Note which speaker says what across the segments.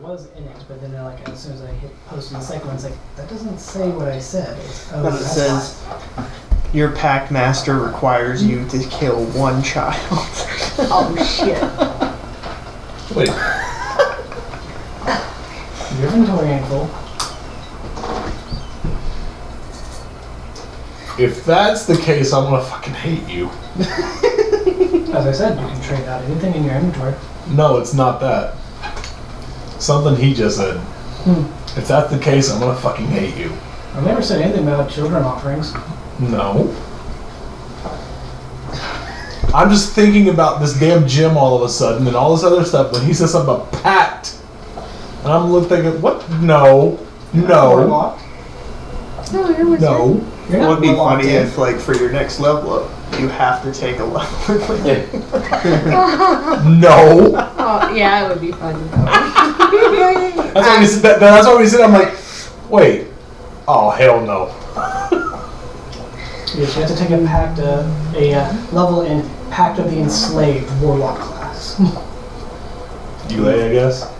Speaker 1: was inex, but then uh, like as soon as I hit post on the second one, it's like that doesn't say what I said. It's, oh,
Speaker 2: But it
Speaker 1: that's
Speaker 2: says your pack master requires you to kill one child.
Speaker 3: Oh shit.
Speaker 4: Wait,
Speaker 1: why. your inventory ain't full.
Speaker 4: if that's the case, I'm gonna fucking hate you.
Speaker 1: As I said, you can trade out anything in your inventory.
Speaker 4: No, it's not that. Something he just said. If that's the case, I'm gonna fucking hate you.
Speaker 1: I never said anything about children offerings.
Speaker 4: No. I'm just thinking about this damn gym all of a sudden and all this other stuff when he says something about packed. And I'm look- thinking, what? No. No.
Speaker 1: Warlock.
Speaker 3: No, you're with
Speaker 4: No.
Speaker 1: You're
Speaker 2: It
Speaker 1: not
Speaker 2: would be
Speaker 1: warlocked
Speaker 2: funny
Speaker 1: in.
Speaker 2: if, like, for your next level up, you have to take a level with you.
Speaker 4: No.
Speaker 3: Oh, yeah, it would be fun.
Speaker 4: That's what he said. that- That's what he said. I'm like, wait. Oh, hell no.
Speaker 1: Yes, you have to take a pact, uh, a uh, level in Pact of the Enslaved Warlock class.
Speaker 4: You lay, I guess?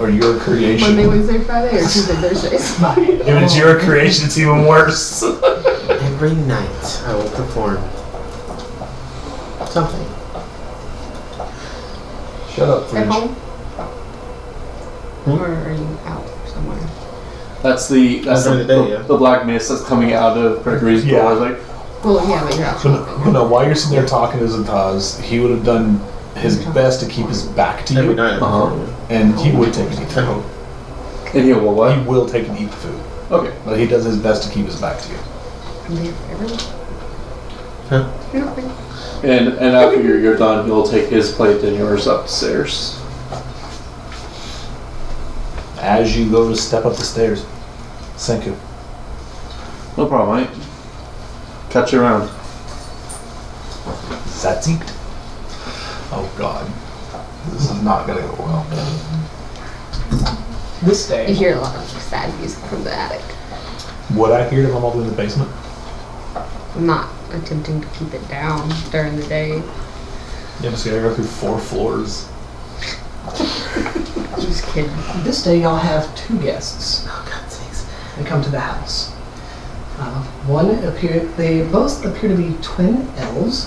Speaker 4: Or your creation.
Speaker 3: Monday, Wednesday, Friday, or Tuesday, Thursday.
Speaker 4: If it's your creation, it's even worse.
Speaker 5: Every night I will perform something.
Speaker 4: Shut up,
Speaker 3: At
Speaker 4: Fringe.
Speaker 3: home? Or are you out somewhere?
Speaker 6: That's the that's
Speaker 5: During
Speaker 6: the,
Speaker 5: the day,
Speaker 6: the,
Speaker 5: yeah.
Speaker 6: the black mist that's coming out of Gregory's
Speaker 4: Yeah.
Speaker 6: door. Like
Speaker 3: Well, yeah, but you're out
Speaker 4: But,
Speaker 3: shopping.
Speaker 4: but no, uh, while you're sitting there talking to Zataz, he would have done his best to keep his back to
Speaker 5: Every
Speaker 4: you,
Speaker 5: night I perform.
Speaker 6: Uh-huh.
Speaker 4: and he would take and eat the food.
Speaker 5: At home.
Speaker 6: and he will what?
Speaker 4: He will take and eat the food,
Speaker 6: Okay.
Speaker 4: but he does his best to keep his back to you.
Speaker 3: I'm there for everyone.
Speaker 5: Huh?
Speaker 3: You're not there.
Speaker 6: And and after you're, you're done, he'll take his plate and yours upstairs.
Speaker 4: As you go to step up the stairs, Senku,
Speaker 6: No problem, mate. Catch you around.
Speaker 4: that's it. Oh God, this is not gonna go well.
Speaker 1: This
Speaker 3: You
Speaker 1: day,
Speaker 3: hear a lot of sad music from the attic.
Speaker 4: Would I hear it if I'm up in the basement?
Speaker 3: I'm not attempting to keep it down during the day.
Speaker 4: Yeah, just gotta go through four floors.
Speaker 3: I'm just kidding.
Speaker 1: this day y'all have two guests
Speaker 5: Oh, God, thanks.
Speaker 1: that come to the house. Uh, one appear, they both appear to be twin elves.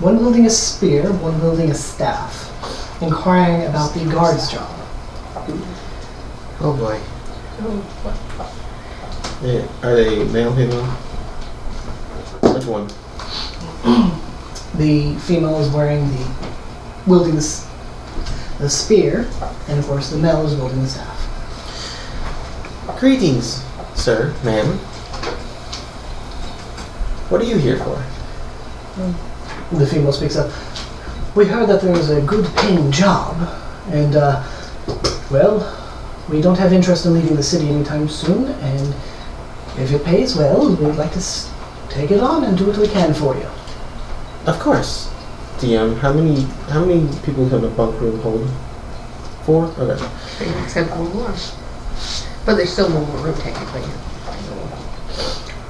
Speaker 1: One wielding a spear, one wielding a staff, inquiring about the guard's job.
Speaker 5: Oh, boy. Yeah. Are they male, female? Which one?
Speaker 1: The female is wearing the wielding the, s- the spear, and of course the male is wielding the staff.
Speaker 5: Greetings, sir, ma'am. What are you here for?
Speaker 1: The female speaks up. We heard that there is a good paying job, and, uh, well, we don't have interest in leaving the city anytime soon, and if it pays well, we'd like to s- take it on and do what we can for you.
Speaker 5: Of course. DM, how many how many people can a bunk room hold? Four? Okay.
Speaker 3: Except one more. But there's still one more room technically.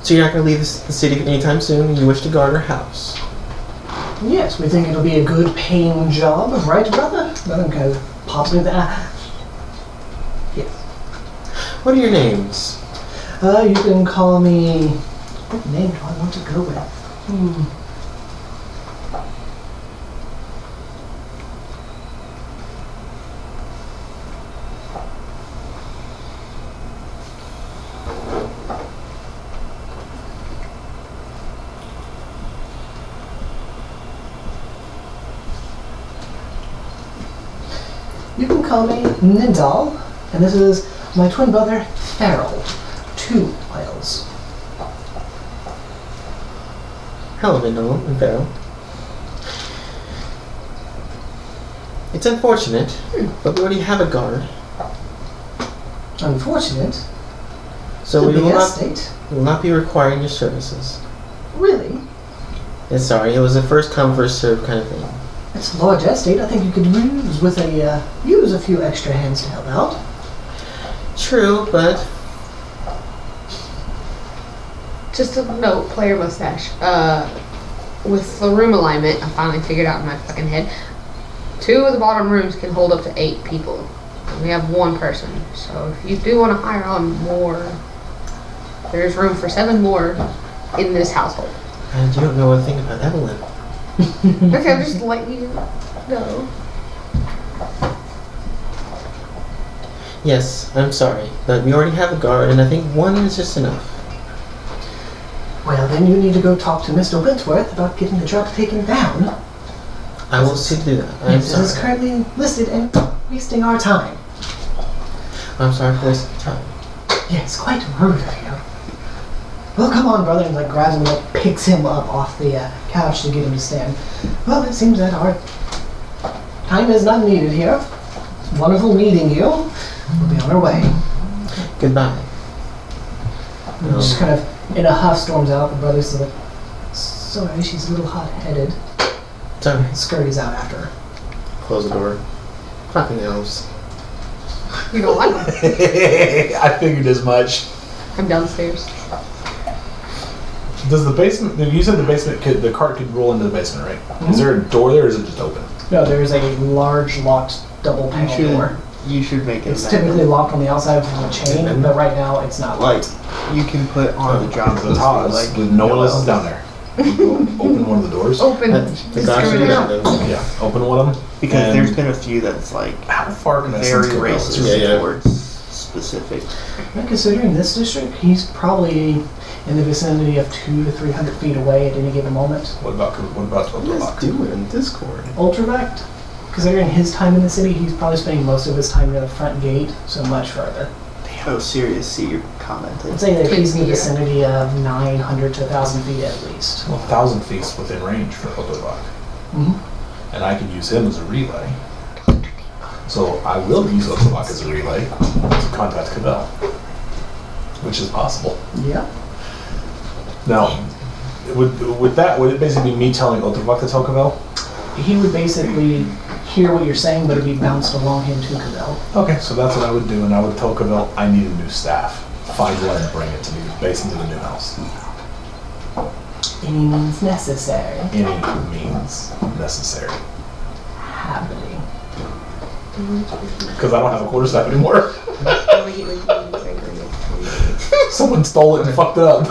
Speaker 5: So you're not gonna leave this, the city anytime soon. and You wish to guard our house.
Speaker 1: Yes, we think it'll be a good paying job, right, brother? Brother kind of pops me the ah. Yes.
Speaker 5: What are your names?
Speaker 1: Uh, you can call me. What name do I want to go with? Hmm. You can call me Nindal, and this is my twin brother Farrell. Two whales.
Speaker 5: Hello, Vindalum and Pharaoh. It's unfortunate, but we already have a guard,
Speaker 1: Unfortunate.
Speaker 5: so
Speaker 1: the
Speaker 5: we will
Speaker 1: big
Speaker 5: not,
Speaker 1: estate.
Speaker 5: we will not be requiring your services.
Speaker 1: Really?
Speaker 5: And sorry, it was a first come first serve kind of thing.
Speaker 1: It's a large estate. I think you could use with a uh, use a few extra hands to help out.
Speaker 5: True, but
Speaker 3: Just a note, player mustache. Uh, with the room alignment, I finally figured out in my fucking head. Two of the bottom rooms can hold up to eight people. We have one person, so if you do want to hire on more, there's room for seven more in this household.
Speaker 5: And you don't know a thing about Evelyn.
Speaker 3: okay, I'm just letting you know.
Speaker 5: Yes, I'm sorry, but we already have a guard, and I think one is just enough.
Speaker 1: Well, then you need to go talk to Mr. Wentworth about getting the job taken down.
Speaker 5: I will see to do that. I'm
Speaker 1: This is
Speaker 5: sorry.
Speaker 1: currently listed and wasting our time.
Speaker 5: I'm sorry for wasting time.
Speaker 1: Yeah, it's quite rude of you. Well, come on, brother, and like grabs him and like picks him up off the uh, couch to get him to stand. Well, it seems that our time is not needed here. It's wonderful meeting you. We'll be on our way.
Speaker 5: Goodbye.
Speaker 1: And Just kind of in a huff storms out. The brother's sort of like, sorry, she's a little hot-headed.
Speaker 5: Sorry.
Speaker 1: And scurries out after her.
Speaker 5: Close the door. Fucking elves.
Speaker 3: You don't like them.
Speaker 4: I figured as much.
Speaker 3: I'm downstairs.
Speaker 4: Does the basement? You said the basement could the cart could roll into the basement, right? Is there a door there, or is it just open?
Speaker 1: No, there is a large locked double
Speaker 2: You
Speaker 1: panel
Speaker 2: should,
Speaker 1: door.
Speaker 2: you should make it.
Speaker 1: It's typically locked on the outside with a chain, but right now it's not locked.
Speaker 2: like you can put on the job
Speaker 4: It's the top,
Speaker 2: list, like Oh.
Speaker 4: like no one else is down there. You go open one of the doors.
Speaker 3: Open.
Speaker 5: That's the
Speaker 3: Just
Speaker 5: guard
Speaker 3: screw
Speaker 5: should
Speaker 3: it
Speaker 5: be
Speaker 3: out.
Speaker 5: open.
Speaker 4: Yeah, open one of them.
Speaker 2: because
Speaker 4: And-
Speaker 2: there's been a few that's like
Speaker 4: How far can that
Speaker 2: very
Speaker 4: sense go?
Speaker 2: racist
Speaker 5: Yeah, yeah.
Speaker 2: towards specific.
Speaker 1: And considering this district, he's probably in the vicinity of two to three hundred feet away at any given moment.
Speaker 4: What about what about
Speaker 5: What
Speaker 4: Oprah?
Speaker 5: is doing Discord?
Speaker 1: Ultravact, considering his time in the city, he's probably spending most of his time near the front gate, so much further.
Speaker 2: Oh, serious? See, you're commenting.
Speaker 1: I'd say that he's in the
Speaker 3: Yeah.
Speaker 1: vicinity of nine hundred to thousand feet at least.
Speaker 4: Well, thousand feet's within range for Oprah,
Speaker 1: Mhm.
Speaker 4: and I could use him as a relay. So I will use Oprah as a relay to contact Cabell, which is possible.
Speaker 1: Yeah.
Speaker 4: Now, would with that would it basically be me telling Oprah to tell Cabell?
Speaker 1: He would basically hear what you're saying, but it'd be bounced along him to Cavell.
Speaker 4: Okay, so that's what I would do, and I would tell Cavell I need a new staff. Find one and bring it to me, based into the new house.
Speaker 1: Any means necessary.
Speaker 4: Any means necessary.
Speaker 1: Happening.
Speaker 4: Because I don't have a quarter staff anymore.
Speaker 3: I'm gonna get you a finger in it.
Speaker 4: Someone stole it and fucked it up.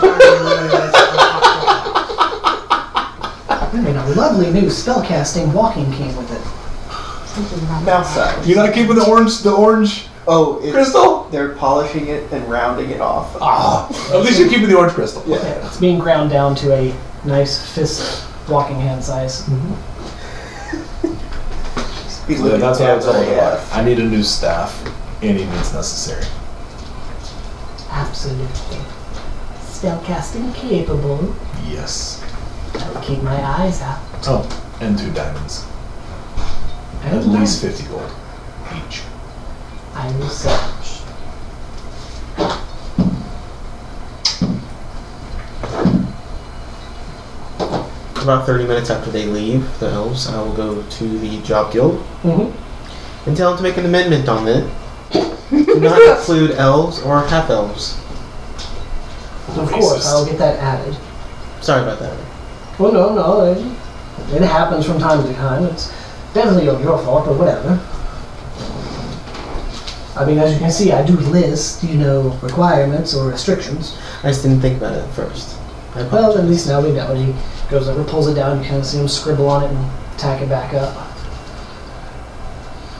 Speaker 1: I mean, a lovely new spellcasting walking came with it.
Speaker 3: Something about
Speaker 2: Mouse eyes.
Speaker 4: You're not keeping the orange, the orange
Speaker 2: Oh, it's,
Speaker 4: crystal?
Speaker 2: They're polishing it and rounding it off.
Speaker 4: Ah, at least you're keeping the orange crystal.
Speaker 1: Yeah, It's being ground down to a nice fist walking hand size.
Speaker 2: Be
Speaker 4: So
Speaker 2: looking
Speaker 4: that's what I
Speaker 2: down
Speaker 4: would tell
Speaker 2: there,
Speaker 4: him.
Speaker 2: yeah.
Speaker 4: I need a new staff. Any means necessary.
Speaker 1: Absolutely. Spellcasting capable.
Speaker 4: Yes.
Speaker 1: I will keep my eyes out.
Speaker 4: Oh, and two diamonds. At
Speaker 1: And
Speaker 4: least 50 gold each.
Speaker 1: I will search.
Speaker 5: About 30 minutes after they leave, the elves, I will go to the job guild
Speaker 1: Mhm.
Speaker 5: and tell them to make an amendment on it. Do not include elves or half elves.
Speaker 1: Of course,
Speaker 4: Racist.
Speaker 1: I'll get that added.
Speaker 5: Sorry about that.
Speaker 1: Well, no, no. It, it happens from time to time. It's definitely not your fault, but whatever. I mean, as you can see, I do list, you know, requirements or restrictions.
Speaker 5: I just didn't think about it at first. I
Speaker 1: Well, at
Speaker 5: apologize.
Speaker 1: least now we know. He goes over, pulls it down, you kind of see him scribble on it and tack it back up.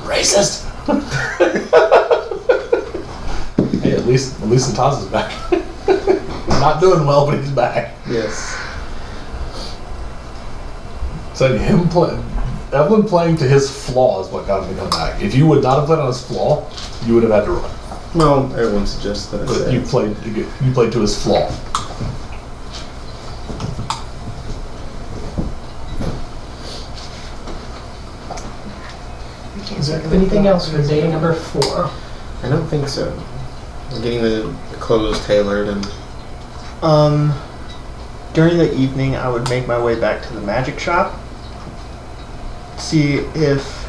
Speaker 4: Racist. hey, at least at least Taz is back. Not doing well, but he's back.
Speaker 5: Yes.
Speaker 4: So him playing, Evelyn playing to his flaw is what got him to come back. If you would not have played on his flaw, you would have had to run.
Speaker 5: Well, everyone suggests that I
Speaker 4: But you
Speaker 5: say.
Speaker 4: played you played to his flaw.
Speaker 3: I can't
Speaker 1: Is there
Speaker 3: think of
Speaker 1: anything
Speaker 3: it.
Speaker 1: else for day number four?
Speaker 5: I don't think so. I'm getting the clothes tailored and
Speaker 2: Um, during the evening, I would make my way back to the magic shop. See if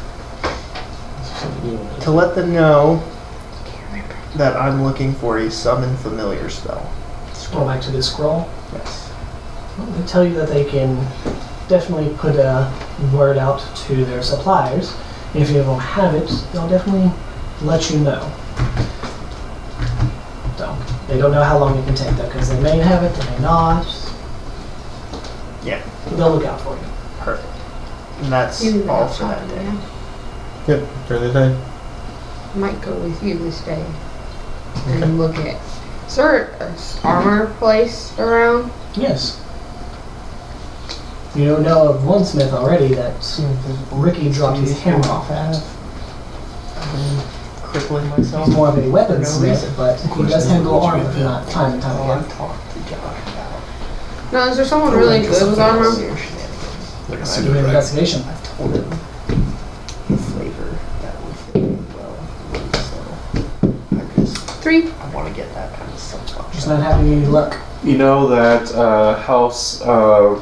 Speaker 2: to let them know that I'm looking for a summon familiar spell.
Speaker 1: Scroll back to the scroll.
Speaker 2: Yes.
Speaker 1: They tell you that they can definitely put a word out to their suppliers. If you don't have it, they'll definitely let you know. So, they don't know how long it can take though, because they may have it, they may not.
Speaker 7: Yeah.
Speaker 1: They'll look out for you.
Speaker 7: Perfect. And that's
Speaker 3: You
Speaker 7: all
Speaker 3: go
Speaker 7: for that
Speaker 3: shopping,
Speaker 7: day.
Speaker 3: yeah.
Speaker 5: Yep, during the day.
Speaker 3: Might go with you this day and look at. Is there a s- armor place around?
Speaker 1: Yes. You know of one smith already that Ricky dropped his hammer off at.
Speaker 7: Crippling myself.
Speaker 1: He's more of a weapons
Speaker 7: No
Speaker 1: smith,
Speaker 7: reason.
Speaker 1: but he does handle armor from that time and time
Speaker 7: Oh,
Speaker 1: again.
Speaker 7: I've talked to John about
Speaker 3: No, is there someone really good with armor?
Speaker 4: Like a
Speaker 1: Do an
Speaker 4: super dragon.
Speaker 1: investigation.
Speaker 7: I've told him the flavor that would fit him well. So I just
Speaker 3: Three.
Speaker 7: I want to get that kind of stuff.
Speaker 1: Just not having any luck.
Speaker 6: You know that uh, house, uh,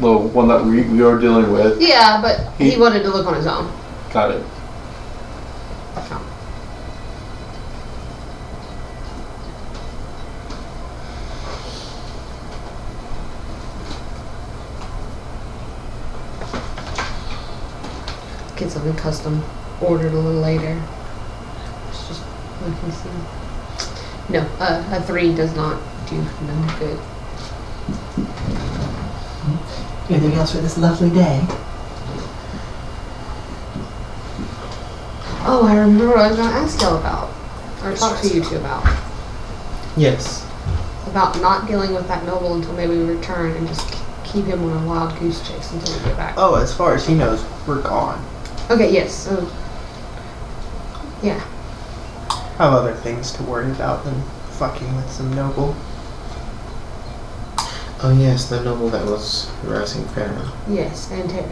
Speaker 6: the one that we, we are dealing with.
Speaker 3: Yeah, but he
Speaker 6: He-
Speaker 3: wanted to look on his own.
Speaker 6: Got it.
Speaker 3: Get something custom ordered a little later. It's just let me see. No, uh, a three does not do none good.
Speaker 1: Anything else for this lovely day?
Speaker 3: Oh, I remember what I was going to ask y'all about, or talk to you two about,
Speaker 5: Yes.
Speaker 3: about not dealing with that noble until maybe we return and just k- keep him on a wild goose chase until we get back.
Speaker 7: Oh, as far as he knows, we're gone.
Speaker 3: Okay, yes. So
Speaker 7: I have other things to worry about than fucking with some noble.
Speaker 5: Oh yes, the noble that was harassing Pharaoh.
Speaker 3: yes, and Terry.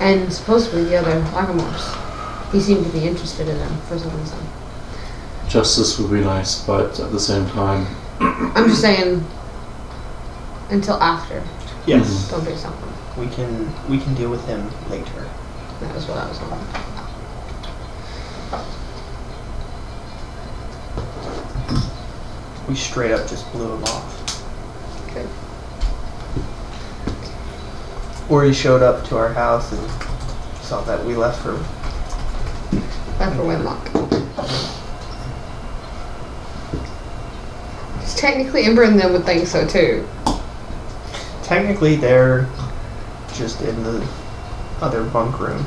Speaker 3: And supposedly the other Lagomorphs. He seemed to be interested in them for some reason.
Speaker 6: Justice would be nice, but at the same time,
Speaker 3: I'm just saying, until after,
Speaker 7: Yes,
Speaker 3: don't do something.
Speaker 7: we can we can deal with him later.
Speaker 3: That was what I was on.
Speaker 7: We straight up just blew him off.
Speaker 3: Okay.
Speaker 7: Or he showed up to our house and saw that we left for
Speaker 3: After Wenlock. Because technically Ember and them would think so too.
Speaker 7: Technically, they're just in the other bunk room.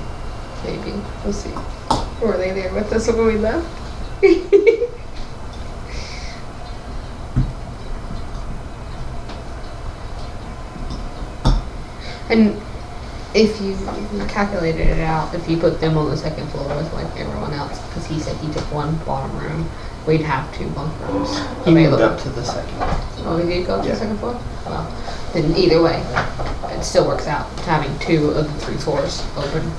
Speaker 3: Maybe. We'll see. Were they there with us when we left? and if you calculated it out, if you put them on the second floor with like everyone else, because he said he took one bottom room, we'd have two bunk rooms
Speaker 7: He moved
Speaker 3: available.
Speaker 7: up to the second.
Speaker 3: Oh, we did go up to
Speaker 7: Yeah.
Speaker 3: the second floor? Well, then either way, it still works out having two of the three floors open.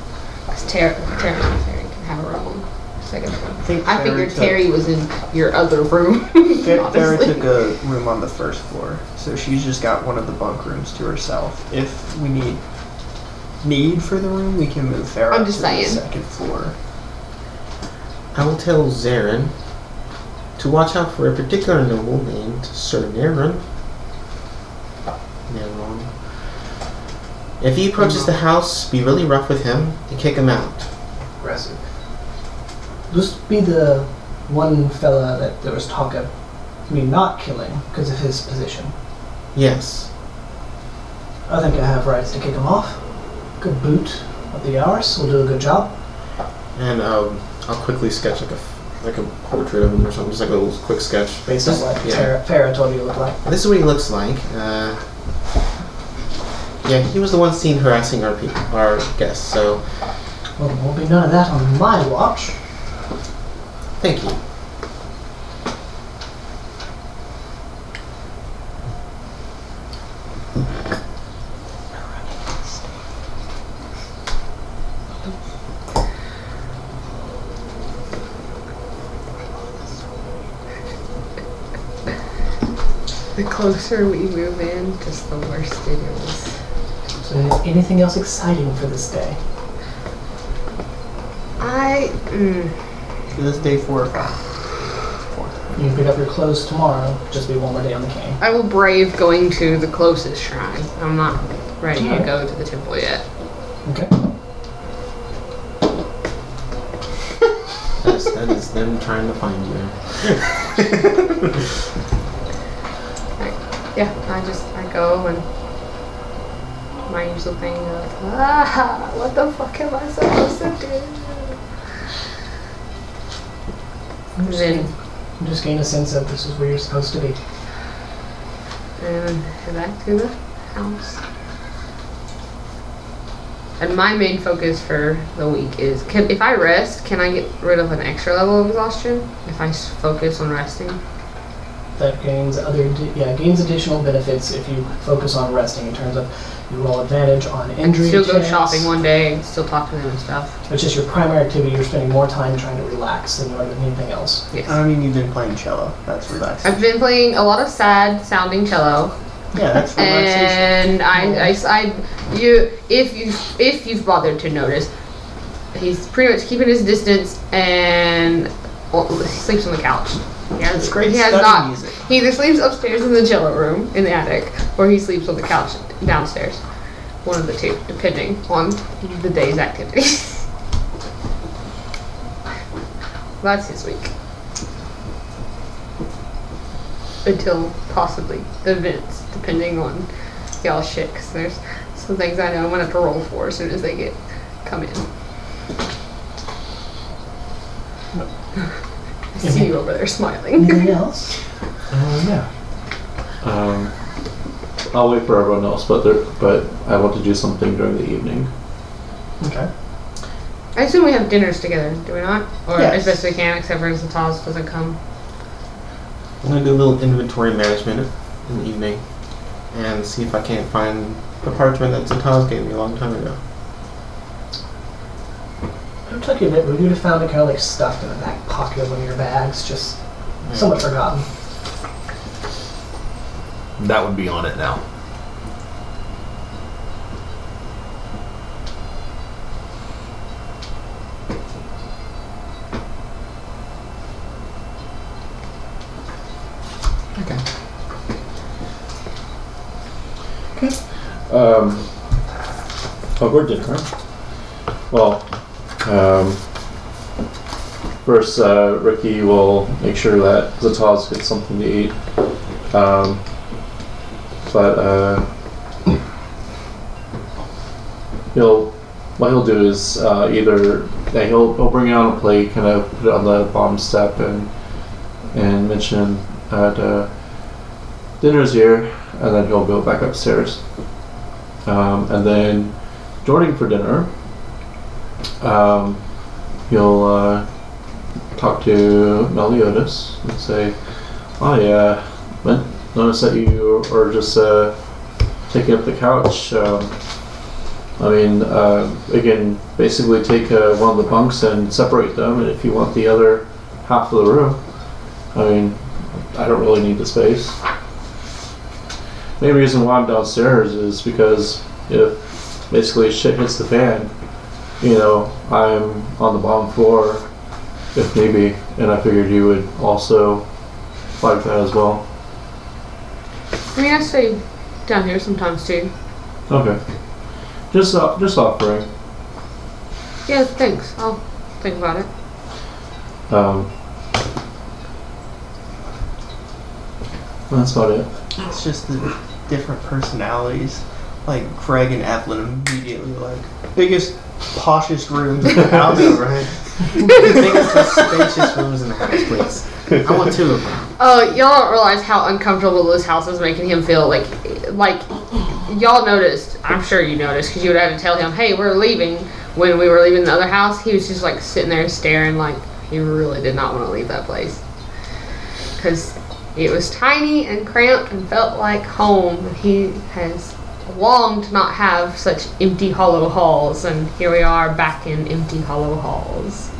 Speaker 3: Because Terry, Terry, and Terry can have a room on the second
Speaker 7: I
Speaker 3: floor.
Speaker 7: think
Speaker 3: I figured Terry was in your other room.
Speaker 7: Fer- Farrah took
Speaker 3: honestly.
Speaker 7: a room on the first floor, so she's just got one of the bunk rooms to herself. If we need need for the room, we can move Farrah
Speaker 3: I'm
Speaker 7: up
Speaker 3: just
Speaker 7: to the
Speaker 3: saying.
Speaker 7: second floor.
Speaker 5: I will tell Zarin to watch out for a particular noble named Sir Neron. Neron. If he approaches the house, be really rough with him and kick him out.
Speaker 1: Aggressive. Just be the one fella that there was talk of me not killing because of his position.
Speaker 5: Yes.
Speaker 1: I think I have rights to kick him off. Good boot of the hours will do a good job.
Speaker 5: And um, I'll quickly sketch like a f- like a portrait of him or something, just like a little quick sketch.
Speaker 1: Based on
Speaker 5: This-
Speaker 1: what
Speaker 5: yeah.
Speaker 1: Tara Farah told you it looked like.
Speaker 5: This is what he looks like. Uh, yeah, he was the one seen harassing our people, our guests. So
Speaker 1: Well, there won't be none of that on my watch.
Speaker 5: thank you.
Speaker 3: The closer we move in, just the worse it is.
Speaker 1: So, anything else exciting for this day?
Speaker 3: I. Mm,
Speaker 7: Is this day four or five?
Speaker 1: You can pick up your clothes tomorrow. Just be one more day on the cane.
Speaker 3: I will brave going to the closest shrine. I'm not ready to
Speaker 1: Alright.
Speaker 3: go to the temple yet.
Speaker 1: Okay.
Speaker 5: them trying to find you.
Speaker 3: Yeah, I just I go and my usual thing of ah, what the fuck am I supposed to do? And then
Speaker 1: You just gain a sense of this is where you're supposed to be.
Speaker 3: and head back to the house. And my main focus for the week is can if I rest, can I get rid of an extra level of exhaustion if I s- focus on resting?
Speaker 1: That gains other, d- yeah, gains additional benefits if you focus on resting in terms of you roll advantage on injury
Speaker 3: Still go
Speaker 1: checks,
Speaker 3: shopping one day, and still talk to them and stuff.
Speaker 1: which is your primary activity. You're spending more time trying to relax than you are doing anything else.
Speaker 3: Yes.
Speaker 2: I mean, you've been playing cello. That's relaxing.
Speaker 3: I've been playing a lot of sad sounding cello.
Speaker 2: yeah, Oh, that's
Speaker 3: Uh,
Speaker 2: Oh. relaxation.
Speaker 3: And I, I, I, you, if you, if you've bothered to notice, he's pretty much keeping his distance and well, he sleeps on the couch. He has,
Speaker 2: It's great
Speaker 3: he has
Speaker 2: study
Speaker 3: not.
Speaker 2: music.
Speaker 3: He either sleeps upstairs in the cello room in the attic, or he sleeps on the couch downstairs. One of the two, depending on the day's activities. That's his week. Until possibly events, depending on y'all shit, because there's some things I know I'm gonna have to roll for as soon as they get come in. I see you over there smiling.
Speaker 1: Anything else?
Speaker 4: Oh, yeah.
Speaker 6: Um, I'll wait for everyone else, but there, but I want to do something during the evening.
Speaker 1: Okay.
Speaker 3: I assume we have dinners together, do we not? Or as
Speaker 2: Yes.
Speaker 3: best we can, except for Zataz doesn't come.
Speaker 5: I'm gonna do a little inventory management in the evening and see if I can't find the parchment that Zataz gave me a long time ago.
Speaker 1: I'm talking about we would have found it kind of like stuffed in the back pocket of one of your bags, just somewhat forgotten.
Speaker 8: That would be on it now.
Speaker 6: Um, over dinner. Well, um, first, uh, Ricky will make sure that Zataz gets something to eat. Um, but uh, he'll what he'll do is uh, either yeah, he'll he'll bring out a plate, kind of put it on the bomb step, and and mention that uh, dinner's here, and then he'll go back upstairs. Um, and then joining for dinner, um, you'll uh, talk to Meliodas and say, "Oh yeah, but notice that you are just uh, taking up the couch. Um, I mean, uh, again, basically take uh, one of the bunks and separate them, and if you want the other half of the room, I mean, I don't really need the space." main reason why I'm downstairs is because if basically shit hits the fan, you know, I'm on the bottom floor if need be, and I figured you would also like that as well.
Speaker 3: I mean, I stay down here sometimes too.
Speaker 6: Okay. Just uh, just offering.
Speaker 3: Yeah, thanks. I'll think about it.
Speaker 6: Um, that's about it.
Speaker 2: It's just the different personalities. Like Greg and Evelyn immediately like biggest, poshest rooms in the
Speaker 5: I'll
Speaker 2: house.
Speaker 5: do it, right? the biggest, most spacious rooms in the house, please. I want two of them.
Speaker 3: Oh, y'all don't realize how uncomfortable this house is making him feel. Like, like y'all noticed. I'm sure you noticed because you would have to tell him, "Hey, we're leaving." When we were leaving the other house, he was just like sitting there staring, like he really did not want to leave that place because it was tiny and cramped and felt like home. He has longed to not have such empty, hollow halls, and here we are back in empty, hollow halls.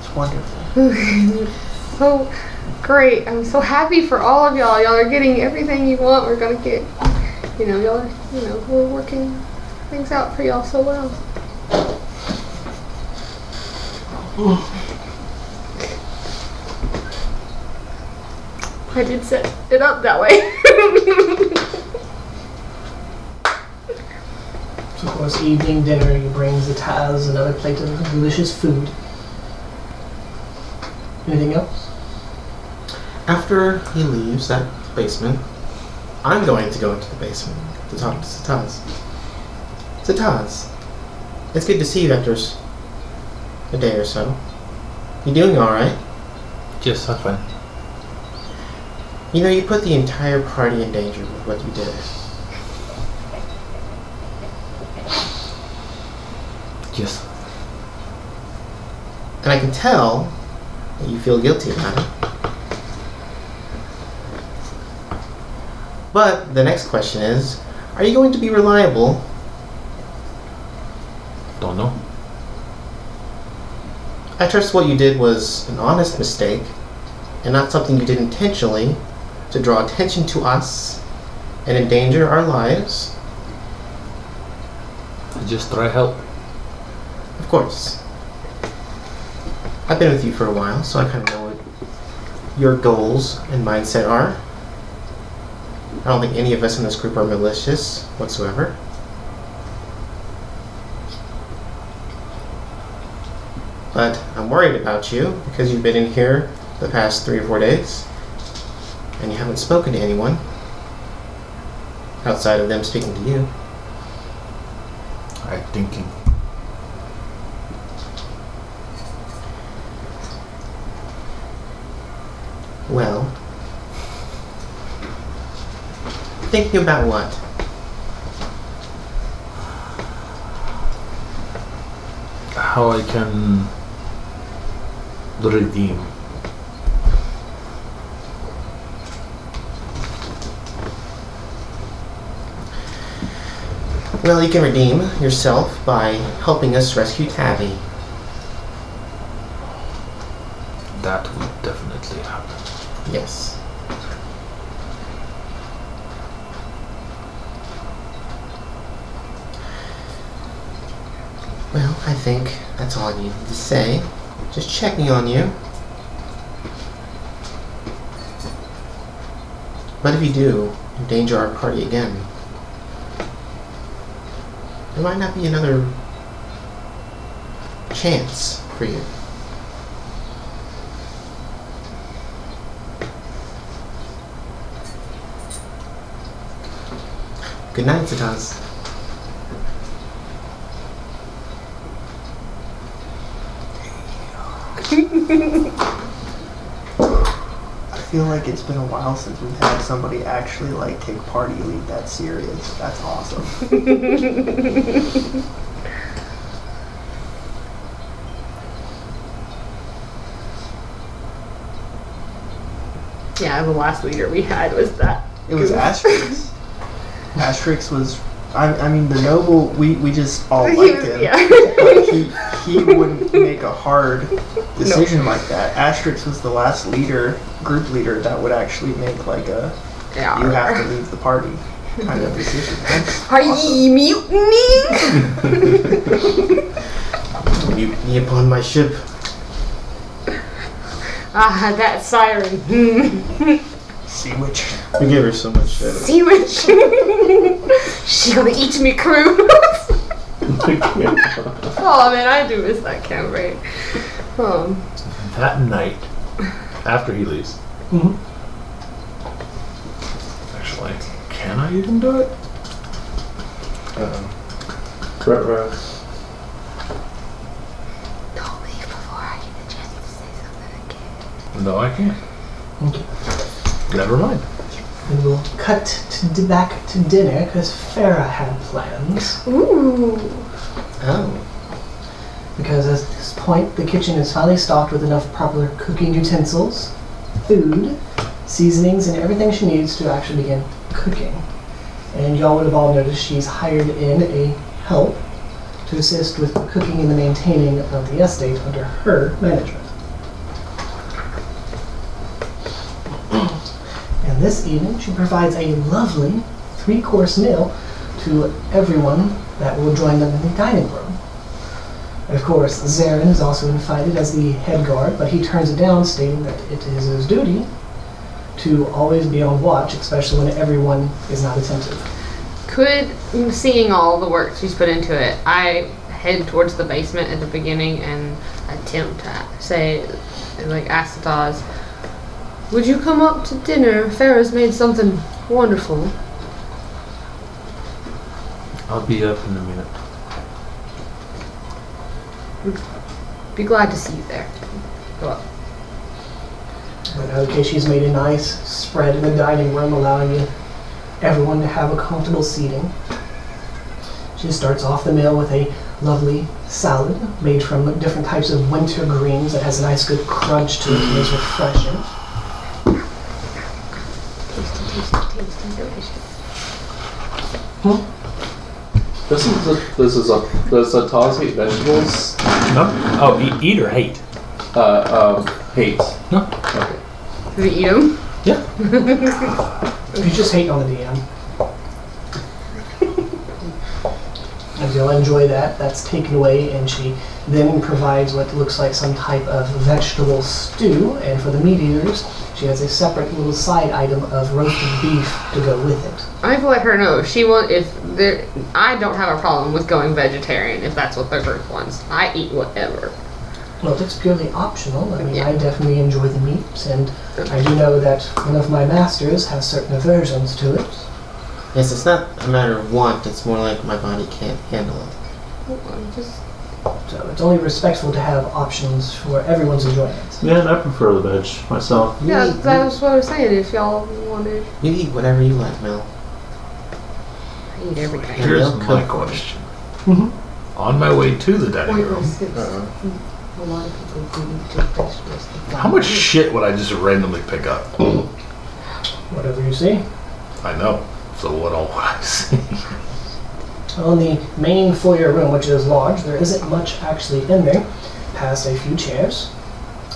Speaker 2: It's wonderful.
Speaker 3: so great. I'm so happy for all of y'all. Y'all are getting everything you want. We're gonna get, you know, y'all. Are, you know, we're working things out for y'all so well. I did set it up that way.
Speaker 1: So of course, evening dinner, you bring the Taz another plate of delicious food. Anything else?
Speaker 5: After he leaves that basement, I'm going to go into the basement to talk to Sataz. Sataz, it's good to see you after s- a day or so. You doing alright?
Speaker 4: Yes, I'm fine.
Speaker 5: You know, you put the entire party in danger with what you did.
Speaker 4: Yes.
Speaker 5: And I can tell that you feel guilty about it. But the next question is are you going to be reliable?
Speaker 4: Don't know.
Speaker 5: I trust what you did was an honest mistake and not something you did intentionally to draw attention to us and endanger our lives.
Speaker 4: I just try help.
Speaker 5: Of course. I've been with you for a while, so I kind of know what your goals and mindset are. I don't think any of us in this group are malicious whatsoever. But I'm worried about you because you've been in here the past three or four days and you haven't spoken to anyone outside of them speaking to you.
Speaker 4: I'm thinking.
Speaker 5: Well, thinking about what?
Speaker 4: How I can redeem.
Speaker 5: Well, you can redeem yourself by helping us rescue Tabby.
Speaker 4: That would definitely happen.
Speaker 5: Yes. Well, I think that's all I needed to say. Just checking on you. What if you do endanger our party again? There might not be another chance for you. Good night, Sataz.
Speaker 7: I feel like it's been a while since we've had somebody actually like take party lead that serious. That's awesome.
Speaker 3: Yeah, the last leader we had was that.
Speaker 7: It was Asterix. Asterix was. I, I mean, the noble. We, we just all
Speaker 3: He
Speaker 7: liked
Speaker 3: was-
Speaker 7: him.
Speaker 3: yeah.
Speaker 7: But he he wouldn't make a hard decision like that. Asterix was the last leader, group leader that would actually make like a
Speaker 3: yeah.
Speaker 7: you have to leave the party kind of decision. That's
Speaker 3: Are
Speaker 7: awesome.
Speaker 3: ye mutinying?
Speaker 5: Mutiny upon my ship.
Speaker 3: ah, that siren.
Speaker 7: See which
Speaker 5: We gave her so much shit.
Speaker 3: See what she- she gonna eat me crew. oh man, I do miss that campaign. Um,
Speaker 4: That night, after he leaves.
Speaker 1: Mhm.
Speaker 4: Actually, can I even do it?
Speaker 6: Right, right.
Speaker 3: don't leave before I get the chance to say something again.
Speaker 4: No, I can't.
Speaker 1: Okay.
Speaker 4: Never mind.
Speaker 1: And we'll cut to d- back to dinner because Farah had plans.
Speaker 3: Ooh.
Speaker 5: Oh.
Speaker 1: Because at this point, the kitchen is finally stocked with enough proper cooking utensils, food, seasonings, and everything she needs to actually begin cooking. And y'all would have all noticed she's hired in a help to assist with the cooking and the maintaining of the estate under her management. And this evening, she provides a lovely three course meal to everyone that will join them in the dining room. Of course, Zarin is also invited as the head guard, but he turns it down, stating that it is his duty to always be on watch, especially when everyone is not attentive.
Speaker 3: Could seeing all the work she's put into it, I head towards the basement at the beginning and attempt to say and like asked Taz, "Would you come up to dinner? Farah's made something wonderful."
Speaker 8: I'll be up in a minute.
Speaker 3: Be glad to see you there. Go up.
Speaker 1: But okay, she's made a nice spread in the dining room, allowing you, everyone to have a comfortable seating. She starts off the meal with a lovely salad made from different types of winter greens that has a nice good crunch to it and is refreshing.
Speaker 3: Tasty, tasty, tasty, delicious.
Speaker 6: This is a, this is a does a Taz hate vegetables?
Speaker 8: No? Oh, eat, eat or hate?
Speaker 6: Uh, um, hate.
Speaker 8: No.
Speaker 6: Okay.
Speaker 3: Did he eat them?
Speaker 1: You just hate on the DM. And you'll enjoy that. That's taken away, and she then provides what looks like some type of vegetable stew. And for the meat eaters, she has a separate little side item of roasted beef to go with it.
Speaker 3: I've let her know if she want if there. I don't have a problem with going vegetarian if that's what the group wants. I eat whatever.
Speaker 1: Well, it's purely optional. I mean,
Speaker 3: Yeah.
Speaker 1: I definitely enjoy the meats, and I do know that one of my masters has certain aversions to it.
Speaker 5: Yes, it's not a matter of want, it's more like my body can't handle it.
Speaker 3: I'm just
Speaker 1: So it's only respectful to have options for everyone's enjoyment.
Speaker 6: Yeah, and I prefer the veg myself.
Speaker 5: You,
Speaker 3: yeah.
Speaker 5: eat,
Speaker 3: That was what I was saying. If y'all wanted,
Speaker 5: you, you eat whatever you like, Mel.
Speaker 3: I eat everything.
Speaker 8: Here's
Speaker 5: Yeah.
Speaker 8: my question.
Speaker 1: Mhm.
Speaker 8: On my way to the dining
Speaker 4: oh.
Speaker 8: room,
Speaker 3: Pointless. It's, a lot of people do eat just vegetables.
Speaker 8: how much shit would I just randomly pick up?
Speaker 1: Whatever you see.
Speaker 8: I know. So what all would I see?
Speaker 1: Well, in the main foyer room, which is large, there isn't much actually in there. Past a few chairs,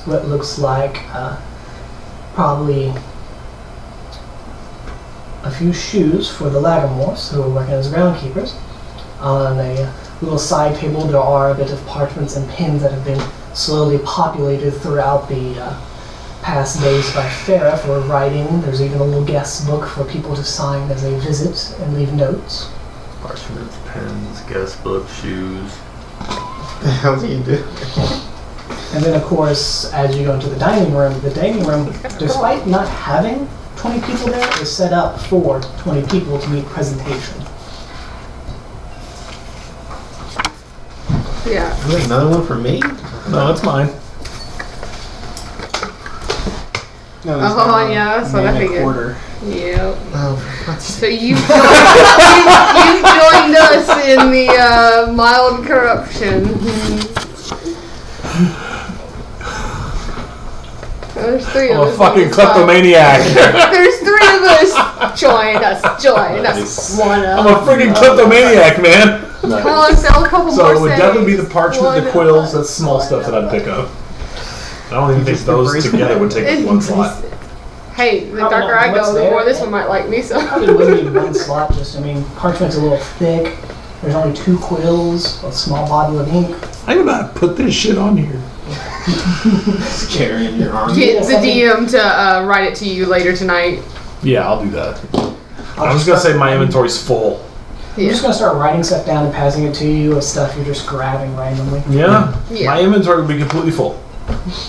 Speaker 1: what looks like uh, probably a few shoes for the Lattimores, who are working as groundkeepers. On a little side table, there are a bit of parchments and pins that have been slowly populated throughout the uh, past days by Farah for writing. There's even a little guest book for people to sign as they visit and leave notes.
Speaker 8: Parchments, pens, guest book, shoes.
Speaker 5: The hell do you do?
Speaker 1: And then, of course, as you go into the dining room, the dining room, despite not having 20 people there, is set up for 20 people to meet presentation.
Speaker 3: Yeah.
Speaker 5: You like another one for me?
Speaker 4: No, that's mine.
Speaker 5: No,
Speaker 3: Oh, yeah, that's what I figured.
Speaker 2: quarter.
Speaker 3: Yep.
Speaker 5: Oh, for fuck's sake.
Speaker 3: So you joined, you, you joined us in the uh, mild corruption. There's three
Speaker 4: I'm
Speaker 3: of
Speaker 4: a
Speaker 3: us.
Speaker 4: fucking kleptomaniac.
Speaker 3: There's three of us. Join us. Join us.
Speaker 6: Nice.
Speaker 3: One
Speaker 4: I'm
Speaker 3: up.
Speaker 4: a freaking kleptomaniac, man.
Speaker 3: Come
Speaker 6: Nice.
Speaker 3: on, sell a couple
Speaker 4: So
Speaker 3: more
Speaker 4: it would definitely be the
Speaker 3: sayings.
Speaker 4: parchment,
Speaker 3: One
Speaker 4: the
Speaker 3: of
Speaker 4: quills,
Speaker 3: us.
Speaker 4: that small stuff that I'd pick up. I don't even think
Speaker 5: just
Speaker 4: those
Speaker 5: embrace
Speaker 4: together would take up one slot.
Speaker 3: Hey, the
Speaker 1: I don't
Speaker 3: darker
Speaker 1: know
Speaker 3: I
Speaker 1: what's
Speaker 3: go, the
Speaker 1: there.
Speaker 3: more this one might like me. So
Speaker 1: Probably wouldn't need one slot, just, I mean, parchment's a little thick. There's only two quills, a small bottle of ink.
Speaker 4: I would not put this shit on here.
Speaker 5: It's carrying your arm.
Speaker 3: get the DM to uh, write it to you later tonight.
Speaker 4: Yeah, I'll do that.
Speaker 1: I'll
Speaker 4: I was
Speaker 1: just
Speaker 4: gonna
Speaker 1: start-
Speaker 4: say my inventory's full.
Speaker 1: I'm
Speaker 3: Yeah.
Speaker 1: just going to start writing stuff down and passing it to you of stuff you're just grabbing randomly.
Speaker 4: Yeah.
Speaker 3: Yeah.
Speaker 4: My inventory would be completely full.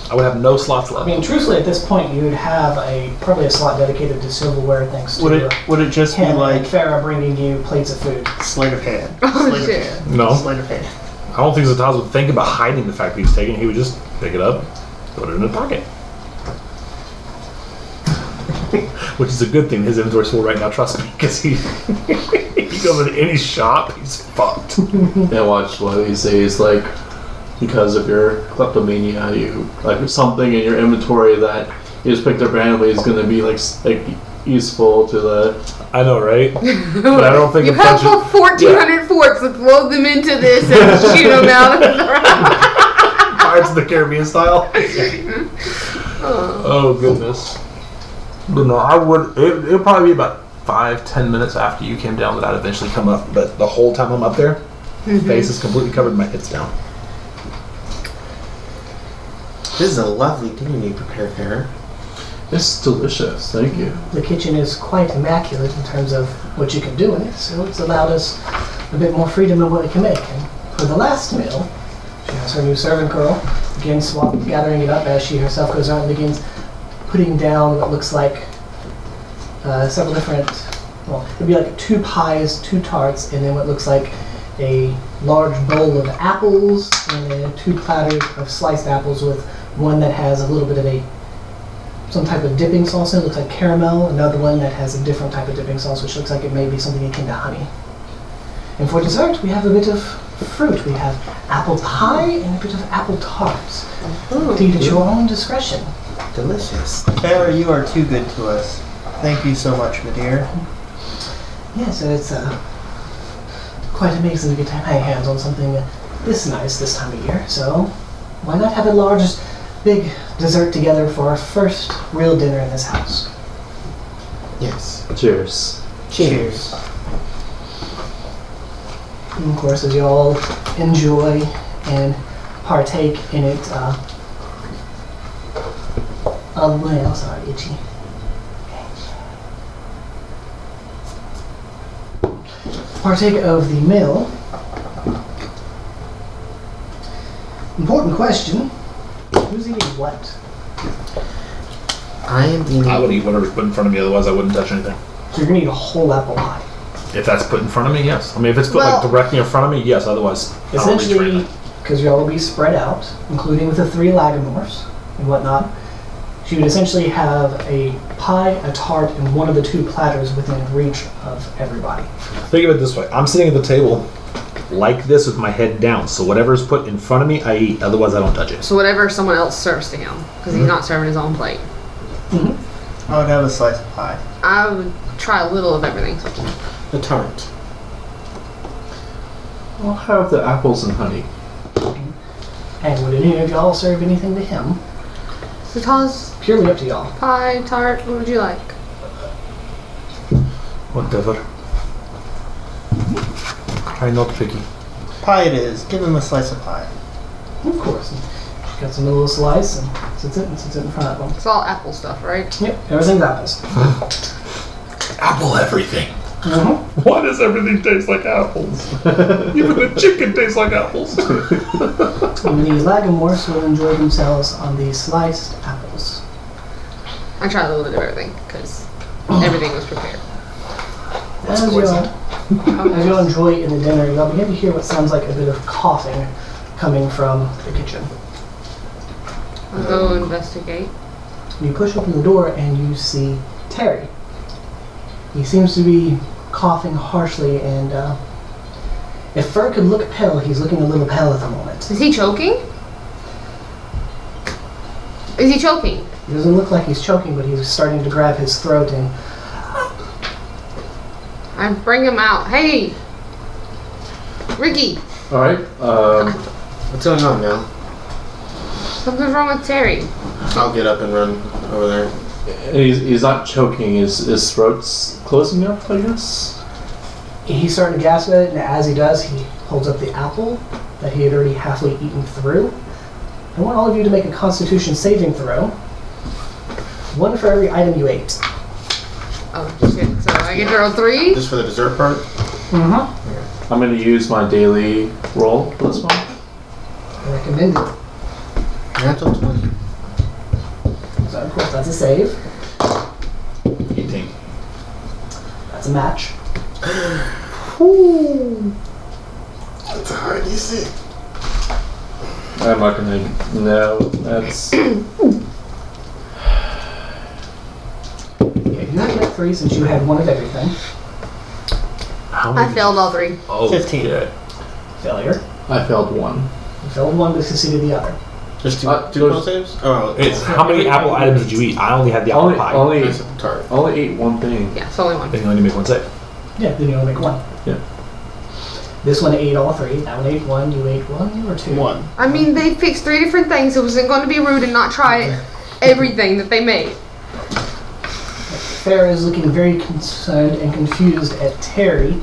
Speaker 4: I would have no slots
Speaker 1: I
Speaker 4: left.
Speaker 1: mean, truthfully, at this point, you'd have a probably a slot dedicated to silverware thanks to
Speaker 2: Would
Speaker 1: uh,
Speaker 2: it would it just be
Speaker 1: Ken
Speaker 2: like
Speaker 1: and Farah bringing you plates of food.
Speaker 2: sleight of hand?
Speaker 3: Oh
Speaker 2: Sleight of
Speaker 3: shit.
Speaker 2: hand.
Speaker 4: No.
Speaker 2: Sleight of hand.
Speaker 4: I don't think Zataz would think about hiding the fact that he's taking it. He would just pick it up, put it in his pocket. Which is a good thing. His inventory's full right now, trust me, because he, he goes in any shop, he's fucked.
Speaker 6: Yeah, watch one of these days, like, because of your kleptomania, you, like, something in your inventory that you just picked up randomly is going to be, like, s- like useful to the.
Speaker 4: I know, right? But I don't think
Speaker 3: You
Speaker 4: a
Speaker 3: have
Speaker 4: bunch
Speaker 3: a
Speaker 4: of.
Speaker 3: 1,400 forks. Let's load them into this and shoot them out of the round.
Speaker 4: Pirates of the Caribbean style. oh goodness. But no, I would. It, it'll probably be about five, ten minutes after you came down that I'd eventually come up. But the whole time I'm up there, face is completely covered. My head's down.
Speaker 5: This is a lovely dinner you prepared there.
Speaker 6: It's delicious, thank you.
Speaker 1: The kitchen is quite immaculate in terms of what you can do in it, so it's allowed us a bit more freedom in what we can make. And for the last meal, as her new servant girl begins swap, gathering it up as she herself goes out and begins putting down what looks like uh, several different, well, it'd be like two pies, two tarts, and then what looks like a large bowl of apples and then two platters of sliced apples with one that has a little bit of a some type of dipping sauce in it, looks like caramel, another one that has a different type of dipping sauce, which looks like it may be something akin to honey. And for dessert, we have a bit of fruit. We have apple pie and a bit of apple tarts.
Speaker 5: Oh,
Speaker 3: Oh.
Speaker 1: To eat at your own discretion.
Speaker 5: Delicious.
Speaker 2: Farah, you are too good to us. Thank you so much, Madeir.
Speaker 1: Yeah, so it's uh, quite amazing to get to hang hands on something this nice this time of year. So why not have a large, big dessert together for our first real dinner in this house?
Speaker 5: Yes.
Speaker 6: Cheers.
Speaker 5: Cheers.
Speaker 1: And of course, as you all enjoy and partake in it, uh, oh, my nails are itchy. Partake of the meal. Important question: Who's eating what?
Speaker 5: I am eating.
Speaker 4: I would eat whatever's put in front of me, otherwise I wouldn't touch anything.
Speaker 1: So you're gonna eat a whole apple pie.
Speaker 4: If that's put in front of me, yes. I mean, if it's put
Speaker 1: Well-
Speaker 4: like directly in front of me, yes. Otherwise, I don't reach for
Speaker 1: essentially
Speaker 4: anything.
Speaker 1: because y'all will be spread out, including with the three Lagomores and whatnot. She would essentially have a pie, a tart, and one of the two platters within reach of everybody.
Speaker 4: Think of it this way: I'm sitting at the table like this with my head down, so whatever's put in front of me, I eat. Otherwise, I don't touch it.
Speaker 3: So whatever someone else serves to him, because
Speaker 4: Mm-hmm.
Speaker 3: he's not serving his own plate.
Speaker 2: I would have a slice of pie.
Speaker 3: I would try a little of everything.
Speaker 5: The tart.
Speaker 6: I'll have the apples and honey.
Speaker 1: And would any of y'all serve anything to him?
Speaker 3: Sata's
Speaker 1: Purely up to y'all.
Speaker 3: pie tart. What would you like?
Speaker 4: Whatever. I'm not picky.
Speaker 2: Pie it is. Give him a slice of pie.
Speaker 1: Of course. She cuts him a little slice and sits it and sits it in front of him.
Speaker 3: It's all apple stuff, right?
Speaker 1: Yep, everything's apples.
Speaker 4: Apple everything.
Speaker 6: Uh-huh.
Speaker 1: Mhm.
Speaker 4: Why does everything taste like apples? Even the chicken tastes like apples.
Speaker 1: And the Lagomores will enjoy themselves on the sliced apples.
Speaker 3: I tried a little bit of everything because everything was prepared.
Speaker 1: As you, all, as you all enjoy in the dinner, you'll begin to hear what sounds like a bit of coughing coming from the kitchen.
Speaker 3: I'll go investigate.
Speaker 1: You push open the door and you see Terry. He seems to be coughing harshly, and uh, if Fur could look pale, he's looking a little pale at the moment.
Speaker 3: Is he choking? Is he choking?
Speaker 1: He doesn't look like he's choking, but he's starting to grab his throat and
Speaker 3: I bring him out. Hey, Ricky,
Speaker 6: All right. Um,
Speaker 5: What's going on now?
Speaker 3: something's wrong with Terry.
Speaker 5: I'll get up and run over there.
Speaker 6: and he's, he's not choking. His his throat's closing up. I guess.
Speaker 1: he's starting to gasp at it, and as he does, he holds up the apple that he had already halfway eaten through. I want all of you to make a constitution saving throw. One for every item you ate.
Speaker 3: Oh shit! So I get to roll three.
Speaker 5: Just for the dessert part?
Speaker 1: Mm-hmm.
Speaker 6: I'm gonna use my daily roll for this one.
Speaker 1: Recommended.
Speaker 5: Natural 20.
Speaker 1: So of course that's a save.
Speaker 4: 18.
Speaker 1: That's a match.
Speaker 5: That's a hard DC.
Speaker 6: I'm not gonna. No, that's
Speaker 1: Okay, you had that three since you had one of everything.
Speaker 4: How
Speaker 3: I failed all three.
Speaker 4: Oh,
Speaker 2: 15.
Speaker 1: Failure.
Speaker 6: I failed one.
Speaker 1: You failed one but succeeded the other.
Speaker 5: There's two,
Speaker 6: Uh,
Speaker 5: two
Speaker 6: those-
Speaker 5: those, saves? Oh,
Speaker 4: It's how many apple items did you eat? I only had the apple
Speaker 6: Only
Speaker 4: pie.
Speaker 6: only
Speaker 5: Nice tart.
Speaker 6: only ate one thing.
Speaker 3: Yeah, it's only one.
Speaker 4: I think I only make one save.
Speaker 1: Yeah, then you only make one.
Speaker 6: Yeah.
Speaker 1: This one ate all three. That one ate one. You ate one. You were two.
Speaker 2: One.
Speaker 3: I mean, they fixed three different things. It wasn't going to be rude and not try everything that they made.
Speaker 1: Farah is looking very concerned and confused at Terry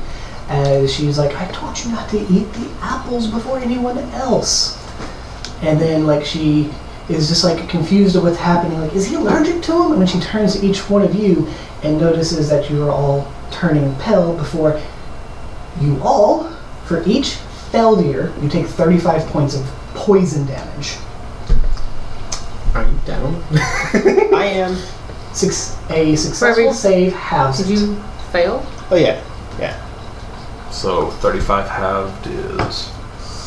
Speaker 1: as she's like, I told you not to eat the apples before anyone else. And then, like, she is just like confused at what's happening. Like, is he allergic to him? And when she turns to each one of you and notices that you are all turning pale before you all, for each failure, you take 35 points of poison damage.
Speaker 5: Are you down?
Speaker 2: I am.
Speaker 1: Six a
Speaker 3: Wait,
Speaker 1: successful
Speaker 3: wait.
Speaker 1: save halves.
Speaker 3: Did
Speaker 1: it.
Speaker 3: you fail?
Speaker 2: Oh yeah.
Speaker 4: So 35 halved is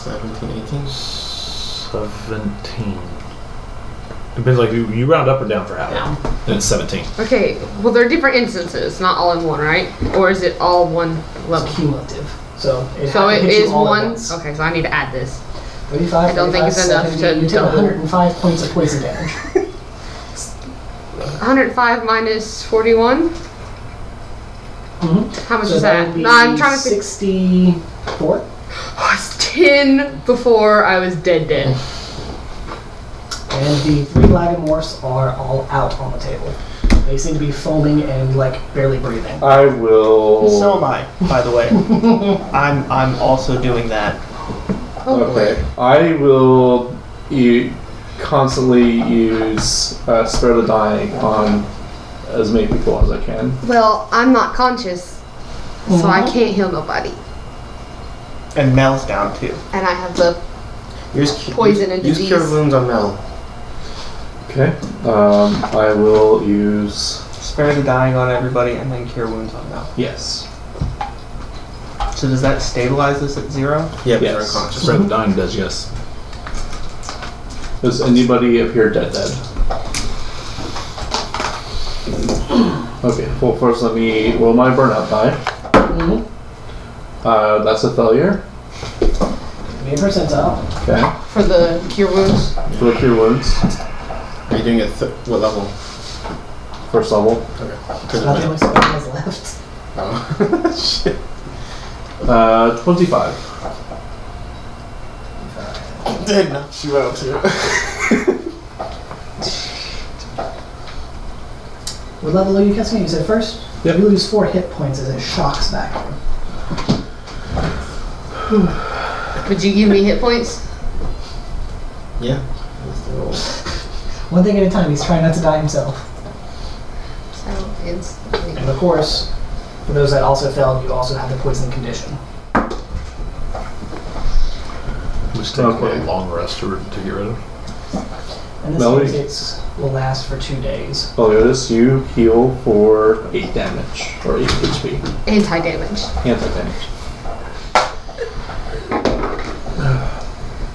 Speaker 5: 17, 18?
Speaker 4: 17. Depends, like, you, you round up or down for half. And it's 17.
Speaker 3: Okay, well, there are different instances, not all in one, right? Or is it all one level?
Speaker 1: It's cumulative. So it,
Speaker 3: So
Speaker 1: ha-
Speaker 3: it
Speaker 1: hits you
Speaker 3: is
Speaker 1: all at
Speaker 3: one.
Speaker 1: once.
Speaker 3: Okay, so I need to add this.
Speaker 1: 35,
Speaker 3: I don't think it's
Speaker 1: 35,
Speaker 3: enough
Speaker 1: 70,
Speaker 3: to
Speaker 1: You take
Speaker 3: double.
Speaker 1: 105 points of poison damage.
Speaker 3: 105 minus 41?
Speaker 1: Mhm.
Speaker 3: How much
Speaker 1: So
Speaker 3: is
Speaker 1: that
Speaker 3: Mm-hmm. that?
Speaker 1: would be
Speaker 3: No, I'm trying to think.
Speaker 1: 64.
Speaker 3: I was 10 before I was dead dead.
Speaker 1: And the three lagomorphs are all out on the table. They seem to be foaming and like barely breathing.
Speaker 6: I will.
Speaker 2: So am I. By the way, I'm I'm also doing that.
Speaker 1: Oh,
Speaker 6: Okay, I will you constantly use uh, spare the dying on as many people as I can.
Speaker 3: Well, I'm not conscious, so I can't heal nobody.
Speaker 2: And Mel's down too.
Speaker 3: And I have the.
Speaker 5: Use, cu-
Speaker 3: Poison and
Speaker 5: use,
Speaker 3: disease.
Speaker 5: Use cure wounds on Mel.
Speaker 6: Okay, um, I will use
Speaker 2: Spare the dying on everybody, and then cure wounds on Mel.
Speaker 6: yes.
Speaker 2: So does that stabilize us at zero?
Speaker 5: Yeah, but you're
Speaker 6: Yes.
Speaker 5: unconscious.
Speaker 4: Spread the dying does, yes.
Speaker 6: Does anybody appear dead dead? Okay, well first let me roll my burnout die.
Speaker 1: Mhm.
Speaker 6: Uh, that's a failure.
Speaker 1: Give me a percentile.
Speaker 6: Okay,
Speaker 3: For the cure wounds?
Speaker 6: flip your wounds.
Speaker 5: Are you doing it th- what level?
Speaker 6: First level.
Speaker 5: Because
Speaker 1: Nothing like spell has left.
Speaker 5: Oh. Shit.
Speaker 6: Uh, twenty-five.
Speaker 5: Did knock you out too.
Speaker 1: What level are you casting? at? You said first?
Speaker 6: Yep.
Speaker 1: You lose four hit points as it shocks back.
Speaker 3: Would you give me hit points?
Speaker 5: Yeah. That's the roll.
Speaker 1: One thing at a time, he's trying not to die himself.
Speaker 3: So it's.
Speaker 1: And of course, for those that also failed, you also have the poison condition.
Speaker 4: Which takes quite
Speaker 6: Okay.
Speaker 4: a long rest to, to get rid of.
Speaker 1: And this
Speaker 6: Well,
Speaker 1: means
Speaker 6: we-
Speaker 1: it's will last for two days.
Speaker 6: Meliodas, you heal for 8 damage, or 8 HP.
Speaker 3: Anti damage.
Speaker 6: Anti damage.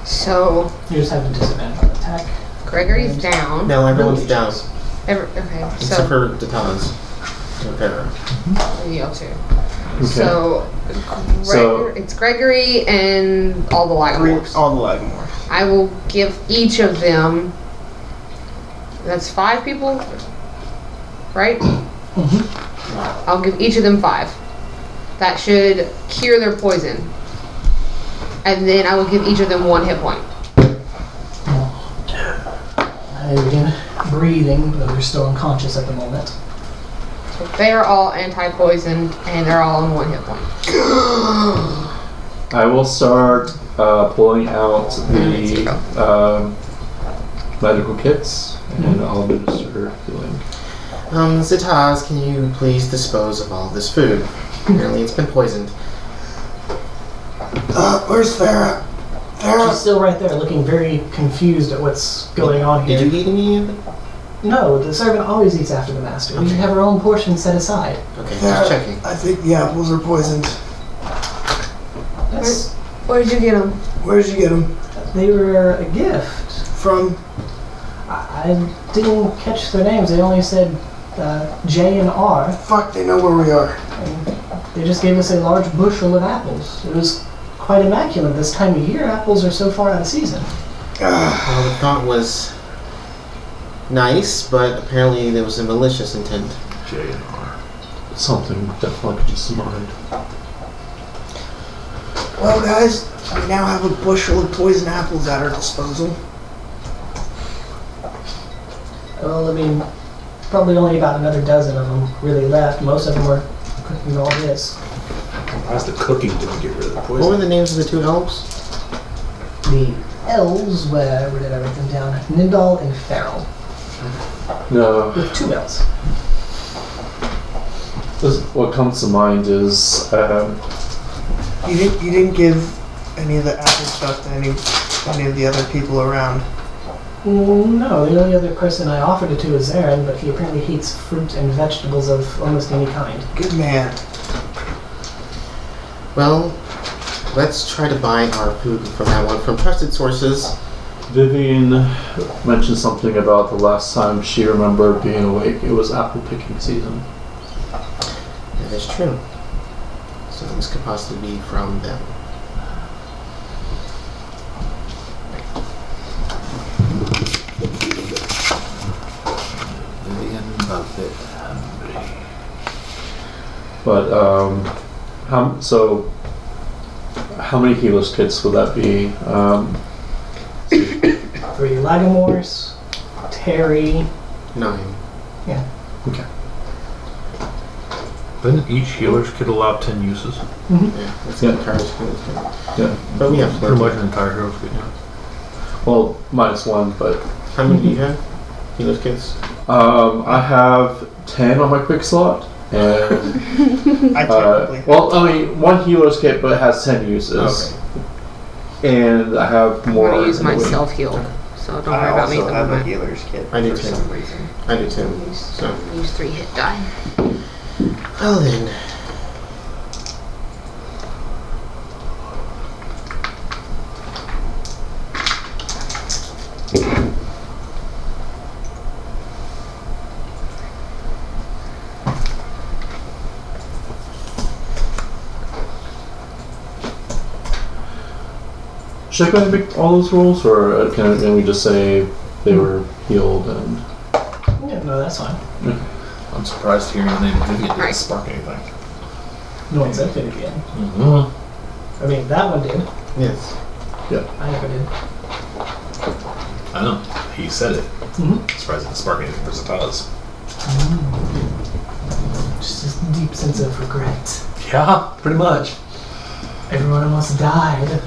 Speaker 3: So
Speaker 1: You just have a disadvantage on attack.
Speaker 3: Gregory's down.
Speaker 5: Now everyone's down.
Speaker 3: Every, okay,
Speaker 5: Except
Speaker 3: so.
Speaker 5: for Datan's. Okay.
Speaker 3: Y'all too.
Speaker 6: Okay.
Speaker 3: So, Gregor,
Speaker 6: So-
Speaker 3: it's Gregory and all the
Speaker 2: Three,
Speaker 3: Lagomorphs.
Speaker 2: all the Lagmore.
Speaker 3: I will give each of them. That's five people, right? I'll give each of them five. That should cure their poison, and then I will give each of them one hit point.
Speaker 1: And again, breathing, though you're still unconscious at the moment.
Speaker 3: So they are all anti-poison, and they're all on one hit point.
Speaker 6: I will start uh, pulling out the um, medical kits, and I'll administer healing.
Speaker 5: Um, Zataz, can you please dispose of all this food? Apparently it's been poisoned. Uh, where's Farah?
Speaker 2: Uh,
Speaker 1: She's still right there, looking very confused at what's going on here.
Speaker 5: Did you eat any of it?
Speaker 1: No, the servant always eats after the master. We have our own portion set aside.
Speaker 5: Okay,
Speaker 1: Uh,
Speaker 5: just checking.
Speaker 7: I think the apples are poisoned.
Speaker 1: That's,
Speaker 3: Where did you get them?
Speaker 7: Where did you get them
Speaker 1: they were a gift.
Speaker 7: from?
Speaker 1: I, I didn't catch their names. They only said uh, J and R.
Speaker 7: Fuck, they know where we are.
Speaker 1: They just gave us a large bushel of apples. It was quite immaculate this time of year. Apples are so far out of season.
Speaker 7: Ah,
Speaker 5: Well, the thought was nice, but apparently there was a malicious intent.
Speaker 4: J and R.
Speaker 6: Something definitely just in mind.
Speaker 7: well, guys, we now have a bushel of poison apples at our disposal.
Speaker 1: Well, I mean, probably only about another dozen of them really left. Most of them were cooking all this.
Speaker 4: Why's the cooking didn't get rid of the
Speaker 5: What were
Speaker 4: poison?
Speaker 5: the names of the two elves?
Speaker 1: The elves were, where did I write them down? Nindal and Feral.
Speaker 6: No,
Speaker 1: With two elves.
Speaker 6: this, what comes to mind is um,
Speaker 7: You didn't. You didn't give any of the apple stuff to any
Speaker 2: any of the other people around.
Speaker 1: Mm, No, the only other person I offered it to is Aaron, but he apparently hates fruit and vegetables of almost any kind.
Speaker 2: Good man.
Speaker 5: Well, let's try to buy our food from that one from trusted sources.
Speaker 6: Vivian mentioned something about the last time she remembered being awake. It was apple picking season.
Speaker 5: That is true. So this could possibly be from them.
Speaker 8: Vivian Buffett. Hungry.
Speaker 6: But um, how so? How many kilos kits would that be? Um,
Speaker 1: Three Lagomores, Terry,
Speaker 5: Nine.
Speaker 8: Doesn't each healer's kit allow 10 uses?
Speaker 5: Yeah, that's
Speaker 6: Yeah.
Speaker 5: the entire school.
Speaker 6: Yeah.
Speaker 5: But we have
Speaker 8: Pretty much
Speaker 5: plenty.
Speaker 8: an entire hero's kit now.
Speaker 6: well, minus one, but
Speaker 5: How many do you have? You live kids?
Speaker 6: um, I have ten on my quick slot, and
Speaker 2: I
Speaker 6: uh,
Speaker 2: technically.
Speaker 6: well, I mean one healer's kit, but it has ten uses, and I have
Speaker 3: I'm
Speaker 6: more.
Speaker 3: gonna use
Speaker 6: in the
Speaker 3: my
Speaker 6: wing.
Speaker 3: self heal, so don't worry
Speaker 2: I
Speaker 3: about me at
Speaker 2: also
Speaker 3: the
Speaker 2: have a
Speaker 3: moment.
Speaker 2: healer's kit
Speaker 5: I do
Speaker 2: for
Speaker 5: too.
Speaker 2: some reason.
Speaker 5: I do too.
Speaker 3: Use,
Speaker 5: So.
Speaker 3: use three hit die.
Speaker 5: Well then.
Speaker 6: Should I go ahead and make all those rolls, or uh, can, can we just say they were healed and?
Speaker 1: yeah, no, that's fine.
Speaker 4: I'm surprised hearing the name Vivian didn't
Speaker 3: Right.
Speaker 4: spark anything.
Speaker 1: No one said it again.
Speaker 4: Mm-hmm.
Speaker 1: I mean, that one did.
Speaker 5: Yes.
Speaker 1: I never did.
Speaker 4: I know. He said it.
Speaker 1: Mhm.
Speaker 4: Surprised it didn't spark anything for Zataz.
Speaker 1: Just this deep sense of regret.
Speaker 4: Yeah, pretty much.
Speaker 1: Everyone almost died.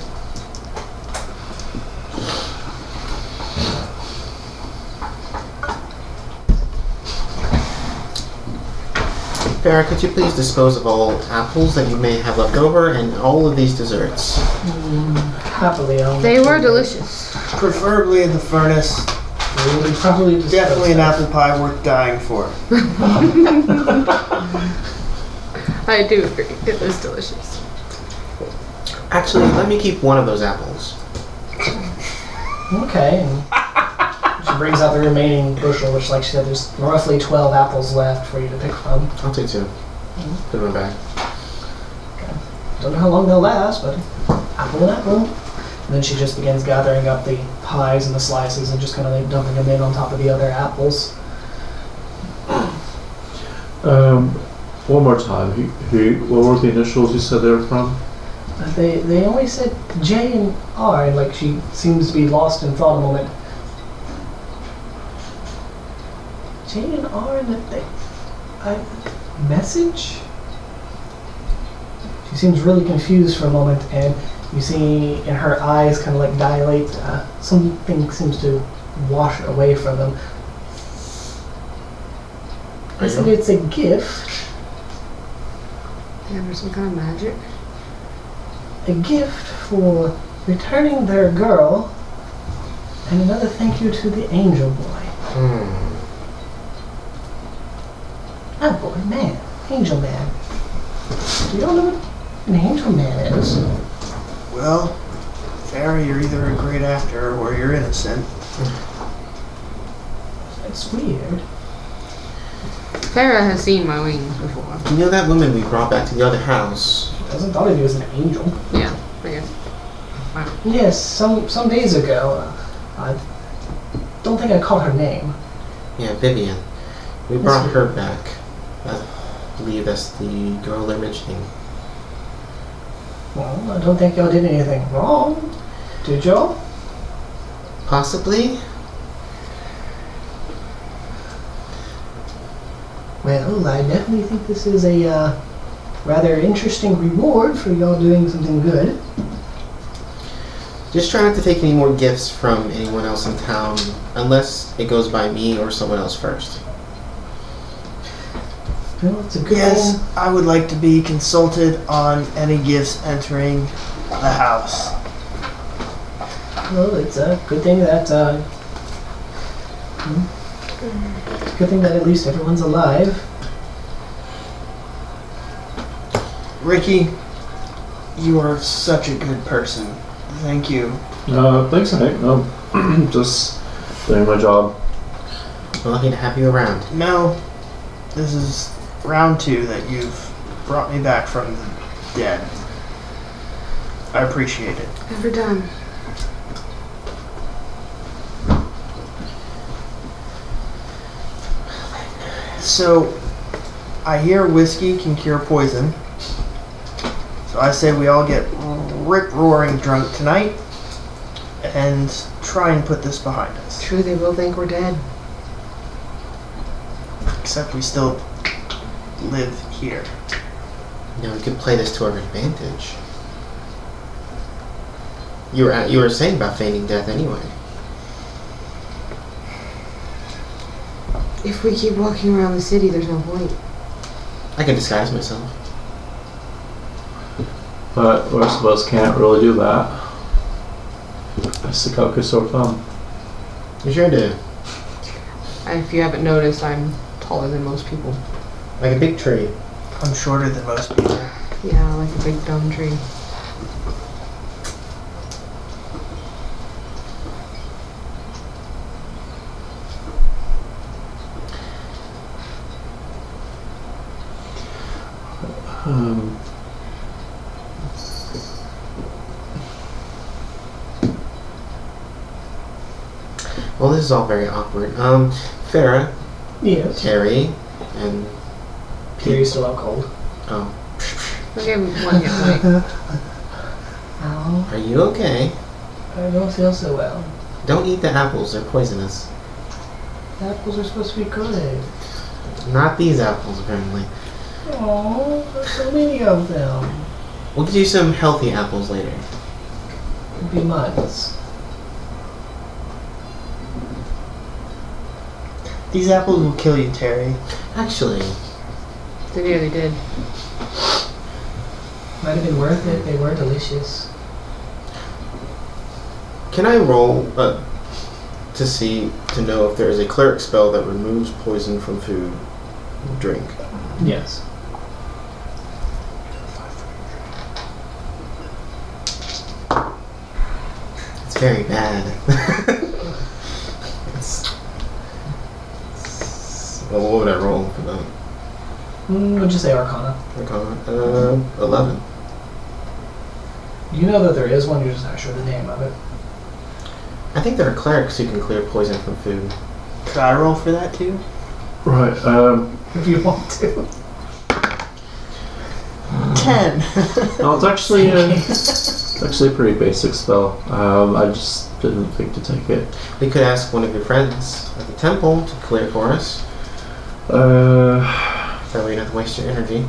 Speaker 5: Farah, could you please dispose of all apples that you may have left over and all of these desserts?
Speaker 1: Happily, I'll
Speaker 3: They were delicious.
Speaker 2: Preferably in the furnace.
Speaker 1: We would probably just
Speaker 2: Definitely an apple pie worth dying for.
Speaker 3: I do agree. It was delicious.
Speaker 5: Actually, let me keep one of those apples.
Speaker 1: Okay. and she brings out the remaining bushel, which, like she said, there's roughly 12 apples left for you to pick from.
Speaker 5: I'll take two. Put them back.
Speaker 1: Don't know how long they'll last, but apple and apple. And then she just begins gathering up the pies and the slices and just kind of like dumping them in on top of the other apples.
Speaker 6: Um, one more time. Who, who? What were the initials you said they were from?
Speaker 1: But They, they always said J and R, and like she seems to be lost in thought a moment. J and R and that they, I message. She seems really confused for a moment, and you see in her eyes kind of like dilate. Uh, something seems to wash away from them.
Speaker 5: I
Speaker 1: I said
Speaker 5: know.
Speaker 1: it's a gift,
Speaker 3: There was some kind of magic.
Speaker 1: a gift for returning their girl, and another thank you to the angel boy.
Speaker 5: Hmm.
Speaker 1: Oh boy, man, angel man. Do you all know what an angel man is?
Speaker 2: Well, Farah, you're either a great actor or you're innocent.
Speaker 1: It's weird.
Speaker 3: Farah has seen my wings before.
Speaker 5: You know that woman we brought back to the other house?
Speaker 1: Doesn't thought of you as an angel.
Speaker 3: Yeah, I guess.
Speaker 1: Yes, some some days ago. uh, I don't think I caught her name.
Speaker 5: Yeah, Vivian. We brought her back. I believe that's the girl they're mentioning.
Speaker 1: Well, I don't think y'all did anything wrong, did y'all?
Speaker 5: Possibly?
Speaker 1: Well, I definitely think this is a uh, rather interesting reward for y'all doing something good.
Speaker 5: Just try not to take any more gifts from anyone else in town unless it goes by me or someone else first.
Speaker 1: Well, it's a good
Speaker 2: Yes, I would like to be consulted on any gifts entering the house.
Speaker 1: Well, it's a good thing that. Uh, hmm. It's a good thing that at least everyone's alive.
Speaker 2: Ricky, you are such a good person. Thank you.
Speaker 6: Uh, thanks, Hank. No, Oh, just doing my job.
Speaker 5: I'm lucky to have you around.
Speaker 2: Mel, this is round two that you've brought me back from the dead. I appreciate it.
Speaker 3: Never done.
Speaker 2: So, I hear whiskey can cure poison. So I say we all get rip roaring drunk tonight and try and put this behind us.
Speaker 3: True, they will think we're dead.
Speaker 2: Except we still live here.
Speaker 5: You know, we could play this to our advantage. You were you were saying about feigning death anyway.
Speaker 3: If we keep walking around the city, there's no point.
Speaker 5: I can disguise myself.
Speaker 6: But the rest of us can't really do that. I stick out a sore thumb.
Speaker 5: You sure do.
Speaker 3: If you haven't noticed, I'm taller than most people.
Speaker 5: Like a big tree.
Speaker 2: I'm shorter than most people.
Speaker 3: Yeah, like a big dumb tree.
Speaker 6: Um,
Speaker 5: Well, this is all very awkward. Um, Farah,
Speaker 1: Yes.
Speaker 5: Terry, and
Speaker 1: Terry's still out cold.
Speaker 5: oh,
Speaker 3: Okay, one hit point.
Speaker 1: Ow.
Speaker 5: are you okay?
Speaker 1: I don't feel so well.
Speaker 5: Don't eat the apples; they're poisonous.
Speaker 1: Apples are supposed to be good.
Speaker 5: Not these apples, apparently.
Speaker 1: Oh, there's so many of them.
Speaker 5: We'll get you some healthy apples later.
Speaker 1: It'd be months.
Speaker 2: These apples will kill you, Terry.
Speaker 5: Actually,
Speaker 3: They nearly did.
Speaker 1: Might have been worth it. They were delicious.
Speaker 5: can I roll uh, to see to know if there is a cleric spell that removes poison from food, drink?
Speaker 1: Yes.
Speaker 5: It's very bad. It's- well, what would I roll for that?
Speaker 1: Mm, would you say Arcana?
Speaker 5: Arcana? Uh, 11.
Speaker 1: You know that there is one. You're just not sure the name of it.
Speaker 5: I think there are clerics who can clear poison from food.
Speaker 2: Could I roll for that too?
Speaker 6: right. Um,
Speaker 1: If you want to.
Speaker 2: Ten.
Speaker 6: no, it's actually a, it's actually a pretty basic spell. Um, I just didn't think to take it.
Speaker 5: We could ask one of your friends at the temple to clear for us.
Speaker 6: Uh,
Speaker 5: That way you don't have to waste your energy.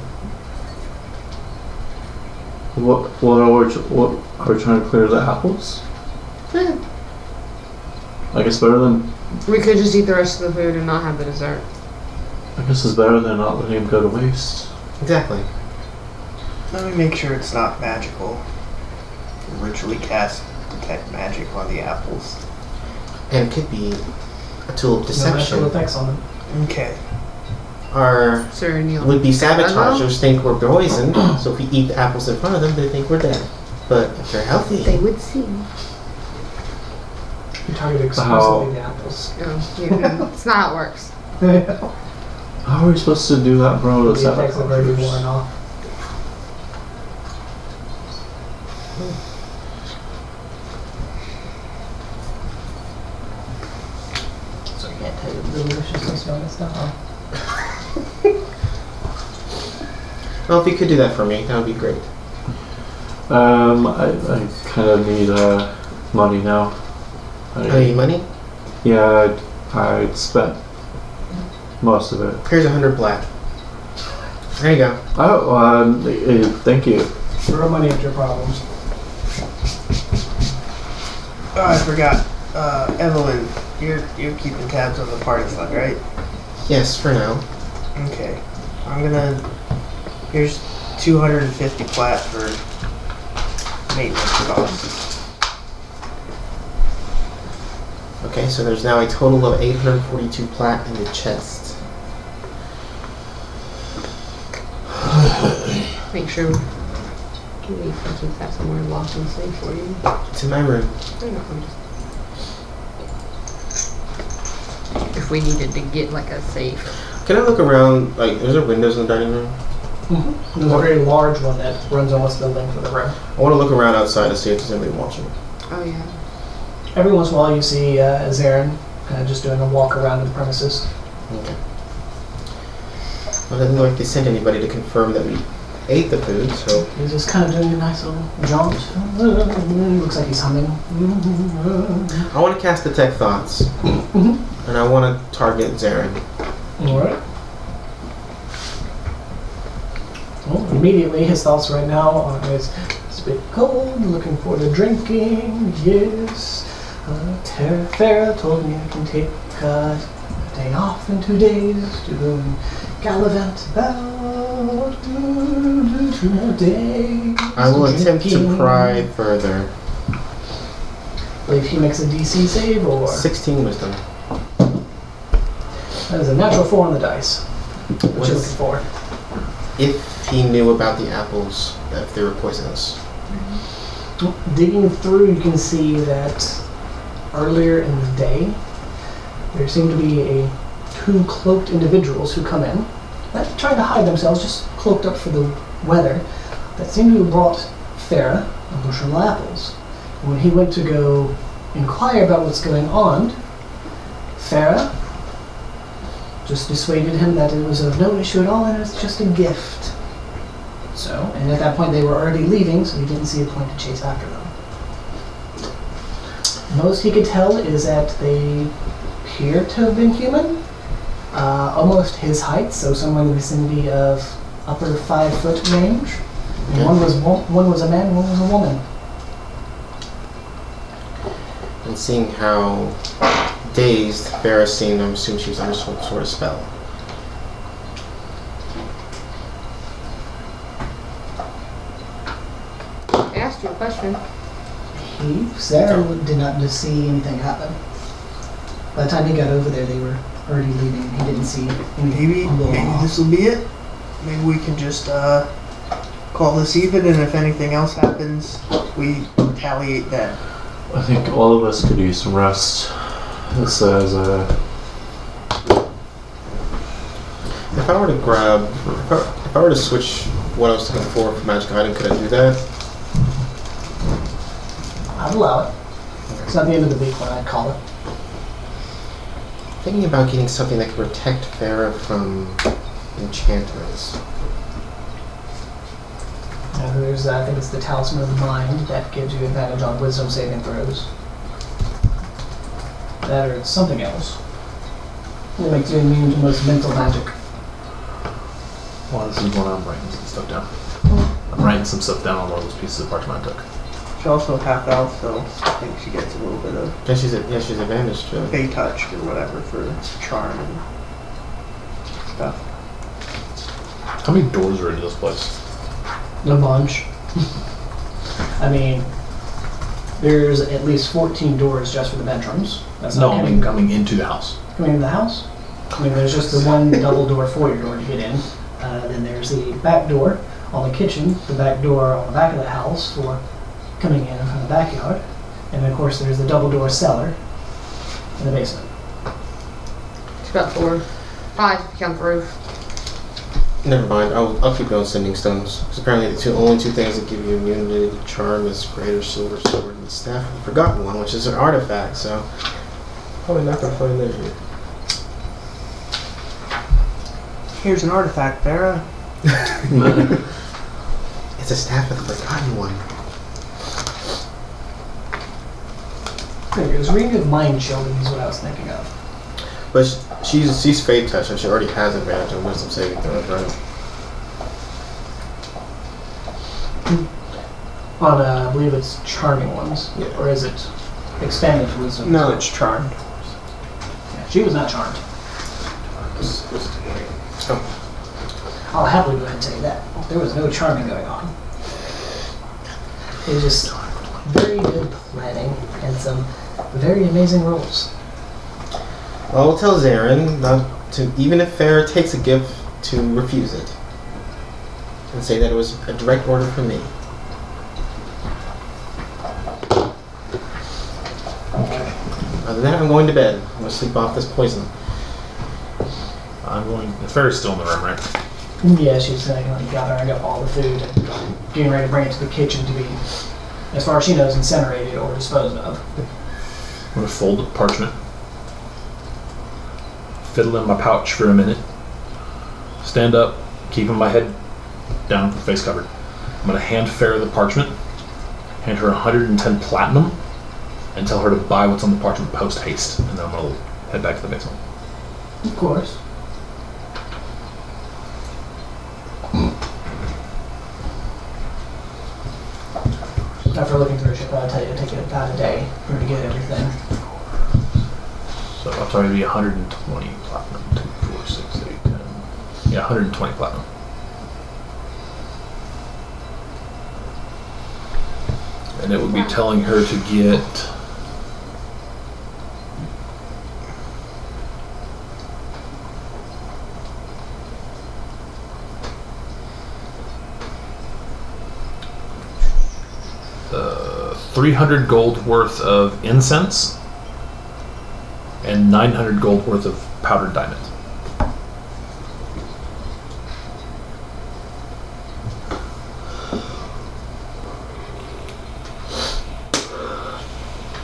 Speaker 6: what what are we, what are we trying to clear the apples?
Speaker 3: Eh,
Speaker 6: I guess better than
Speaker 3: We could just eat the rest of the food and not have the dessert.
Speaker 6: I guess it's better than not letting them go to waste.
Speaker 5: Exactly.
Speaker 2: Let me make sure it's not magical. Ritually cast detect magic on the apples.
Speaker 5: And it could be a tool of
Speaker 1: No
Speaker 5: deception.
Speaker 1: natural effects on them.
Speaker 2: Okay.
Speaker 5: Or
Speaker 3: Sir
Speaker 5: it
Speaker 3: Neil.
Speaker 5: would be
Speaker 3: Uh-huh.
Speaker 5: sabotagers think we're poisoned, so if we eat the apples in front of them, they think we're dead. But if they're healthy,
Speaker 3: They would see.
Speaker 1: You target exclusively
Speaker 6: How-
Speaker 1: the apples.
Speaker 3: Oh, yeah, it's not how it works.
Speaker 1: the
Speaker 6: How are we supposed to do that, bro? Is that
Speaker 1: effects have already worn off. So you can't tell you the deliciousness of this stuff. huh?
Speaker 5: well, if you could do that for me, that would be great.
Speaker 6: Um, I, I kind of need uh, money now.
Speaker 5: I need
Speaker 6: I,
Speaker 5: money.
Speaker 6: yeah, I, I spent most of it.
Speaker 5: Here's a hundred black. There you go.
Speaker 6: Oh, um, eh, thank you.
Speaker 1: Throw money at your problems.
Speaker 2: Oh, I forgot. Uh, Evelyn, you're you're keeping tabs on the party fund, right?
Speaker 5: Yes, for now.
Speaker 2: Okay. I'm gonna. Here's 250 plat for maintenance costs.
Speaker 5: Okay, so there's now a total of 842 plat in the chest.
Speaker 3: Make sure. Can we keep that somewhere locked and safe for you?
Speaker 5: It's in my room.
Speaker 3: I don't know, I'm just- If we needed to get like a safe.
Speaker 5: Can I look around? Like, there's there windows in the dining room?
Speaker 1: There's a very large one that runs almost the length of the room.
Speaker 5: I want to look around outside to see if there's anybody watching.
Speaker 3: Oh yeah.
Speaker 1: Every once in a while, you see uh, Zarin kind of just doing a walk around the premises.
Speaker 5: Okay. Well, it doesn't look like they sent anybody to confirm that we ate the food, so
Speaker 1: He's just kind of doing a nice little jaunt. Looks like he's humming.
Speaker 5: I want to cast Detect Thoughts. and I want to target Zarin.
Speaker 1: All right. Well, immediately his thoughts right now are it's, it's a bit cold, looking forward to drinking, yes. Uh, Tara Farah told me I can take uh, a day off in two days to go and gallivant about do, do, two more days.
Speaker 5: I will
Speaker 1: of
Speaker 5: attempt to
Speaker 1: drinking.
Speaker 5: pry further.
Speaker 1: believe he makes a DC save or
Speaker 5: 16 wisdom.
Speaker 1: that is a natural four on the dice. What
Speaker 5: What
Speaker 1: you
Speaker 5: is-
Speaker 1: looking for?
Speaker 5: If he knew about the apples, if they were poisonous.
Speaker 1: Digging through, you can see that earlier in the day, there seem to be a two cloaked individuals who come in, not trying to hide themselves, just cloaked up for the weather, that seem to have brought Farah a bushel of apples. And when he went to go inquire about what's going on, Farah just dissuaded him that it was of no issue at all and it's just a gift. So, and at that point they were already leaving, so he didn't see a point to chase after them. Most he could tell is that they appear to have been human, uh, almost his height, so somewhere in the vicinity of upper five foot range. And one was wo- one was a man, one was a woman.
Speaker 5: And seeing how dazed Farah seemed, I'm assuming she was under some sort of spell.
Speaker 3: I asked you a question.
Speaker 1: He Sarah w- did not just see anything happen. By the time he got over there, they were already leaving. He didn't see anything.
Speaker 7: Maybe,
Speaker 1: going
Speaker 7: maybe
Speaker 1: on.
Speaker 7: this will be it. Maybe we can just uh, call this even, and if anything else happens, we retaliate then.
Speaker 6: I think all of us could use some rest. This is uh, a
Speaker 5: If I were to grab, if I, if I were to switch what I was looking for for magic item, could I do that?
Speaker 1: I'd allow it. It's not the end of the week when I call it.
Speaker 5: Thinking about getting something that could protect Farah from enchantments.
Speaker 1: Uh, there's, uh, I think it's the Talisman of the Mind that gives you advantage on wisdom saving throws. That or it's something else. It makes you immune to most mental magic.
Speaker 4: While this is going on, I'm writing some stuff down. I'm writing some stuff down on one of those pieces of parchment I took.
Speaker 7: She's also half out, so I think she gets a little bit of
Speaker 5: Yeah, she's, yeah, she's advantaged to it.
Speaker 7: fey touch or whatever for charm and stuff.
Speaker 4: How many doors are in this place?
Speaker 1: A bunch. I mean, there's at least 14 doors just for the bedrooms. That's
Speaker 4: No,
Speaker 1: not
Speaker 4: I
Speaker 1: counting
Speaker 4: mean coming into the house.
Speaker 1: coming into the house. I mean, there's just the one double door foyer door to get in. Uh, then there's the back door on the kitchen, the back door on the back of the house for coming in from the backyard, and then, of course there's the double door cellar in the basement.
Speaker 3: It's about four, five. if you Count the roof.
Speaker 5: Never mind. I'll, I'll keep it on sending stones. 'Cause apparently, the two only two things that give you immunity to charm is greater silver sword and staff. I forgot one, which is an artifact. So probably not gonna find that here.
Speaker 7: Here's an artifact, Vera.
Speaker 5: It's a staff with a forgotten one.
Speaker 1: There, it was ring of mind shielding is what I was thinking of.
Speaker 5: But sh- she's she's fate touch, and she already has advantage on wisdom saving throws, right?
Speaker 1: On, uh, I believe it's charming ones,
Speaker 5: Yeah.
Speaker 1: or is it expanded to wisdom?
Speaker 7: No, it's charmed.
Speaker 1: Yeah, she was not charmed.
Speaker 5: Oh,
Speaker 1: I'll happily go ahead and tell you that. There was no charming going on. It was just very good planning and some Very amazing rolls.
Speaker 5: Well, tell Zarin not to, even if Farah takes a gift, to refuse it. And say that it was a direct order from me. Other than that, I'm going to bed. I'm going to sleep off this poison.
Speaker 8: I'm going. The fairy's still in the room, right?
Speaker 1: Yeah, she's saying, like, got her, I got all the food, and getting ready to bring it to the kitchen to be, as far as she knows, incinerated or disposed of.
Speaker 4: I'm gonna fold the parchment, fiddle in my pouch for a minute, stand up, keeping my head down, face covered. I'm gonna hand Farrah the parchment, hand her 110 platinum, and tell her to buy what's on the parchment post haste, and then I'm gonna head back to the basement.
Speaker 1: Of course. After looking through it, she'll probably tell you to take it about a day for her to get everything.
Speaker 4: So I'll try to be 120 platinum, 2, 4, 6, 8, 10. Yeah, 120 platinum. And it would be telling her to get. Uh, 300 gold worth of incense and 900 gold worth of powdered diamond.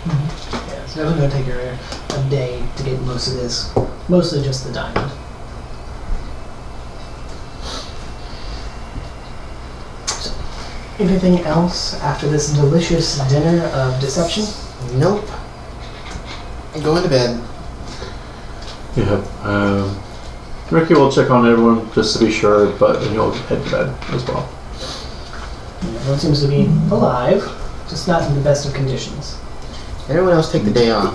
Speaker 1: Yeah, it's definitely gonna take her a day to get most of this, mostly just the diamond. So, Anything else after this delicious dinner of deception?
Speaker 5: Nope. I'm going to bed.
Speaker 6: Yeah. Um, Ricky will check on everyone just to be sure, but and he'll head to bed as well.
Speaker 1: Everyone seems to be alive, just not in the best of conditions.
Speaker 5: Everyone else take the day off.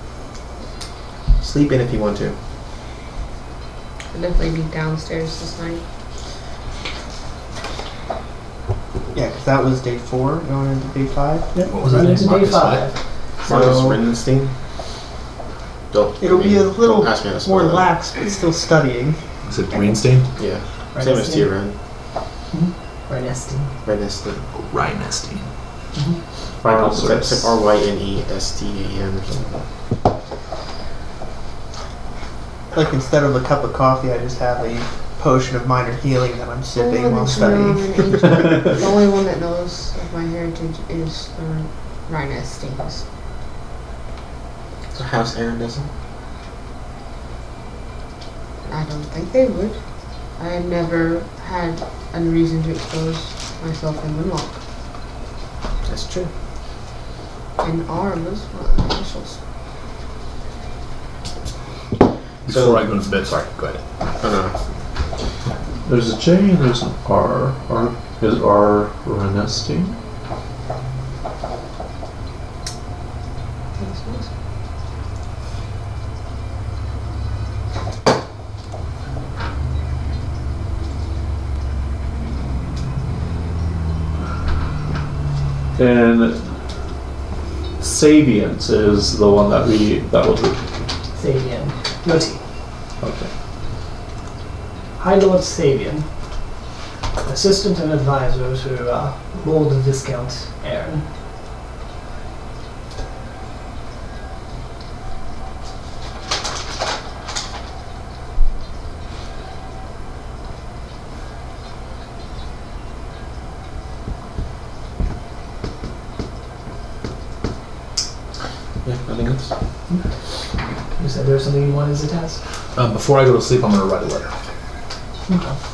Speaker 5: Sleep in if you want to.
Speaker 3: I'll definitely be downstairs this night.
Speaker 7: Yeah, because that was day four going into day five.
Speaker 4: What was that name?
Speaker 1: Into day
Speaker 4: Marcus
Speaker 1: five.
Speaker 5: Marcus
Speaker 7: So-
Speaker 5: Rubenstein. Don't.
Speaker 7: It'll be a little
Speaker 5: Don't ask me how to spell
Speaker 7: More
Speaker 5: that.
Speaker 7: lax, but still studying.
Speaker 4: Is it Greenstein?
Speaker 5: Yeah.
Speaker 1: Right,
Speaker 5: Same as
Speaker 1: Estine?
Speaker 5: Tyrion.
Speaker 1: Right, Estine.
Speaker 5: Renestein.
Speaker 4: Rhinestein.
Speaker 5: R Y N E S T A N or something.
Speaker 7: Like instead of a cup of coffee, I just have a potion of minor healing that I'm sipping
Speaker 3: Oh,
Speaker 7: while studying.
Speaker 3: the only one that knows of my heritage is the Rhina Stings.
Speaker 5: So House Aaron doesn't.
Speaker 3: I don't think they would. I never had a reason to expose myself in Windlock.
Speaker 5: That's true.
Speaker 3: And R was one of the initials.
Speaker 5: So-
Speaker 4: Before I go to bed, mm, sorry, go ahead.
Speaker 5: Oh
Speaker 6: There's a J and there's an R. R is R Renestine? And Sabians is the one that we that was
Speaker 1: Sabian. No T.
Speaker 6: okay.
Speaker 1: High Lord Sabian, assistant and advisor to uh, Lord Viscount Aaron.
Speaker 5: no. Yeah. Nothing else.
Speaker 1: You said there was something you wanted as a test?
Speaker 4: Um, before I go to sleep, I'm going to write a letter.
Speaker 1: Okay.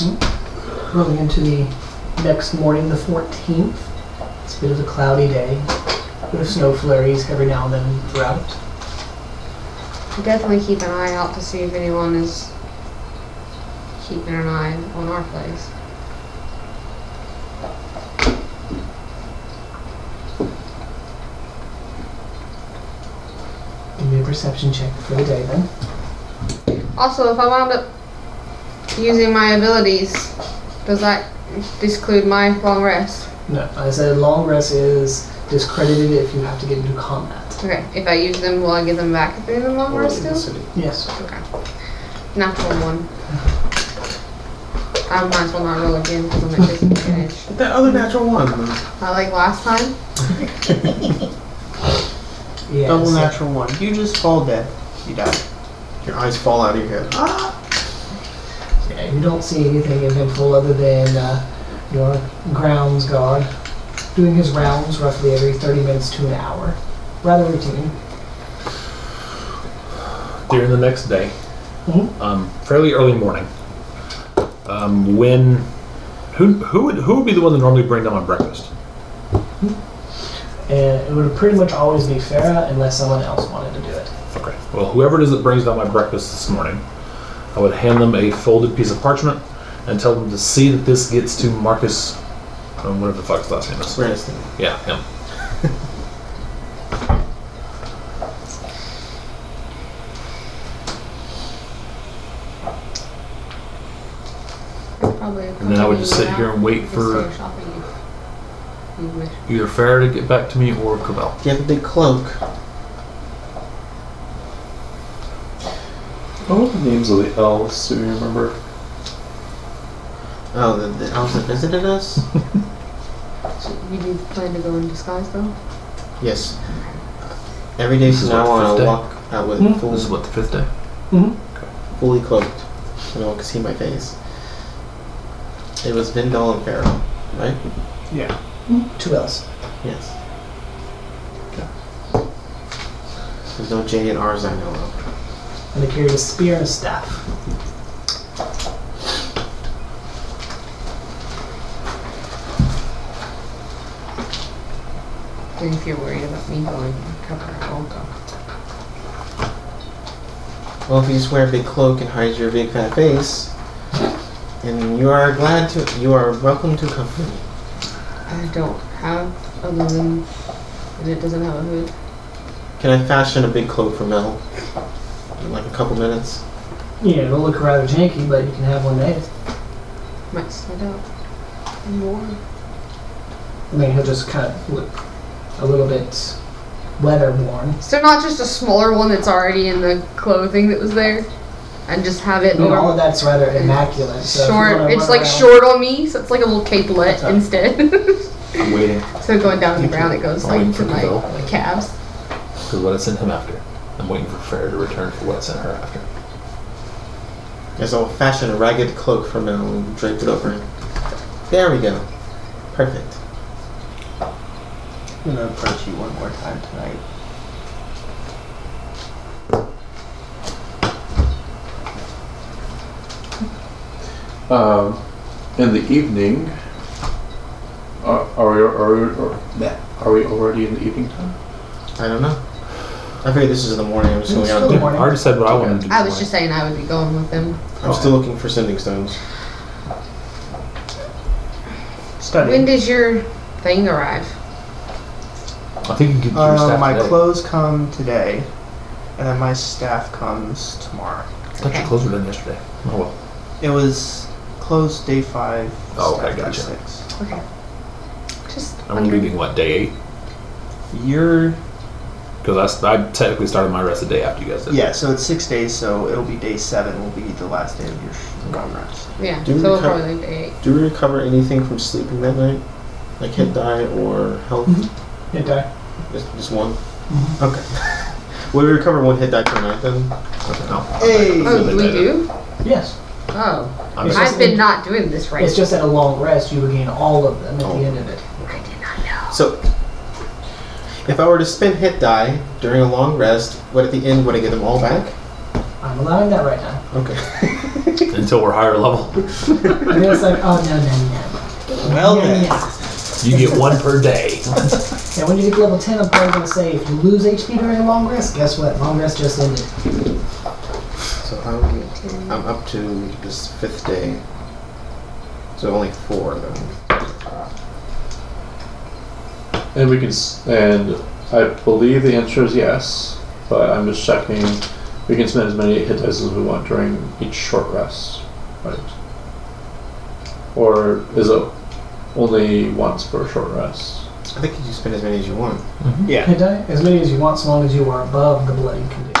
Speaker 1: Hmm? Rolling into the next morning, the 14th. It's a bit of a cloudy day. Bit of snow flurries every now and then throughout.
Speaker 3: Definitely keep an eye out to see if anyone is keeping an eye on our place.
Speaker 1: Give me a perception check for the day then.
Speaker 3: Also, if I wound up using my abilities. Does that disclude my long rest?
Speaker 1: No, I said long rest is discredited if you have to get into combat.
Speaker 3: Okay, if I use them, will I get them back if they're the long rest still?
Speaker 1: Yes.
Speaker 3: Okay. Natural one. I might as well not roll again because I'm at disadvantage.
Speaker 5: That other natural one.
Speaker 3: I like last time.
Speaker 1: Yes.
Speaker 7: Double natural one. You just fall dead. You die.
Speaker 5: Your eyes fall out of your head.
Speaker 1: Yeah, you don't see anything eventful other than uh, your grounds guard doing his rounds roughly every 30 minutes to an hour. Rather routine.
Speaker 4: during the next day,
Speaker 1: Mhm.
Speaker 4: um, fairly early morning, um, when who who would who would be the one that normally bring down my breakfast?
Speaker 1: And it would pretty much always be Farah unless someone else wanted to do it.
Speaker 4: Okay. Well, whoever it is that brings down my breakfast this morning, I would hand them a folded piece of parchment and tell them to see that this gets to Marcus, um, whatever the fuck his last name is.
Speaker 5: Cranston.
Speaker 4: Yeah, him.
Speaker 3: Probably.
Speaker 4: And then I would just sit here and wait for either Farrah to get back to me or Cabell.
Speaker 5: Do you have a big cloak?
Speaker 6: What were the names of the elves? Do you remember?
Speaker 5: Oh, the, the elves that visited us?
Speaker 3: You do plan to go in disguise though?
Speaker 5: yes. Every day
Speaker 4: This
Speaker 5: from
Speaker 4: is
Speaker 5: now
Speaker 4: what,
Speaker 5: on, I'll
Speaker 4: fifth day?
Speaker 5: walk out with
Speaker 1: Hmm?
Speaker 5: full,
Speaker 4: This is what the fifth day.
Speaker 5: fully cloaked. So no one can see my face. It was Vindal and Pharaoh, right?
Speaker 1: Two L's.
Speaker 5: Yes. There's no J and R's I know of.
Speaker 1: And they carried a spear and a staff.
Speaker 3: And if you're worried about me going, cover I won't go.
Speaker 5: Well, if you just wear a big cloak and hide your big fat face, and you are glad to, you are welcome to company.
Speaker 3: I don't have a linen, and it doesn't have a hood.
Speaker 5: Can I fashion a big cloak from metal in like a couple minutes?
Speaker 1: Yeah, it'll look rather janky, but you can have one made.
Speaker 3: Might slide out. And warm.
Speaker 1: And then he'll just kind of look a little bit weather worn.
Speaker 3: So not just a smaller one that's already in the clothing that was there, and just have it
Speaker 1: I mean, all of
Speaker 3: over
Speaker 1: that's rather immaculate. So if you
Speaker 3: short.
Speaker 1: wanna
Speaker 3: It's
Speaker 1: run
Speaker 3: like
Speaker 1: around-
Speaker 3: short on me, so it's like a little capelet
Speaker 1: Sorry.
Speaker 3: instead.
Speaker 4: I'm waiting
Speaker 3: so going down to the ground, it goes
Speaker 4: I'm
Speaker 3: like
Speaker 4: waiting
Speaker 3: to
Speaker 4: for
Speaker 3: my
Speaker 4: Cabell.
Speaker 3: my calves.
Speaker 4: for what I sent him after. I'm waiting for Farrah to return for what I sent her after.
Speaker 5: Yes, I'll fashion a ragged cloak from metal and drape it over him. There we go. Perfect.
Speaker 7: I'm gonna approach you one more time tonight.
Speaker 6: Um, in the evening, are, are we are we, are, bleh, are we already in the evening time?
Speaker 5: I don't know. I figured this is in the morning. I'm just
Speaker 1: It's
Speaker 5: going out.
Speaker 1: still
Speaker 5: there.
Speaker 4: I already said what I wanted to do.
Speaker 3: I was
Speaker 4: tonight.
Speaker 3: just saying I would be going with them.
Speaker 5: I'm still looking for sending stones.
Speaker 7: Study.
Speaker 3: When does your thing arrive?
Speaker 4: I think you could do your
Speaker 7: Uh,
Speaker 4: staff
Speaker 7: my
Speaker 4: today.
Speaker 7: clothes come today, and then my staff comes tomorrow.
Speaker 4: I thought
Speaker 3: Okay.
Speaker 4: your clothes were done yesterday. Oh well.
Speaker 7: It was closed day five.
Speaker 4: Oh,
Speaker 7: staff
Speaker 4: okay,
Speaker 7: day
Speaker 4: gotcha.
Speaker 7: Six.
Speaker 3: Okay. Just
Speaker 4: I'm
Speaker 3: wondering.
Speaker 4: leaving what day eight?
Speaker 7: You're
Speaker 4: Because I, I technically started my rest a day after you guys did.
Speaker 7: yeah. So it's six days. So it'll be day seven. Will be the last day of your sh- long rest.
Speaker 3: Yeah,
Speaker 5: Do we
Speaker 3: so we'll
Speaker 5: recover-
Speaker 3: probably leave at eight.
Speaker 5: Do we recover anything from sleeping that night? Like hit die or health?
Speaker 3: Mm-hmm.
Speaker 1: Hit die.
Speaker 5: Just, just one? Okay. Will we recover one hit die per night then?
Speaker 4: Okay, no.
Speaker 7: Hey.
Speaker 4: I'm
Speaker 3: Oh,
Speaker 4: not-
Speaker 3: do
Speaker 4: I'm
Speaker 3: we
Speaker 4: not-
Speaker 3: do?
Speaker 1: Yes.
Speaker 3: Oh,
Speaker 4: I'm
Speaker 1: It's
Speaker 4: just-
Speaker 1: just-
Speaker 3: I've been not doing this right.
Speaker 1: It's just at a long rest, you regain all of them at
Speaker 5: Oh.
Speaker 1: the end of it.
Speaker 3: I did not know.
Speaker 5: So, if I were to spend hit die during a long rest, what at the end would I get them all back?
Speaker 1: I'm allowing that right now.
Speaker 5: Okay.
Speaker 4: until we're higher level.
Speaker 1: And then it's like, oh, no, no,
Speaker 7: Well
Speaker 1: no. Yeah,
Speaker 7: then.
Speaker 1: yeah.
Speaker 4: You get one per day.
Speaker 1: And when you get to level 10, I'm probably going to say, if you lose HP during a long rest, guess what? Long rest just ended.
Speaker 5: So I'm, I'm up to this fifth day. So only four of them.
Speaker 6: And we can, s- and I believe the answer is yes, but I'm just checking. We can spend as many hit dice as we want during each short rest. Right. Or is it only once for a short rest?
Speaker 5: I think you can spend as many as you want.
Speaker 2: Yeah.
Speaker 1: Hit die as many as you want, so long as you are above the bloodied condition.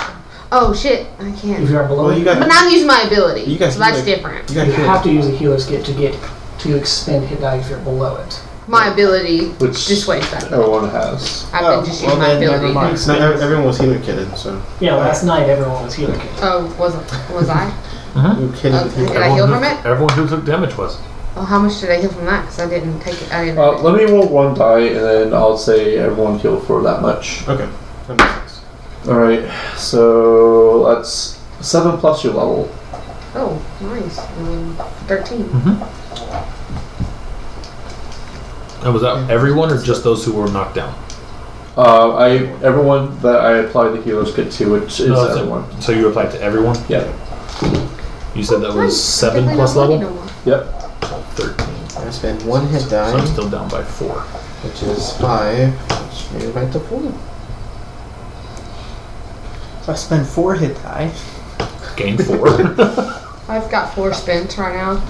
Speaker 3: Oh shit, I
Speaker 1: If
Speaker 3: can't.
Speaker 1: you are below,
Speaker 5: Well,
Speaker 1: it,
Speaker 5: you
Speaker 1: you,
Speaker 5: got.
Speaker 3: But now I'm using my ability,
Speaker 5: You guys
Speaker 3: so that's
Speaker 5: like-
Speaker 3: different.
Speaker 5: You got healed.
Speaker 1: have to use a healer's kit to get to expend hit die if you're below it.
Speaker 3: My ability
Speaker 6: Which
Speaker 3: just waits that.
Speaker 6: everyone has.
Speaker 3: I've
Speaker 2: Oh,
Speaker 3: been just
Speaker 2: well
Speaker 3: using my
Speaker 2: then, never
Speaker 3: ability.
Speaker 2: mind.
Speaker 5: It's not, everyone was healer kitted, so.
Speaker 1: Yeah, last night everyone was healer kit.
Speaker 3: Oh, wasn't was I?
Speaker 5: You kitted with
Speaker 3: Okay.
Speaker 5: healer.
Speaker 3: Did I heal
Speaker 4: Everyone
Speaker 3: from
Speaker 4: who-
Speaker 3: it?
Speaker 4: Everyone who took damage was.
Speaker 3: Well, how much did I heal from that? Because I didn't take it. I didn't.
Speaker 6: Uh, let me roll one die and then I'll say everyone heal for that much.
Speaker 5: Okay. That makes sense.
Speaker 6: Alright, so that's 7 plus your level.
Speaker 3: oh, nice. Um, Thirteen.
Speaker 4: And was that everyone or just those who were knocked down?
Speaker 6: Uh, I Everyone that I applied the healer's kit to, which is
Speaker 4: No, Oh, that's it.
Speaker 6: everyone.
Speaker 4: So you applied to everyone?
Speaker 6: Yeah.
Speaker 4: You said that
Speaker 3: Nice.
Speaker 4: was seven
Speaker 3: Definitely
Speaker 4: plus
Speaker 3: not bloody
Speaker 4: level?
Speaker 3: no more.
Speaker 6: Yep.
Speaker 4: Thirteen.
Speaker 5: I spent one hit
Speaker 4: So I'm
Speaker 5: die,
Speaker 4: still down by four.
Speaker 5: which is five, which made it right to four.
Speaker 7: So I spend four hit die.
Speaker 4: Gain four.
Speaker 3: I've got four spins right now.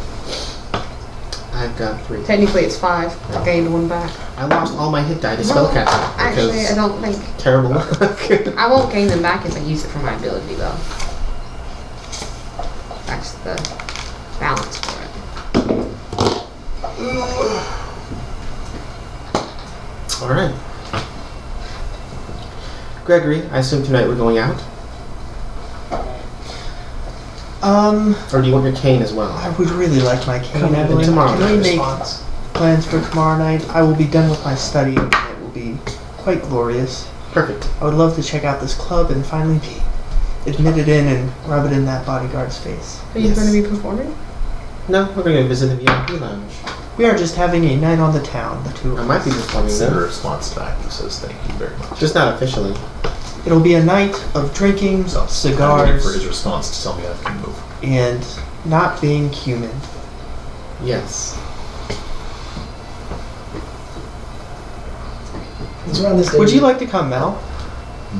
Speaker 5: I've got three.
Speaker 3: Technically, it's five. I gained one back.
Speaker 5: I lost all my hit die to spellcasting
Speaker 3: Actually, I
Speaker 5: because
Speaker 3: don't think
Speaker 5: terrible luck.
Speaker 3: I won't gain them back if I use it for my ability, though. That's the balance for it.
Speaker 5: All right. Gregory, I assume tonight we're going out,
Speaker 7: Um,
Speaker 5: or do you want your cane as well?
Speaker 7: I would really like my cane,
Speaker 1: Come in
Speaker 7: Evelyn.
Speaker 5: tomorrow.
Speaker 7: Can we make
Speaker 1: Response.
Speaker 7: plans for tomorrow night? I will be done with my study and it will be quite glorious.
Speaker 5: Perfect.
Speaker 7: I would love to check out this club and finally be admitted in and rub it in that bodyguard's face.
Speaker 3: Are you
Speaker 5: Yes.
Speaker 3: going to be performing?
Speaker 5: No, we're going to visit the VIP lounge.
Speaker 7: We are just having a night on the town, the two
Speaker 5: I
Speaker 7: of
Speaker 5: might be
Speaker 7: us.
Speaker 5: performing
Speaker 4: Send a
Speaker 5: there,
Speaker 4: response back that says thank you very much.
Speaker 5: just not officially.
Speaker 7: It'll be a night of drinking,
Speaker 4: I'm waiting for his
Speaker 7: cigars,
Speaker 4: response to tell me I can move.
Speaker 7: and not being human.
Speaker 5: Yes.
Speaker 1: It's around this day.
Speaker 7: Would you like to come, Mel?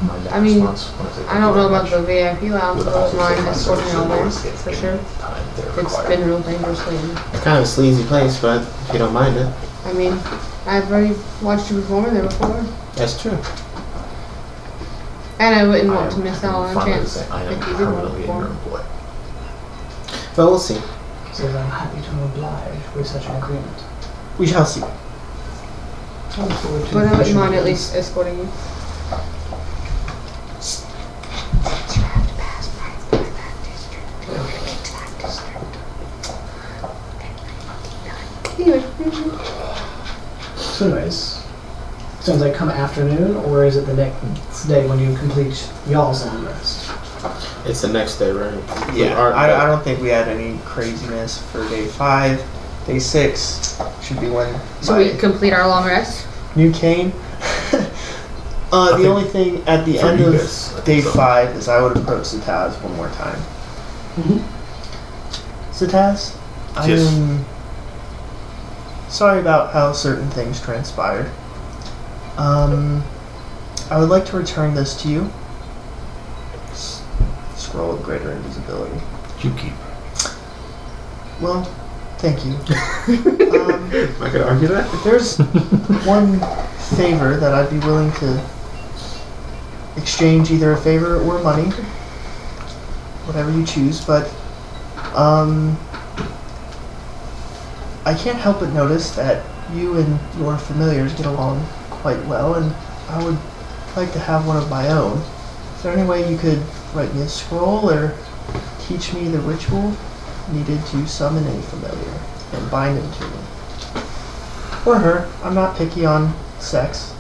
Speaker 4: My next
Speaker 3: I mean,
Speaker 4: response when take
Speaker 3: I don't know
Speaker 4: damage
Speaker 3: about the VIP lounge,
Speaker 4: would
Speaker 3: but
Speaker 4: also
Speaker 3: mine
Speaker 4: take my
Speaker 3: has sort of
Speaker 4: services
Speaker 3: on there,
Speaker 4: lowest
Speaker 3: for
Speaker 4: gain
Speaker 3: sure.
Speaker 4: time they're
Speaker 3: It's
Speaker 4: required.
Speaker 3: been real dangerously.
Speaker 5: It's kind of a sleazy place, but if you don't mind it.
Speaker 3: I mean, I've already watched you perform in there before,
Speaker 5: That's true.
Speaker 3: and I wouldn't
Speaker 4: I
Speaker 3: want
Speaker 4: am
Speaker 3: to miss out on a
Speaker 4: finally
Speaker 3: chance
Speaker 4: saying I am
Speaker 3: if you did want to
Speaker 4: permanently in your
Speaker 3: perform.
Speaker 4: employ.
Speaker 5: But we'll see.
Speaker 1: Says I'm happy to oblige with such an agreement.
Speaker 7: We shall see.
Speaker 1: I look forward to
Speaker 3: But I wouldn't
Speaker 1: official
Speaker 3: mind at
Speaker 1: meetings.
Speaker 3: least escorting you. Anyway,
Speaker 1: So, anyways, sounds like come afternoon, or is it the next day when you complete y'all's long rest?
Speaker 5: It's the next day, right? Our-
Speaker 7: I, I don't think we had any craziness for day five. Day six should be when
Speaker 3: so
Speaker 7: my
Speaker 3: we complete our long rest.
Speaker 7: new cane. uh, the
Speaker 4: think
Speaker 7: only thing at the
Speaker 4: for
Speaker 7: end
Speaker 4: you
Speaker 7: of
Speaker 4: guys, I think
Speaker 7: day
Speaker 4: so.
Speaker 7: five is I would approach the Taz one more time.
Speaker 1: Mhm.
Speaker 7: So Taz, I
Speaker 4: Mm-hmm. Yes.
Speaker 7: am sorry about how certain things transpired. Um, I would like to return this to you. S- scroll of greater invisibility.
Speaker 4: You keep.
Speaker 7: Well, thank you. um,
Speaker 5: Am I going to argue that?
Speaker 7: if there's one favor that I'd be willing to exchange either a favor or money, whatever you choose, but um, I can't help but notice that you and your familiars get along quite well, and I would like to have one of my own. Is there any way you could write me a scroll or teach me the ritual needed to summon a familiar and bind him to me? Or her. I'm not picky on sex.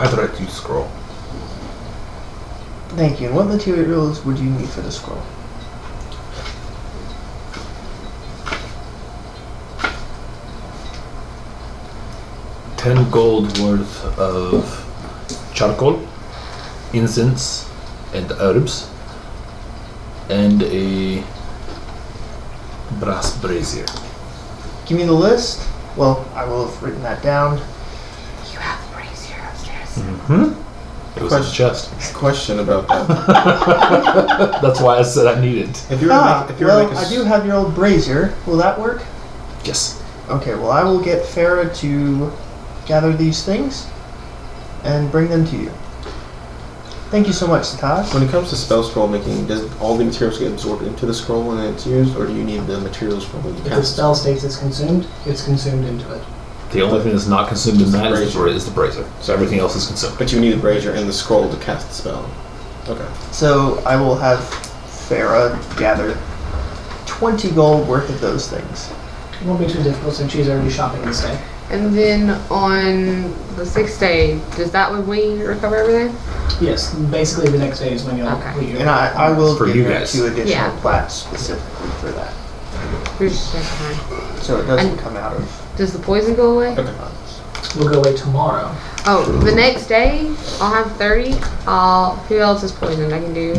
Speaker 4: I thought you scroll.
Speaker 7: Thank you. And what materials would you need for the scroll?
Speaker 4: Ten gold worth of charcoal, incense, and herbs, and a brass brazier.
Speaker 7: Give me the list. Well, I will have written that down.
Speaker 3: You
Speaker 4: Mm-hmm. It was in the
Speaker 5: Question.
Speaker 4: chest.
Speaker 5: Question about that.
Speaker 4: That's why I said I need it.
Speaker 5: If you were to
Speaker 7: Ah,
Speaker 5: make, if you were
Speaker 7: well,
Speaker 5: to make a
Speaker 7: I
Speaker 5: s-
Speaker 7: do have your old brazier. Will that work?
Speaker 4: Yes.
Speaker 7: Okay, well, I will get Farah to gather these things and bring them to you. Thank you so much, Sataz.
Speaker 5: when it comes to spell scroll making, does all the materials get absorbed into the scroll when it's used, or do you need the materials from when you
Speaker 1: If the
Speaker 5: cast?
Speaker 1: spell states it's consumed, it's consumed into it.
Speaker 4: The only thing that's not consumed in
Speaker 5: Just the
Speaker 4: that is the, bra-
Speaker 5: brazier.
Speaker 4: is the brazier. So everything else is consumed.
Speaker 5: But you need the brazier and the scroll to cast the spell. Okay.
Speaker 7: So I will have Farah gather 20 gold worth of those things.
Speaker 1: It won't be too difficult since she's already shopping this day.
Speaker 3: And then on the sixth day, is that when we recover everything?
Speaker 1: Yes, basically the next day is when you'll
Speaker 3: Okay.
Speaker 1: complete your.
Speaker 7: And I, I will
Speaker 4: For
Speaker 7: give
Speaker 4: you
Speaker 7: her
Speaker 4: guys.
Speaker 7: two additional
Speaker 3: Yeah.
Speaker 7: plats specifically for that.
Speaker 3: We're just like, fine.
Speaker 7: So it doesn't
Speaker 3: And-
Speaker 7: come out of.
Speaker 3: Does the poison go away?
Speaker 5: Okay.
Speaker 1: We'll go away tomorrow.
Speaker 3: Oh, the next day I'll have thirty. I'll who else is poisoned? I can do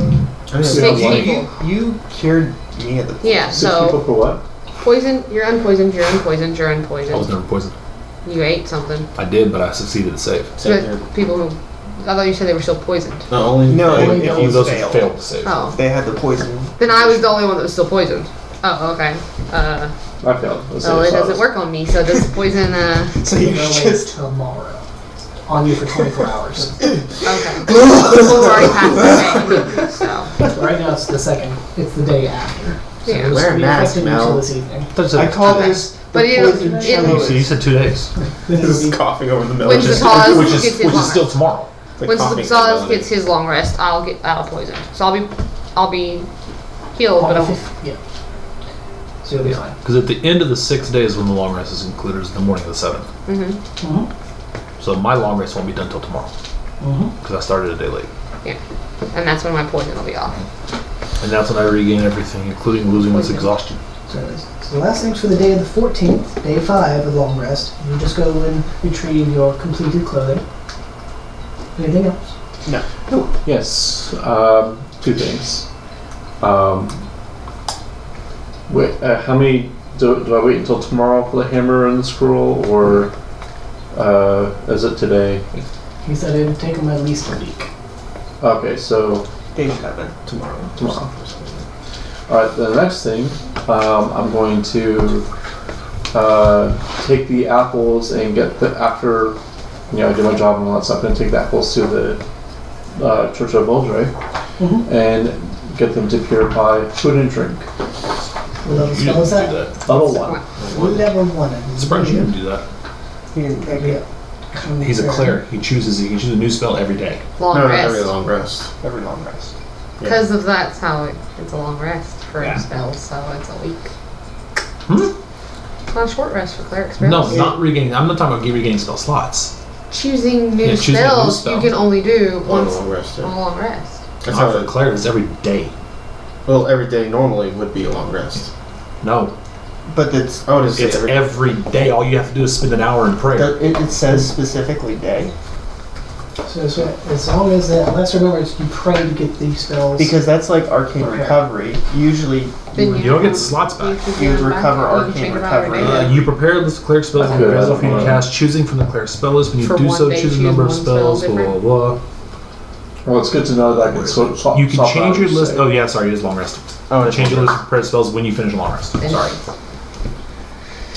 Speaker 5: I'm
Speaker 6: So
Speaker 5: gonna
Speaker 3: six
Speaker 6: like-
Speaker 3: people.
Speaker 7: You cured me of the
Speaker 3: Yeah,
Speaker 6: Six people
Speaker 3: so
Speaker 6: for what?
Speaker 3: poison. You're unpoisoned. You're unpoisoned. You're
Speaker 4: I was
Speaker 3: unpoisoned.
Speaker 4: never poisoned.
Speaker 3: You ate something.
Speaker 4: I did, but I succeeded at save.
Speaker 5: save
Speaker 3: But
Speaker 5: here.
Speaker 3: people who, I thought you said they were still poisoned.
Speaker 5: No, only
Speaker 7: No,
Speaker 5: only-
Speaker 7: it-
Speaker 4: Only
Speaker 7: those
Speaker 4: those
Speaker 7: failed.
Speaker 4: who failed to save.
Speaker 3: Oh,
Speaker 7: They had the poison.
Speaker 3: then I was the only one that was still poisoned. Oh, okay. Uh,
Speaker 6: I failed. Let's say
Speaker 3: oh, it
Speaker 6: it's
Speaker 3: doesn't
Speaker 6: ours.
Speaker 3: work on me. So does the poison? Uh,
Speaker 7: So
Speaker 1: We'll
Speaker 7: you
Speaker 1: go away
Speaker 7: just.
Speaker 1: tomorrow. On you for 24 hours.
Speaker 3: okay. well, we're already past the day, so
Speaker 1: right now it's the second. It's the day after.
Speaker 3: yeah.
Speaker 5: Wear a
Speaker 1: We
Speaker 5: mask,
Speaker 1: affected until
Speaker 5: Mel.
Speaker 1: this evening.
Speaker 4: That's
Speaker 7: I
Speaker 4: a-
Speaker 7: call this the
Speaker 3: But it-
Speaker 7: poison
Speaker 3: it-
Speaker 4: you,
Speaker 7: cello.
Speaker 4: said, you said two days,
Speaker 1: Then it'll
Speaker 5: Just
Speaker 1: be-
Speaker 5: coughing over the melon.
Speaker 3: When's the
Speaker 5: Just-
Speaker 3: tallest
Speaker 4: which is
Speaker 3: gets his
Speaker 4: which
Speaker 3: long
Speaker 4: is still
Speaker 3: rest?
Speaker 4: tomorrow.
Speaker 5: like
Speaker 3: Once
Speaker 5: coughing
Speaker 3: the
Speaker 5: over the
Speaker 3: Sawdust
Speaker 5: melon.
Speaker 3: gets his long rest, I'll get I'll poison. So I'll be I'll be healed, but I won't.
Speaker 1: Yeah. So you'll be fine.
Speaker 4: Because at the end of the sixth day is when the long rest is included. Is the morning of the seventh.
Speaker 3: Mm-hmm.
Speaker 4: So my long rest won't be done till tomorrow
Speaker 1: Mm-hmm.
Speaker 4: because I started a day late,
Speaker 3: And that's when my poison will be off.
Speaker 4: and that's when I regain everything, including losing this exhaustion.
Speaker 1: So, it is. so the last things for the day of the 14th, day 5 of long rest. You just go and retrieve your completed clothing. Anything else?
Speaker 6: Yes, um, two things. Um, wait, uh, how many do, do I wait until tomorrow for the hammer and the scroll, or uh, is it today?
Speaker 1: He said it'd take him at least a week.
Speaker 6: Okay, so
Speaker 7: Day seven.
Speaker 5: tomorrow.
Speaker 6: tomorrow. All right, the next thing, um, I'm going to uh, take the apples and get the after. You know, I do my job and all that stuff. I'm going to take the apples to the uh, Church of Voldre
Speaker 1: Mhm.
Speaker 6: and get them to purify food and drink.
Speaker 1: What level
Speaker 4: you
Speaker 1: spell is
Speaker 4: didn't
Speaker 1: that?
Speaker 4: do
Speaker 6: Level one.
Speaker 1: What level 1 it
Speaker 4: that.
Speaker 1: is.
Speaker 4: Surprised you didn't do that.
Speaker 7: He didn't take it.
Speaker 4: He's a cleric. He chooses. He chooses a new spell every day.
Speaker 3: Long
Speaker 5: No, no, every
Speaker 3: rest.
Speaker 5: long rest.
Speaker 7: Every long rest.
Speaker 3: Because of that's how it, it's a long rest for
Speaker 4: Yeah.
Speaker 3: spells, so it's a week.
Speaker 4: Hmm?
Speaker 3: It's not a short rest for cleric spells.
Speaker 4: No, not regaining. I'm not talking about regaining spell slots.
Speaker 3: Choosing new
Speaker 4: Yeah, choosing a new
Speaker 3: spells
Speaker 4: spell.
Speaker 3: you can only do
Speaker 5: One
Speaker 3: once
Speaker 7: Oh.
Speaker 5: long rest.
Speaker 3: on a
Speaker 5: Yeah.
Speaker 3: long rest.
Speaker 5: That's
Speaker 4: Not
Speaker 5: how
Speaker 4: for
Speaker 5: it,
Speaker 4: cleric. It's every day.
Speaker 5: well, every day normally would be a long rest.
Speaker 4: No,
Speaker 7: But it's,
Speaker 5: Oh, it is
Speaker 4: it's
Speaker 5: every,
Speaker 4: every day. All you have to do is spend an hour in prayer.
Speaker 7: it, it says specifically day.
Speaker 1: So, so as long as that, unless remember, it's you pray to get these spells.
Speaker 7: Because that's like arcane
Speaker 1: Okay.
Speaker 7: recovery. Usually,
Speaker 3: Then
Speaker 4: You don't get slots back.
Speaker 3: can
Speaker 7: You would
Speaker 3: go back
Speaker 7: recover
Speaker 3: or you
Speaker 7: arcane
Speaker 3: can recover
Speaker 7: recovery.
Speaker 3: it.
Speaker 4: Uh, you prepare the cleric spells and
Speaker 6: Okay.
Speaker 4: depends off who you cast, choosing from the cleric spell list. When you
Speaker 3: For
Speaker 4: do
Speaker 3: one
Speaker 4: so,
Speaker 3: day,
Speaker 4: choose a
Speaker 3: choose
Speaker 4: number of
Speaker 3: one spell
Speaker 4: spells, blah, blah,
Speaker 3: different.
Speaker 4: blah.
Speaker 6: Well, it's good to know that I can swap. swap
Speaker 4: You can
Speaker 6: swap
Speaker 4: change your
Speaker 6: hours,
Speaker 4: list.
Speaker 6: say.
Speaker 4: Oh, yeah, sorry, it is long rest.
Speaker 5: oh, it's
Speaker 4: Change your
Speaker 5: long
Speaker 4: list of prepared spells when you finish a long rest.
Speaker 3: And-
Speaker 4: Sorry.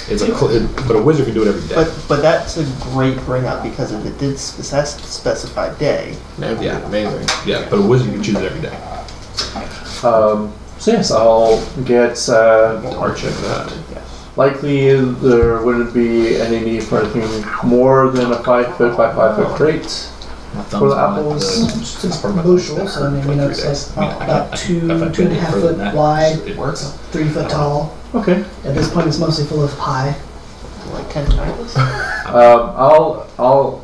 Speaker 4: It's a cl- it- but a wizard can do it every day.
Speaker 7: but but that's a great bring up because if it did spec- specify day,
Speaker 5: rest. That'd be
Speaker 4: Yeah.
Speaker 5: amazing.
Speaker 4: yeah, but a wizard can choose it every day.
Speaker 6: Um, so yes, I'll get. Uh,
Speaker 4: I'll check that.
Speaker 6: likely there wouldn't be any need for anything more than a five foot by five foot crate.
Speaker 4: My
Speaker 6: For
Speaker 4: thumb's
Speaker 6: the
Speaker 4: not
Speaker 6: apples,
Speaker 4: good.
Speaker 1: Just
Speaker 4: That's
Speaker 1: a
Speaker 4: part of my
Speaker 1: bushel,
Speaker 4: life.
Speaker 1: so maybe
Speaker 4: Three
Speaker 1: not it's
Speaker 4: days.
Speaker 1: like, uh,
Speaker 4: I mean, I- I-
Speaker 1: about
Speaker 4: if
Speaker 1: two,
Speaker 4: I've been
Speaker 1: two and a
Speaker 4: any
Speaker 1: half
Speaker 4: further
Speaker 1: foot
Speaker 4: than that,
Speaker 1: wide,
Speaker 4: it works.
Speaker 1: three foot tall.
Speaker 6: Okay.
Speaker 1: At this point, it's mostly full of pie.
Speaker 7: like tentacles.
Speaker 6: Um, I'll I'll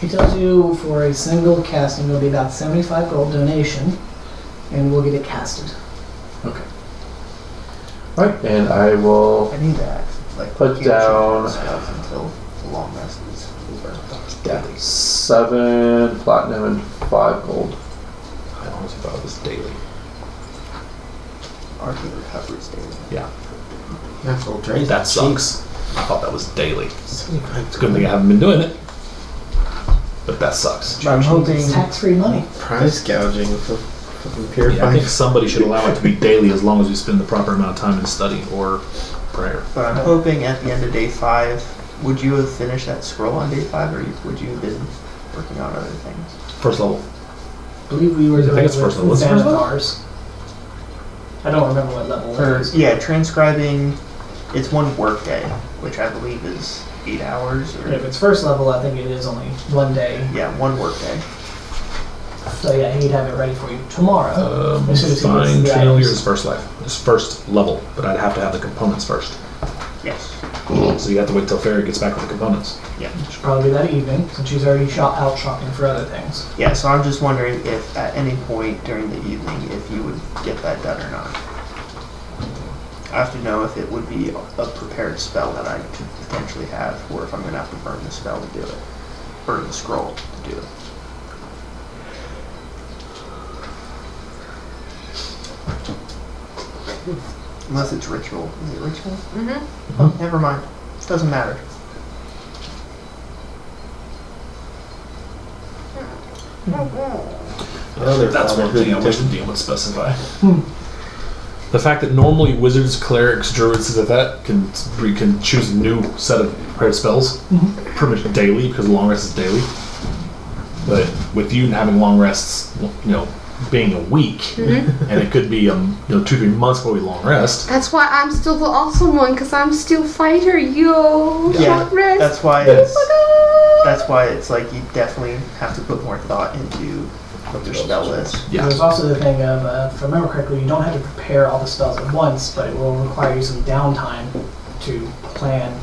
Speaker 1: He tells you for a single casting, it'll be about 75 gold donation, and we'll get it casted.
Speaker 6: right, and I will
Speaker 7: I need that. Like
Speaker 6: Put
Speaker 7: can't shoot
Speaker 6: down-
Speaker 7: spells until the long rest is over.
Speaker 6: seven platinum and five gold.
Speaker 4: I honestly thought it was daily.
Speaker 7: Arcane recovery is daily.
Speaker 5: That's old Drake.
Speaker 4: That sucks. I thought that was daily.
Speaker 5: Seventy-five
Speaker 4: It's a good thing I haven't been doing it. but that sucks.
Speaker 7: But I'm hoping.
Speaker 1: It's tax-free money.
Speaker 5: Price gouging for fucking
Speaker 4: Yeah, I
Speaker 5: purifying.
Speaker 4: think somebody should allow it to be daily as long as we spend the proper amount of time in study or prayer.
Speaker 7: But I'm hoping at the end of day five, would you have finished that scroll on day five, or you- would you have been working on other things?
Speaker 4: First level.
Speaker 1: I believe we were
Speaker 4: I think
Speaker 1: doing
Speaker 4: it's
Speaker 1: with
Speaker 4: first level. Is it first level?
Speaker 1: Xanathar's. I don't remember what level it
Speaker 7: Or
Speaker 1: is.
Speaker 7: yeah, transcribing. It's one workday, which I believe is eight hours, or
Speaker 1: If it's first level, I think it is only one day.
Speaker 7: yeah, one workday.
Speaker 1: So yeah, he'd have it ready for you tomorrow.
Speaker 4: Um,
Speaker 1: as soon as he gets
Speaker 4: fine.
Speaker 1: the
Speaker 4: Failure
Speaker 1: items.
Speaker 4: is first life. It's first level, but I'd have to have the components first.
Speaker 7: Yes.
Speaker 4: So you have to wait till Fairy gets back with the components.
Speaker 1: Should probably be that evening since she's already shop- out shopping for other things.
Speaker 7: Yeah. So I'm just wondering if at any point during the evening, if you would get that done or not. I have to know if it would be a prepared spell that I could potentially have, or if I'm gonna have to burn the spell to do it, burn the scroll to do it. Unless it's ritual. Is it ritual?
Speaker 3: Mm-hmm.
Speaker 5: Hmm.
Speaker 7: Oh, never mind. Doesn't matter.
Speaker 5: Another
Speaker 4: That's one
Speaker 5: problem.
Speaker 4: thing I wish the DM would specify.
Speaker 3: Hmm.
Speaker 4: The fact that normally wizards, clerics, druids, things like that can we can choose a new set of prepared spells
Speaker 3: Mm-hmm.
Speaker 4: pretty much daily because long rest is daily. But with you having long rests, you know, being a week,
Speaker 3: Mm-hmm.
Speaker 4: and it could be um, you know two three months before we long rest.
Speaker 3: That's why I'm still the awesome one, because I'm still fighter, yo.
Speaker 7: Yeah,
Speaker 3: Short rest.
Speaker 7: That's why
Speaker 4: Yeah.
Speaker 7: it's that's why it's like you definitely have to put more thought into what your spell list.
Speaker 4: Yeah.
Speaker 1: There's also the thing of, uh, if I remember correctly, you don't have to prepare all the spells at once, but it will require you some downtime to plan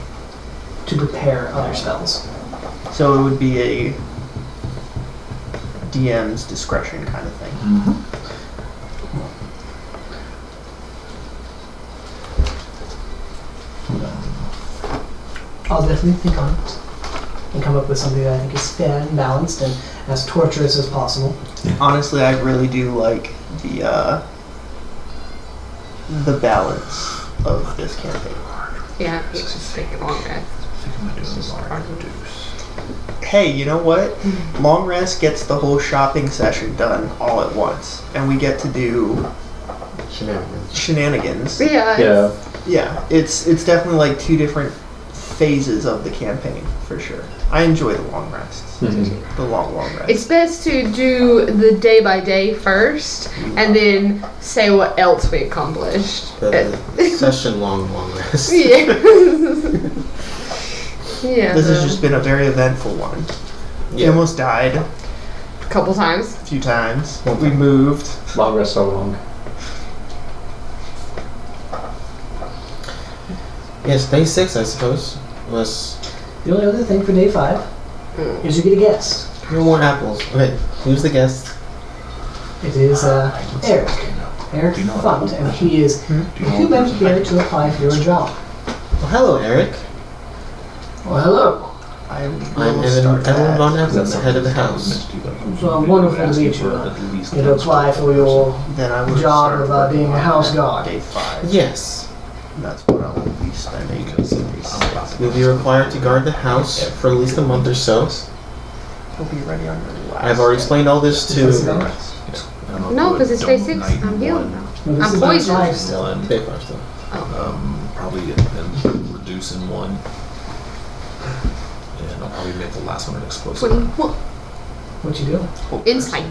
Speaker 1: to prepare other spells.
Speaker 7: So it would be a DM's discretion kind of thing.
Speaker 4: Mm-hmm.
Speaker 1: I'll definitely think on it and come up with something that I think is fair and balanced and as torturous as possible.
Speaker 7: Honestly, I really do like the uh, the balance of this campaign.
Speaker 3: yeah, it's just taking long rest. Mm-hmm.
Speaker 7: Hey, you know what? Long rest gets the whole shopping session done all at once, and we get to do
Speaker 5: Shenanigans.
Speaker 7: shenanigans.
Speaker 3: Yeah. it's-
Speaker 6: Yeah.
Speaker 7: Yeah, it's it's definitely like two different phases of the campaign for sure. I enjoy the long rests,
Speaker 6: Mhm.
Speaker 7: the long long rests.
Speaker 3: It's best to do the day by day first and then say what else we accomplished. Uh,
Speaker 5: The session long, long rest.
Speaker 3: yeah. yeah.
Speaker 7: this has
Speaker 3: the-
Speaker 7: just been a very eventful one. We almost died a
Speaker 3: a couple times.
Speaker 7: few times.
Speaker 5: One
Speaker 7: We
Speaker 5: time.
Speaker 7: moved.
Speaker 6: Long rest so long.
Speaker 5: Yes, day six, I suppose. Unless
Speaker 1: The only other thing for day five is you get a guess.
Speaker 5: no more apples. Okay, who's the guest?
Speaker 1: It is uh, Eric. Eric
Speaker 4: Do you know that
Speaker 1: Funt,
Speaker 4: old
Speaker 1: and he is
Speaker 4: Do you know
Speaker 1: human
Speaker 4: what-
Speaker 1: here to apply for your job.
Speaker 5: Well, hello, Eric.
Speaker 1: Well, hello.
Speaker 7: I
Speaker 5: I'm
Speaker 7: will
Speaker 5: Evan,
Speaker 7: start
Speaker 5: Evan
Speaker 7: that.
Speaker 5: Von Evan, the head of the house.
Speaker 4: house.
Speaker 1: Well, wonderful to meet you. You to apply for your
Speaker 7: Then I will
Speaker 1: job
Speaker 7: start
Speaker 1: of uh, being a house guard.
Speaker 7: day five.
Speaker 5: Yes,
Speaker 7: And that's what I will be spending.
Speaker 5: you'll be required to guard the house for at least a month or so.
Speaker 7: We'll be ready on the last.
Speaker 5: I've already explained all this to.
Speaker 3: No, because it's day six. I'm healed now.
Speaker 1: Well, this is
Speaker 3: I'm
Speaker 1: not
Speaker 3: poisoned.
Speaker 1: live still.
Speaker 5: Day five, so.
Speaker 4: um, probably get and reduce in one. And I'll probably make the last one an explosive.
Speaker 3: 21.
Speaker 1: What you do?
Speaker 3: Insight.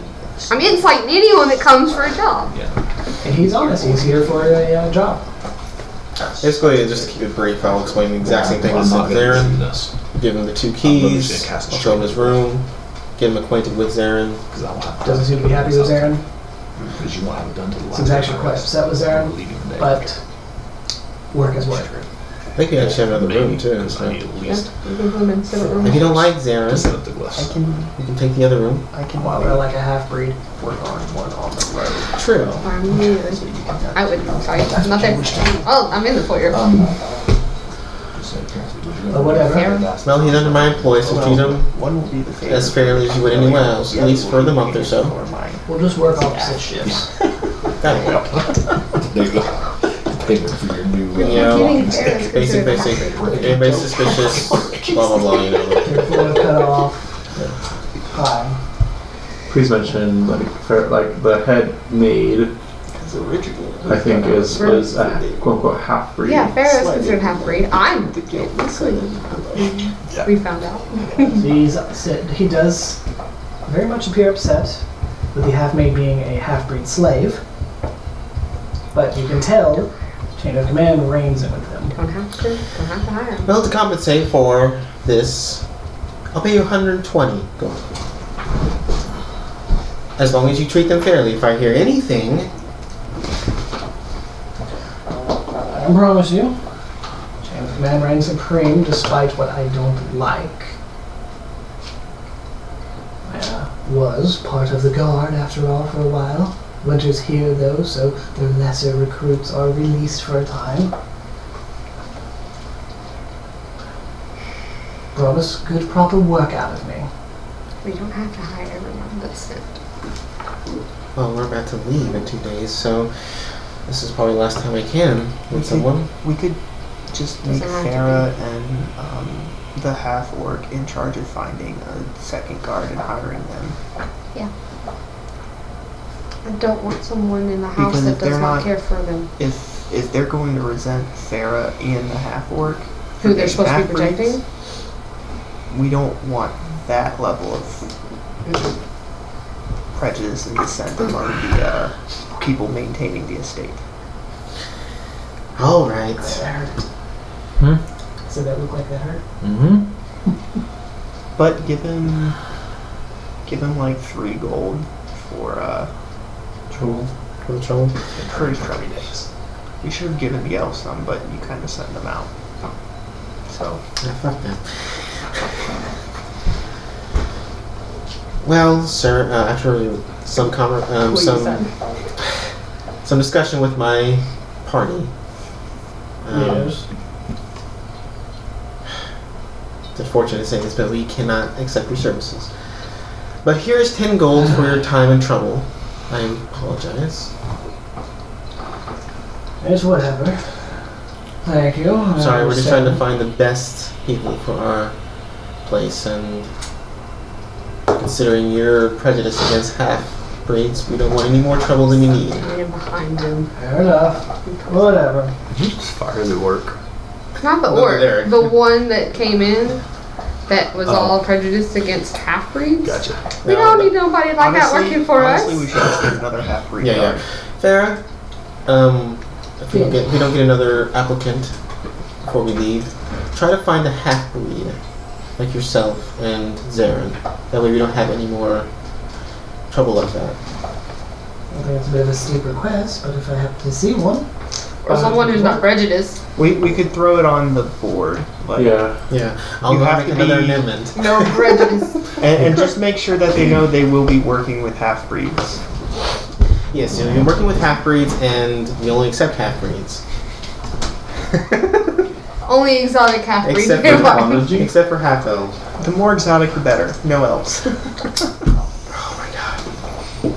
Speaker 3: I'm inciting anyone that comes for a job.
Speaker 4: Yeah.
Speaker 1: And he's honest. He's here for a uh, job.
Speaker 5: Basically, just to keep it brief, I'll explain the exact same thing
Speaker 4: I'm
Speaker 5: to
Speaker 4: not gonna do
Speaker 5: Zarin.
Speaker 4: this
Speaker 5: Give him the two
Speaker 4: shit,
Speaker 5: keys. I'll
Speaker 4: cast a
Speaker 5: show him his room. Get him acquainted with Zarin.
Speaker 4: 'cause I wanna-
Speaker 1: Doesn't seem to be happy with Zarin,
Speaker 4: Because you want to have it done to the last.
Speaker 1: Seems actually
Speaker 4: time.
Speaker 1: quite upset with Zarin,
Speaker 4: Leaving the day.
Speaker 1: but work is work.
Speaker 5: I think we actually have another
Speaker 4: Maybe,
Speaker 5: room too.
Speaker 4: because
Speaker 5: so-
Speaker 4: I need at
Speaker 3: Yeah.
Speaker 4: least
Speaker 3: we can go in separate rooms.
Speaker 5: If you don't like
Speaker 4: to
Speaker 5: Zarin,
Speaker 4: set up the glyphs.
Speaker 7: I can
Speaker 5: you can take the other room.
Speaker 7: I can
Speaker 1: While we're like a half breed.
Speaker 7: work on one on the road.
Speaker 5: True.
Speaker 3: I'm really- I would. Sorry, nothing. Oh, I'm in the foyer.
Speaker 1: But whatever.
Speaker 5: Well, he's under my employ,
Speaker 2: Oh,
Speaker 5: so treat him
Speaker 7: One will be the favorite.
Speaker 5: as fairly as you would anyone else, at least for the month or so.
Speaker 7: Or mine.
Speaker 1: We'll just work opposite shifts.
Speaker 5: That'll help.
Speaker 4: There you go. Payment for your new.
Speaker 5: You
Speaker 4: uh,
Speaker 5: know,
Speaker 3: Getting embarrassed 'cause
Speaker 5: basic,
Speaker 3: they're-
Speaker 5: basic. Anybody's suspicious, blah, blah, blah, you know.
Speaker 1: Your floor cut off. pie.
Speaker 6: Please mention like fair, like the head maid.
Speaker 7: Because originally,
Speaker 6: I think is is a quote unquote half breed.
Speaker 3: Yeah, Pharaoh's
Speaker 7: Slightly.
Speaker 3: considered half breed. I'm.
Speaker 7: the guilt
Speaker 3: We found out.
Speaker 1: He's upset. He does very much appear upset with the half maid being a half breed slave, but you can tell chain of command reigns with them.
Speaker 3: Don't have to. Don't have to hire him.
Speaker 5: Well, to compensate for this, I'll pay you 120 gold. As long as you treat them fairly. If I hear anything,
Speaker 1: I promise you, chain of command reigns supreme despite what I don't like. I uh, was part of the guard after all for a while. Winter's here though, so the lesser recruits are released for a time. Promise good proper work out of me.
Speaker 3: We don't have to hire everyone that's sent.
Speaker 5: well, we're about to leave in two days, so this is probably the last time I can with someone.
Speaker 7: We could just
Speaker 3: Doesn't
Speaker 7: make
Speaker 3: have to be.
Speaker 7: Farah and um, the half orc in charge of finding a second guard and hiring them.
Speaker 3: I don't want someone in the house
Speaker 7: Because
Speaker 3: that
Speaker 7: if they're
Speaker 3: does not,
Speaker 7: not-
Speaker 3: care for them.
Speaker 7: If if they're going to resent Farah and the half orc,
Speaker 3: Who they're supposed to be protecting?
Speaker 7: we don't want that level of
Speaker 3: Mm-hmm.
Speaker 7: prejudice and dissent among the uh, people maintaining the estate.
Speaker 5: All right.
Speaker 1: That hurt. So that look like that hurt?
Speaker 4: Mm-hmm.
Speaker 7: But give him, give him like three gold for uh,
Speaker 5: Troll. For the troll.
Speaker 7: per three days. We should have given the elves some, but you kind of sent them out. So
Speaker 5: Yeah, fuck them. Well, sir, uh, after some conver- um,
Speaker 3: Please,
Speaker 5: some
Speaker 3: son.
Speaker 5: some discussion with my party. Um, The fortunate thing is that we cannot accept your services. But here's 10 gold for your time and trouble. I apologize.
Speaker 1: It's whatever. Thank you.
Speaker 5: Sorry, we're just trying to
Speaker 3: Oh,
Speaker 1: find.
Speaker 5: find the best people for our place, and considering your prejudice against half breeds, we don't want any more trouble than you need.
Speaker 3: Hiding behind them.
Speaker 1: Fair enough. Whatever.
Speaker 8: Did you just fire the work?
Speaker 3: Not the
Speaker 5: Over there.
Speaker 3: orc. The one that came in that was
Speaker 8: Oh.
Speaker 3: all prejudiced against half breeds.
Speaker 8: Gotcha.
Speaker 3: We
Speaker 5: Now,
Speaker 3: don't need nobody like that
Speaker 7: Honestly-
Speaker 3: working for
Speaker 7: honestly, we
Speaker 3: us.
Speaker 7: should just get another half breed.
Speaker 5: Yeah, yeah. Farah, um, if we don't get, we don't get another applicant before we leave, try to find a half breed like yourself and Zarin. That way we don't have any more trouble like that.
Speaker 1: I think it's a bit of a steep request, but if I happen to see one,
Speaker 3: Or someone who's not prejudiced.
Speaker 7: We, we could throw it on the board. Like,
Speaker 6: Yeah.
Speaker 5: Yeah, I'll
Speaker 7: You
Speaker 5: go
Speaker 7: have
Speaker 5: make
Speaker 7: to
Speaker 5: another
Speaker 7: be-
Speaker 5: amendment.
Speaker 3: No prejudice.
Speaker 7: And, and just make sure that they know they will be working with half breeds.
Speaker 5: Yes, you know, you're working with half breeds, and we only accept half breeds,
Speaker 3: Only exotic half breeds.
Speaker 5: except for except for half elves.
Speaker 7: The more exotic, the better. No elves.
Speaker 5: Oh my god.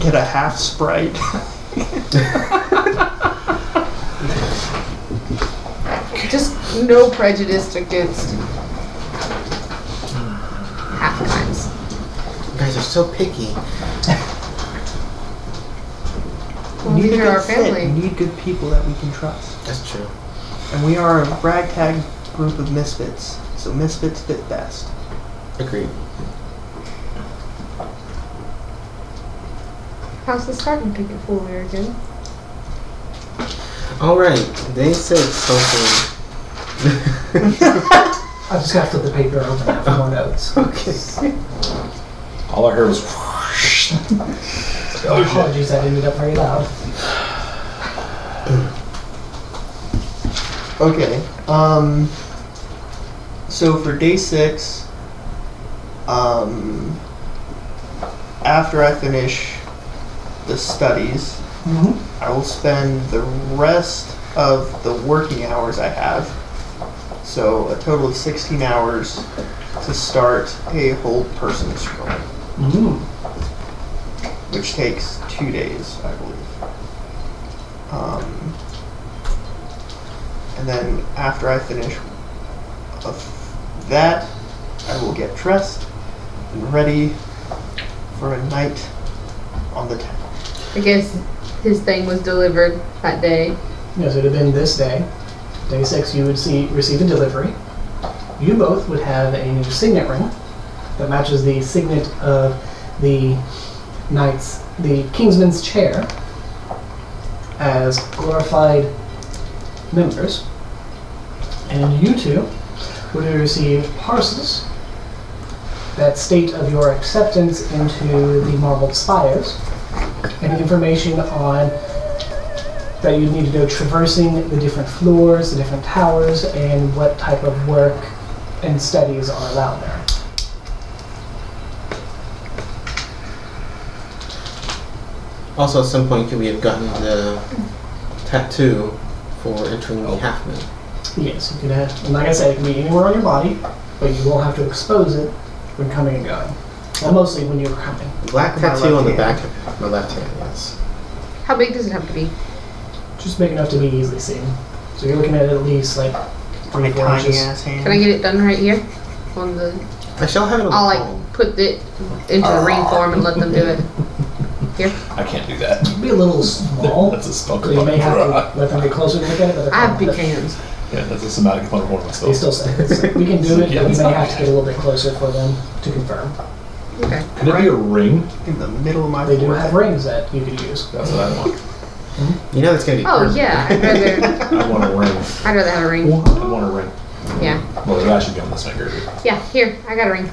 Speaker 7: Get a half sprite.
Speaker 3: Just no prejudice against half kinds.
Speaker 5: You guys are so picky.
Speaker 7: a
Speaker 3: Well, neither
Speaker 7: good
Speaker 3: are
Speaker 7: fit.
Speaker 3: family.
Speaker 7: We need good people that we can trust.
Speaker 5: That's true.
Speaker 7: And we are a ragtag group of misfits, so misfits fit best.
Speaker 5: Agreed.
Speaker 3: How's the starting picket for there again?
Speaker 5: All right, day six. Hopefully.
Speaker 1: I just gotta flip the paper over now for more notes.
Speaker 5: okay.
Speaker 4: All I heard was
Speaker 1: Apologies, that ended up very loud.
Speaker 7: Okay. Um. So for day six, um, after I finish the studies,
Speaker 1: Mhm.
Speaker 7: I will spend the rest uh, of the working hours I have, so a total of 16 hours, to start a whole person's role,
Speaker 1: Mm.
Speaker 7: which takes two days, I believe. Um, and then after I finish of that, I will get dressed and ready for a night on the town.
Speaker 3: I guess his thing was delivered that day.
Speaker 1: Yes, it would have been this day. Day six, you would see receive a delivery. You both would have a new signet ring that matches the signet of the knight's, the kingsman's chair, as glorified members. And you two would have received parcels that state of your acceptance into the marbled spires and information on that you need to go traversing the different floors, the different towers, and what type of work and studies are allowed there.
Speaker 5: Also, at some point, could we have gotten the tattoo for entering the half moon?
Speaker 1: Yes, you can have, and like I said, it can be anywhere on your body, but you won't have to expose it when coming and going. Well, mostly when you're coming.
Speaker 5: Black
Speaker 7: My
Speaker 5: tattoo on the
Speaker 7: left
Speaker 5: back of my left hand, yes.
Speaker 3: How big does it have to be?
Speaker 1: Just big enough to be easily seen. So you're looking at at least like
Speaker 7: On a
Speaker 1: 24
Speaker 7: tiny
Speaker 1: inches.
Speaker 7: ass hand.
Speaker 3: Can I get it done right here? On the,
Speaker 5: I shall have it on
Speaker 3: I'll
Speaker 5: the
Speaker 3: like put it into the ring form and let them do it.
Speaker 4: I can't do that.
Speaker 1: It'd be a little small.
Speaker 4: That's a spell
Speaker 1: So you may
Speaker 4: component
Speaker 1: have
Speaker 4: for
Speaker 1: to
Speaker 4: a-
Speaker 1: let them get closer to look at it, but they're
Speaker 3: I have
Speaker 1: fine.
Speaker 3: big hands.
Speaker 4: Yeah, that's a somatic component of one of my
Speaker 1: They
Speaker 4: spells.
Speaker 1: still say it. So we can do it, but we may have to get a little bit closer for them to confirm.
Speaker 3: Okay.
Speaker 4: Could it be a ring?
Speaker 7: in the middle of my
Speaker 1: They do
Speaker 7: forehead.
Speaker 1: have rings that you could use.
Speaker 4: That's what I want.
Speaker 5: You know that's gonna be.
Speaker 3: Oh
Speaker 5: permanent.
Speaker 3: yeah, I'd rather
Speaker 4: I want a ring.
Speaker 3: I'd rather have a ring.
Speaker 4: I want a ring.
Speaker 3: Yeah,
Speaker 4: Well, that should be on this finger.
Speaker 3: yeah. Here, I got a ring.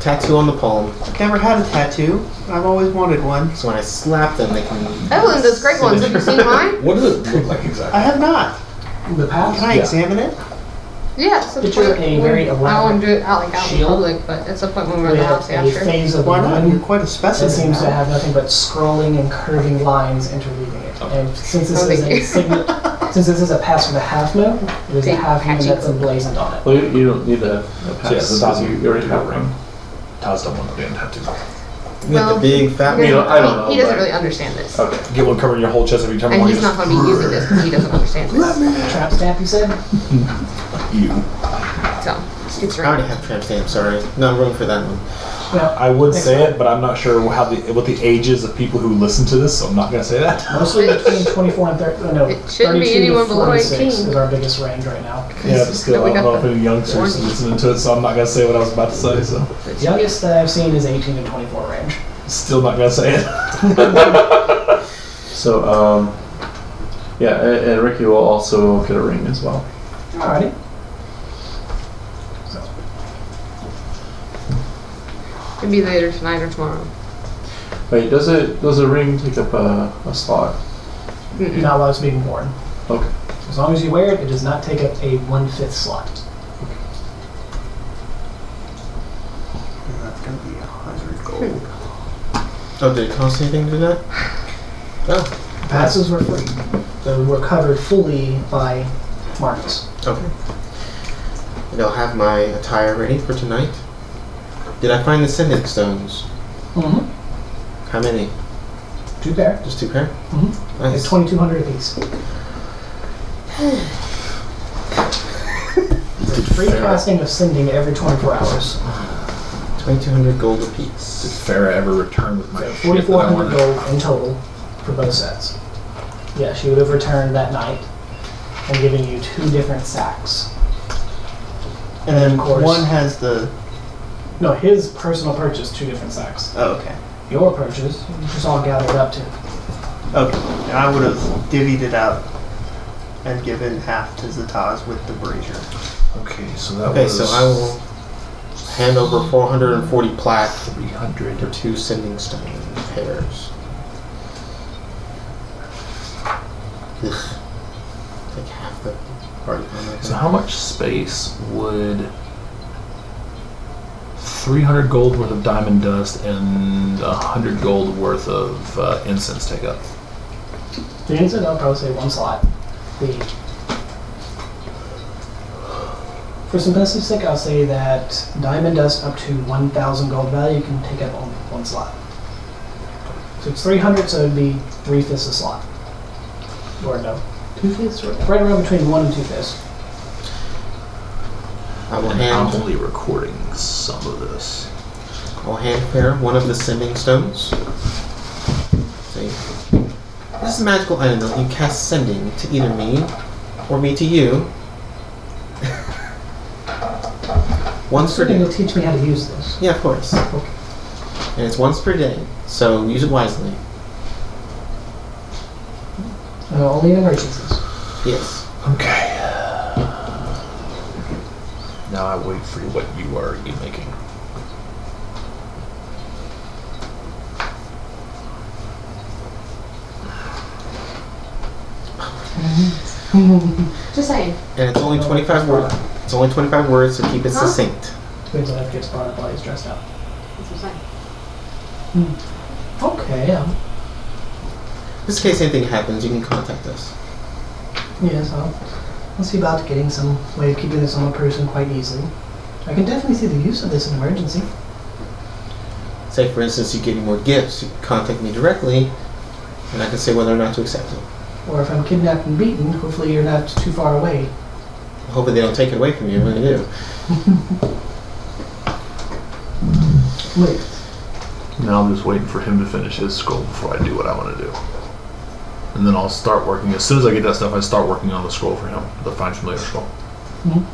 Speaker 5: Tattoo on the palm,
Speaker 7: I've never had a tattoo. I've always wanted one.
Speaker 5: so when I slap them, they can.
Speaker 3: Evelyn does Oh, great ones. Have you seen mine?
Speaker 4: What does it look like
Speaker 7: I
Speaker 4: exactly?
Speaker 7: have not.
Speaker 1: The path.
Speaker 7: Can I
Speaker 4: Yeah.
Speaker 7: examine it?
Speaker 3: Yeah. it's a
Speaker 1: Picture
Speaker 3: point
Speaker 1: a
Speaker 3: where-
Speaker 1: very
Speaker 3: I
Speaker 1: elaborate
Speaker 3: want to do it out like out in
Speaker 1: shield.
Speaker 3: public, but it's a point when we're in
Speaker 1: We
Speaker 3: the
Speaker 1: have
Speaker 3: house. Yeah,
Speaker 1: a
Speaker 3: sure.
Speaker 1: phase of
Speaker 7: Why not? You're
Speaker 1: one
Speaker 7: quite a specimen.
Speaker 1: that seems to
Speaker 7: now.
Speaker 1: have nothing but scrolling and curving lines interweaving it. And since this
Speaker 3: Oh,
Speaker 1: is
Speaker 3: thank
Speaker 1: a
Speaker 3: you.
Speaker 1: signet, since this is a pass for the half moon, it is a
Speaker 3: Big
Speaker 1: half moon
Speaker 3: patchy.
Speaker 1: that's emblazoned on it.
Speaker 6: Well, you, you don't need a, a
Speaker 4: So yeah,
Speaker 6: pass.
Speaker 4: so Taz,
Speaker 6: you you already
Speaker 4: do
Speaker 6: have
Speaker 4: a ring. Taz don't want to be on tattoo.
Speaker 5: We have
Speaker 3: Well,
Speaker 5: the big fat
Speaker 3: He
Speaker 6: You
Speaker 5: one.
Speaker 6: know,
Speaker 3: doesn't-
Speaker 6: I don't know,
Speaker 3: He doesn't
Speaker 6: but-
Speaker 3: really understand this,
Speaker 6: Okay.
Speaker 4: Get one covering your whole chest every time.
Speaker 3: and
Speaker 4: while
Speaker 3: he's
Speaker 4: you
Speaker 3: not going to be using this because he doesn't understand this.
Speaker 1: Trap stamp, you said?
Speaker 4: You.
Speaker 3: So it's
Speaker 5: I already
Speaker 3: right.
Speaker 5: have tramp stamp. Sorry, no room for that one.
Speaker 1: No.
Speaker 4: I would
Speaker 1: Next
Speaker 4: say it, but I'm not sure how the what the ages of people who listen to this, so I'm not gonna say that.
Speaker 1: Mostly between 24 and 30. No,
Speaker 3: It shouldn't be
Speaker 1: 32 to
Speaker 3: anyone below
Speaker 1: 46
Speaker 3: 18.
Speaker 1: is our biggest range right now.
Speaker 4: Yeah, but still,
Speaker 3: we
Speaker 4: I don't
Speaker 3: got
Speaker 4: know if
Speaker 3: the
Speaker 4: any youngsters
Speaker 3: warning.
Speaker 4: listening to it, so I'm not gonna say what I was about to say. So,
Speaker 1: The youngest that I've seen is 18 to 24 range.
Speaker 4: still not gonna say it.
Speaker 6: So, um, yeah, and, and Ricky will also get a ring as well.
Speaker 1: Alrighty.
Speaker 3: It'll be later tonight or tomorrow.
Speaker 6: Wait, does it does a ring take up a, a slot?
Speaker 1: You're not allowed to be worn.
Speaker 6: Okay.
Speaker 1: As long as you wear it, it does not take up a one fifth slot.
Speaker 7: And That's gonna be a hundred gold.
Speaker 5: Oh, did it cost anything to do that? Oh,
Speaker 1: Passes were free. They were covered fully by Marcus.
Speaker 5: okay. And I'll have my attire ready for tonight. Did I find the sending stones?
Speaker 1: Mm-hmm.
Speaker 5: How many?
Speaker 1: Two pair.
Speaker 5: Just two pair.
Speaker 1: Mm-hmm. They're
Speaker 5: Nice.
Speaker 1: 2,200 apiece. Free casting of sending every 24 hours.
Speaker 5: Twenty-two hundred gold apiece.
Speaker 4: Did Farah ever return with my
Speaker 1: So
Speaker 4: shit that I
Speaker 1: 4,400
Speaker 4: wanted?
Speaker 1: gold in total for both sets. Yeah, she would have returned that night and given you two different sacks.
Speaker 7: And then
Speaker 1: Of course.
Speaker 7: one has the.
Speaker 1: No, his personal purchase, two different sacks.
Speaker 7: Oh, okay.
Speaker 1: Your purchase, just all gathered up to
Speaker 7: Okay. And I would have divvied it up and given half to Zataz with the brazier.
Speaker 4: Okay, so that
Speaker 5: Okay,
Speaker 4: was
Speaker 5: so I will hand over 440 plaque
Speaker 4: 300.
Speaker 5: for two sending stone pairs. Ugh. Like half the party.
Speaker 4: So how much space would 300 gold worth of diamond dust and 100 gold worth of uh, incense take up?
Speaker 1: The incident, I'll probably say one slot. The for simplicity's sake, I'll say that diamond dust up to 1,000 gold value can take up only one slot. So it's 300, so it'd be three fifths a slot. Or no, two fifths, or right around between one and two fifths.
Speaker 5: I will
Speaker 4: And I'm
Speaker 5: hand
Speaker 4: only recording some of this.
Speaker 5: I'll hand Farah one of the sending stones. See. This is a magical item that you cast sending to either me or me to you. once per
Speaker 1: Certainly
Speaker 5: day.
Speaker 1: you'll teach me how to use this.
Speaker 5: Yeah, of course.
Speaker 1: Okay.
Speaker 5: And it's once per day, so use it wisely.
Speaker 1: Uh, only in emergencies.
Speaker 5: Yes.
Speaker 4: Okay. Now I wait for what you are you making.
Speaker 3: Just saying.
Speaker 5: And it's only 25 words. It's only 25 words, so keep it
Speaker 3: Huh?
Speaker 5: succinct.
Speaker 1: Wait until that gets brought up while he's dressed up.
Speaker 3: That's what I'm saying.
Speaker 1: Okay. Um,
Speaker 5: Just in case anything happens, you can contact us.
Speaker 1: yes, I'll, I'll see about getting some way of keeping this on a person quite easily. I can definitely see the use of this in emergency.
Speaker 5: Say, for instance, you get any more gifts, you can contact me directly, and I can say whether or not to accept them.
Speaker 1: Or if I'm kidnapped and beaten, hopefully you're not too far away.
Speaker 5: Hopefully, they don't take it away from you when they do.
Speaker 1: Wait,
Speaker 4: Now I'm just waiting for him to finish his scroll before I do what I want to do. And then I'll start working. As soon as I get that stuff, I start working on the scroll for him, the Find Familiar scroll.
Speaker 1: Mhm.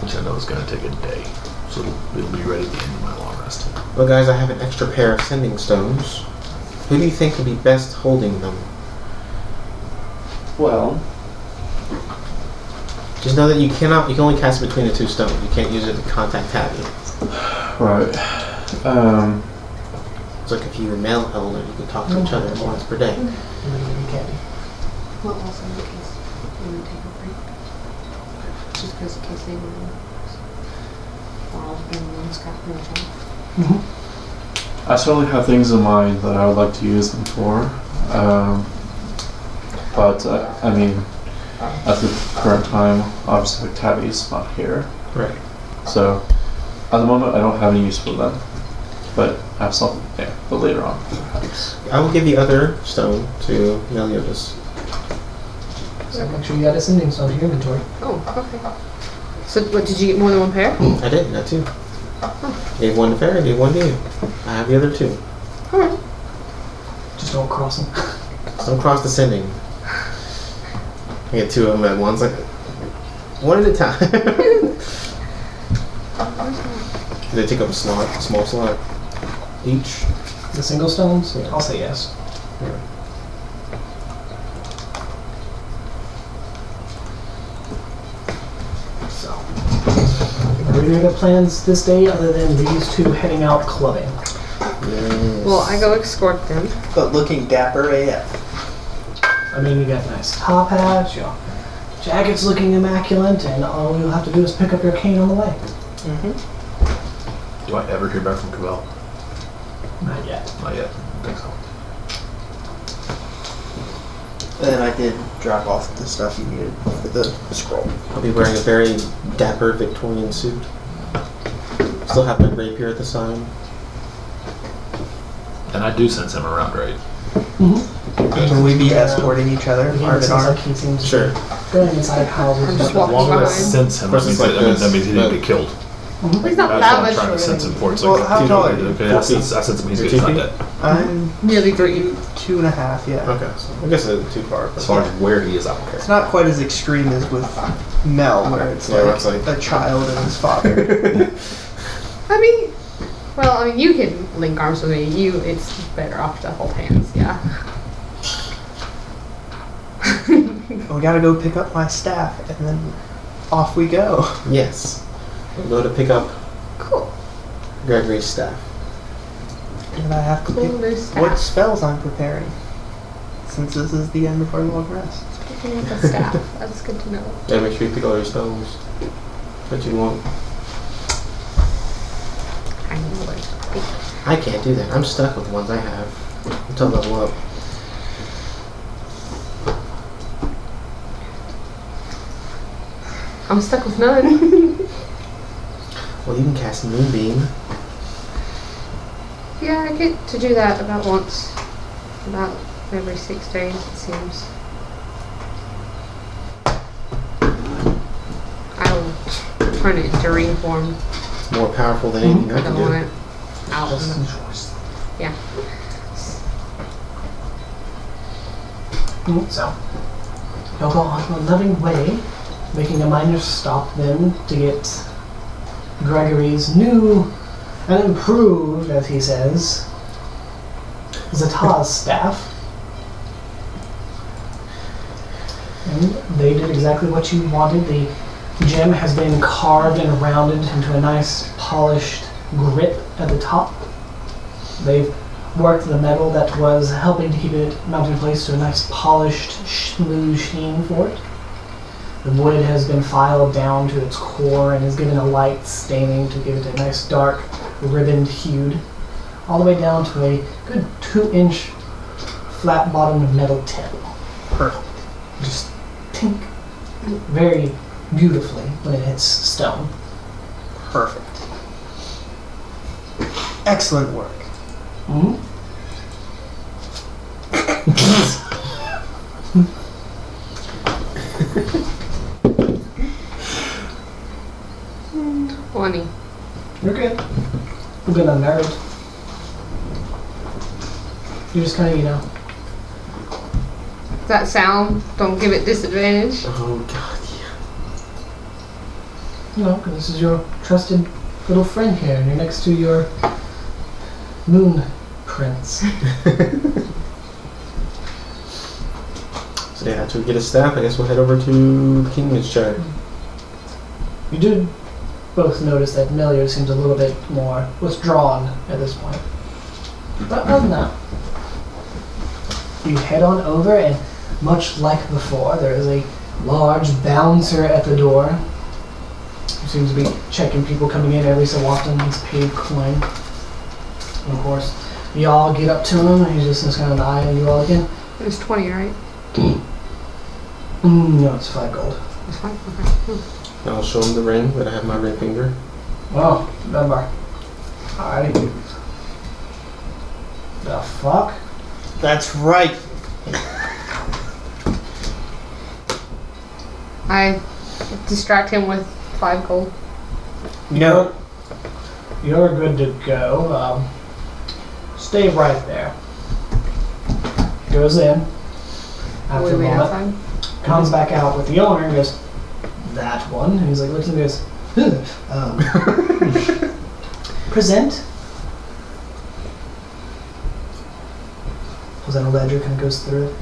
Speaker 4: Which I know is going to take a day. So it'll, it'll be ready at the end of my long rest.
Speaker 5: Well, guys, I have an extra pair of sending stones. Who do you think would be best holding them?
Speaker 6: Well,
Speaker 5: Just know that you cannot. You can only cast it between the two stones. You can't use it to contact Tabby.
Speaker 6: right. Um,
Speaker 5: It's like if you were male elder, you could talk to each other once per day.
Speaker 1: I'm gonna give you candy.
Speaker 3: Well, also in case we would take a break. Just because in case they were all in one scrap of the time.
Speaker 6: I certainly have things in mind that I would like to use them for. Um, but, uh, I mean, at the current time, obviously, Tabby's not here.
Speaker 5: Right.
Speaker 6: So, at the moment, I don't have any use for them. But I have something there. But later on, perhaps.
Speaker 5: I will give the other stone to Meliodas.
Speaker 1: So make sure you got a sending stone to your inventory.
Speaker 3: Oh, okay. So, what, did you get more than one pair?
Speaker 5: I did, that too. Gave one to Farrah, gave one to you. I have the other two.
Speaker 1: Just don't cross them.
Speaker 5: Just don't cross descending. I get two of them at once, like one at a time. they take up a slot, a small slot each.
Speaker 1: The single stones? I'll say yes. So, are we got plans this day other than these two heading out clubbing?
Speaker 5: Yes.
Speaker 3: Well, I go escort them.
Speaker 7: But looking dapper AF.
Speaker 1: I mean, you got a nice top hat, your jacket's looking immaculate, and all you'll have to do is pick up your cane on the way.
Speaker 4: Do I ever hear back from Cavell?
Speaker 1: Not yet.
Speaker 4: Not yet. I think so.
Speaker 2: And I did drop off the stuff you needed for the scroll.
Speaker 5: I'll be wearing a very dapper Victorian suit. Still have my rapier at the side.
Speaker 4: And I do sense him around, right?
Speaker 7: Will we be escorting each other
Speaker 1: Mm-hmm. Again, it seems like
Speaker 7: arm in arm?
Speaker 1: he seems to
Speaker 5: Sure.
Speaker 1: be going inside houses.
Speaker 3: I'm just
Speaker 4: As
Speaker 3: walking
Speaker 4: long
Speaker 3: behind.
Speaker 4: as I sense him, that
Speaker 5: Versus
Speaker 4: means,
Speaker 5: like
Speaker 4: that, I mean, that
Speaker 5: this,
Speaker 4: means he
Speaker 5: but-
Speaker 4: didn't get killed.
Speaker 3: He's not
Speaker 4: That's
Speaker 3: that
Speaker 4: what I'm trying
Speaker 3: much
Speaker 4: to
Speaker 3: shorter
Speaker 4: sense
Speaker 3: than
Speaker 4: him
Speaker 3: me.
Speaker 4: for. It's
Speaker 7: Well,
Speaker 4: like,
Speaker 7: how
Speaker 4: okay,
Speaker 7: tall are you?
Speaker 4: okay, I
Speaker 5: Four
Speaker 4: sense, I sense him. He's
Speaker 5: You're
Speaker 4: good. He's
Speaker 5: two
Speaker 4: not
Speaker 5: feet?
Speaker 4: dead.
Speaker 7: I'm
Speaker 3: Nearly three.
Speaker 7: two and a half, yeah.
Speaker 5: Okay, so I guess it's too far.
Speaker 4: As far as where he is, I don't care.
Speaker 7: It's not quite as extreme as with Mel, where it's
Speaker 5: Yeah,
Speaker 7: like,
Speaker 5: that's like-
Speaker 7: a child and his father.
Speaker 3: I mean, well, I mean, you can link arms with me. You, it's better off to hold hands. Yeah.
Speaker 7: we gotta go pick up my staff, and then off we go.
Speaker 5: yes. We'll go to pick up
Speaker 3: Cool.
Speaker 5: Gregory's staff.
Speaker 7: And I have to
Speaker 3: Cool
Speaker 7: pick
Speaker 3: new staff.
Speaker 7: what spells I'm preparing, since this is the end of our long rest.
Speaker 3: Picking up the staff. That's good to know.
Speaker 5: Yeah, make sure you pick all your stones that you want.
Speaker 3: I know it.
Speaker 5: I can't do that. I'm stuck with the ones I have until level up.
Speaker 3: I'm stuck with none.
Speaker 5: Well, you can cast Moonbeam.
Speaker 3: yeah, I get to do that about once, about every six days it seems. turn it into ring form.
Speaker 5: It's more powerful than anything I
Speaker 3: I
Speaker 5: can
Speaker 3: don't want
Speaker 5: do.
Speaker 3: it out. Yeah.
Speaker 1: Mm, So, he'll go on a loving way, making a minor stop then to get Gregory's new and improved, as he says, Zataz staff. And they did exactly what you wanted. The gem has been carved and rounded into a nice polished grip at the top. They've worked the metal that was helping to keep it mounted in place to a nice polished smooth sheen for it. The wood has been filed down to its core and is given a light staining to give it a nice dark ribboned hue, all the way down to a good two inch flat bottomed metal tip.
Speaker 7: Perfect.
Speaker 1: Just tink very beautifully when it hits stone.
Speaker 7: Perfect. Excellent work.
Speaker 1: hmm
Speaker 3: Twenty.
Speaker 1: You're good. You've been unnerved. You're just kind of, you know,
Speaker 3: Does that sound? Don't give it disadvantage.
Speaker 5: Oh god,
Speaker 1: you know, 'cause this is your trusted little friend here, and you're next to your moon prince.
Speaker 5: yeah. So yeah, to get a staff, I guess we'll head over to Kingman's Chart.
Speaker 1: You did both notice that Milliard seems a little bit more withdrawn at this point. But other than that, you head on over, and much like before, there is a large bouncer at the door who seems to be checking people coming in every so often. He's paid coin. And of course, y'all get up to him, and he's just, just kind of eyeing you all again.
Speaker 3: It was twenty, right?
Speaker 1: Mm, no, it's five gold.
Speaker 3: It's fine. Okay.
Speaker 5: And I'll show him the ring that I have my ring finger.
Speaker 1: Oh, remember. Alrighty. The fuck?
Speaker 7: That's right.
Speaker 3: I distract him with five gold.
Speaker 7: No.
Speaker 1: You're good to go. Um, stay right there. Goes in.
Speaker 3: Are
Speaker 1: After
Speaker 3: we
Speaker 1: a
Speaker 3: wait
Speaker 1: moment,
Speaker 3: outside?
Speaker 1: comes back out with the owner and goes, That one. And he's like, looks at me and goes, "Huh, um, Present. Pulls out a ledger, kind of goes through it.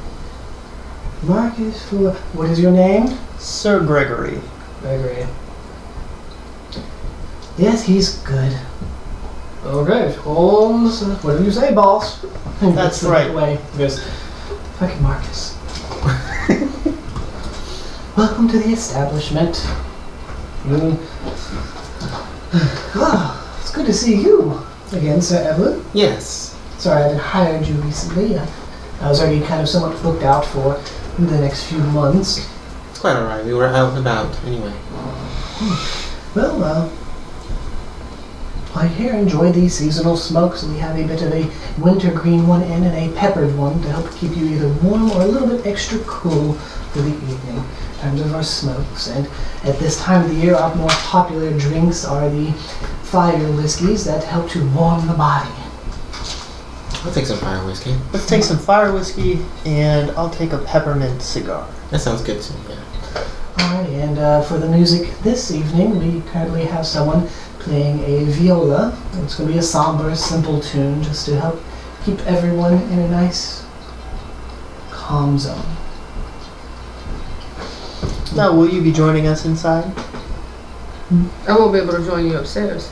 Speaker 1: Marcus, Fuller- what is your name?
Speaker 7: Sir Gregory.
Speaker 1: I agree. Yes, he's good. Okay, Holmes. uh, What did you say, boss?
Speaker 7: That's right.
Speaker 1: Way goes, fucking Marcus. Welcome to the establishment. You. Ah, it's good to see you again, Sir Evelyn.
Speaker 5: Yes.
Speaker 1: Sorry, I had hired you recently. I I was already kind of somewhat booked out for the next few months.
Speaker 5: It's quite alright. We were out and about anyway.
Speaker 1: Well, uh, I here enjoy these seasonal smokes. We have a bit of a wintergreen one in and a peppered one to help keep you either warm or a little bit extra cool for the evening in terms of our smokes. And at this time of the year, our more popular drinks are the fire whiskeys that help to warm the body.
Speaker 5: I'll take some fire whiskey.
Speaker 7: Let's take some fire whiskey, and I'll take a peppermint cigar.
Speaker 5: That sounds good to me. Yeah.
Speaker 1: Alright, and uh, for the music this evening, we currently have someone playing a viola. It's going to be a somber, simple tune just to help keep everyone in a nice calm zone.
Speaker 7: Now, will you be joining us inside?
Speaker 3: I won't be able to join you upstairs.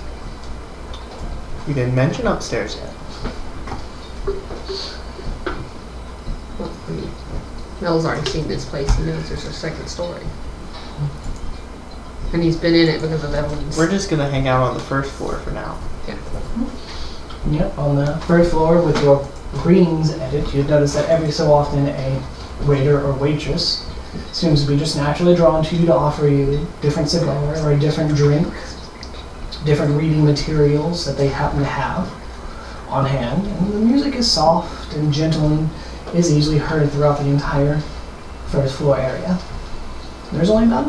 Speaker 7: You didn't mention upstairs yet.
Speaker 3: Well, I mean, Mel's already seen this place. He knows there's a second story. And he's been in it because of Evelyn's.
Speaker 7: We're just gonna hang out on the first floor for now.
Speaker 1: Yep, on the third floor with your greens added, you notice that every so often a waiter or waitress seems to be just naturally drawn to you to offer you different cigar or a different drink, different reading materials that they happen to have on hand. And the music is soft and gentle and is easily heard throughout the entire first floor area. There's only about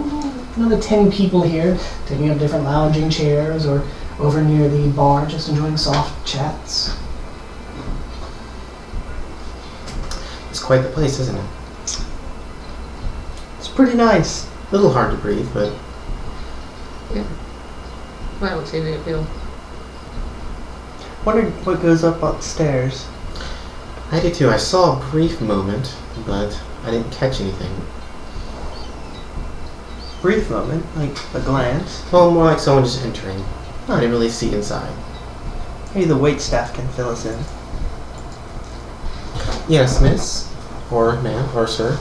Speaker 1: another 10 people here, taking up different lounging chairs or over near the bar, just enjoying soft chats.
Speaker 5: It's quite the place, isn't it?
Speaker 7: It's pretty nice.
Speaker 5: A little hard to breathe, but
Speaker 3: I don't see the appeal.
Speaker 7: Wonder what goes up upstairs.
Speaker 5: I did too. I saw a brief moment, but I didn't catch anything.
Speaker 7: Brief moment, like a glance.
Speaker 5: Well, more like someone just entering. I didn't really see inside.
Speaker 7: Maybe the wait staff can fill us in.
Speaker 5: Yes, miss. Or ma'am, or sir.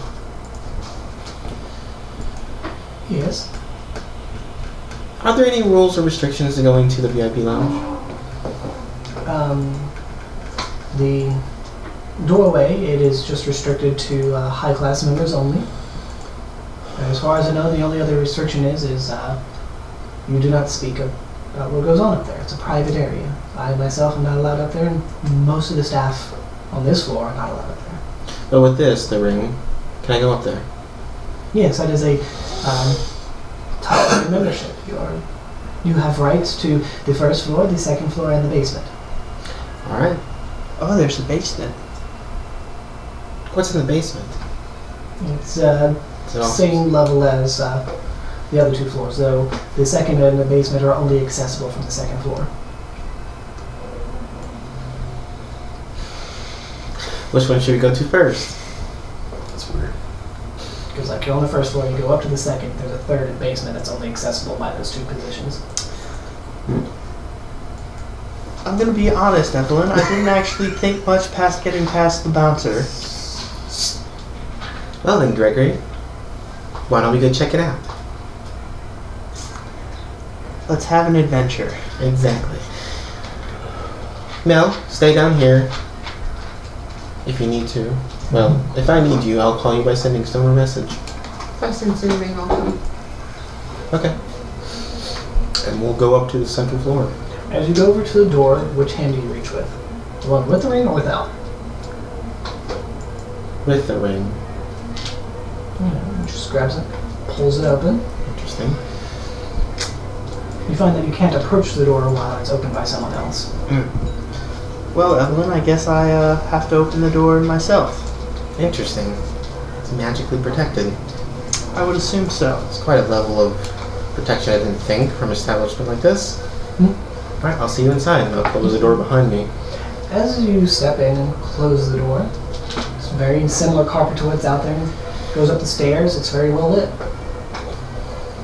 Speaker 1: Yes.
Speaker 5: Are there any rules or restrictions to going to the VIP lounge?
Speaker 1: Um, the doorway, it is just restricted to uh, high class members only. And as far as I know, the only other restriction is is uh, you do not speak of, about what goes on up there. It's a private area. I myself am not allowed up there, and most of the staff on this floor are not allowed up there.
Speaker 5: But with this, the ring, can I go up there?
Speaker 1: Yes, that is a um, top tier membership. You are, you have rights to the first floor, the second floor, and the basement.
Speaker 5: All right.
Speaker 7: Oh, there's the basement.
Speaker 5: What's in the basement?
Speaker 1: It's uh,
Speaker 5: Is it all-
Speaker 1: same level as uh, the other two floors, though the second and the basement are only accessible from the second floor.
Speaker 5: Which one should we go to first?
Speaker 4: That's weird.
Speaker 1: Because like you're on the first floor, you go up to the second. There's a third and basement that's only accessible by those two positions.
Speaker 7: I'm gonna be honest, Evelyn. I didn't actually think much past getting past the bouncer.
Speaker 5: Well then, Gregory, why don't we go check it out?
Speaker 7: Let's have an adventure.
Speaker 5: Exactly. Mel, stay down here. If you need to. Well, if I need you, I'll call you by sending Storm a message.
Speaker 3: If I sense anything, I'll come.
Speaker 5: Okay. And we'll go up to the central floor.
Speaker 1: As you go over to the door, which hand do you reach with? The one with the ring or without?
Speaker 5: With the ring.
Speaker 1: Yeah, he just grabs it, pulls it open.
Speaker 5: Interesting.
Speaker 1: You find that you can't approach the door while it's opened by someone else.
Speaker 7: Well, Evelyn, I guess I uh, have to open the door myself.
Speaker 5: Interesting. It's magically protected.
Speaker 7: I would assume so.
Speaker 5: It's quite a level of protection I didn't think from an establishment like this.
Speaker 1: Hmm.
Speaker 5: Alright, I'll see you inside. I'll close the door behind me.
Speaker 1: As you step in and close the door, it's very similar carpet to what's out there. Goes up the stairs. It's very well lit.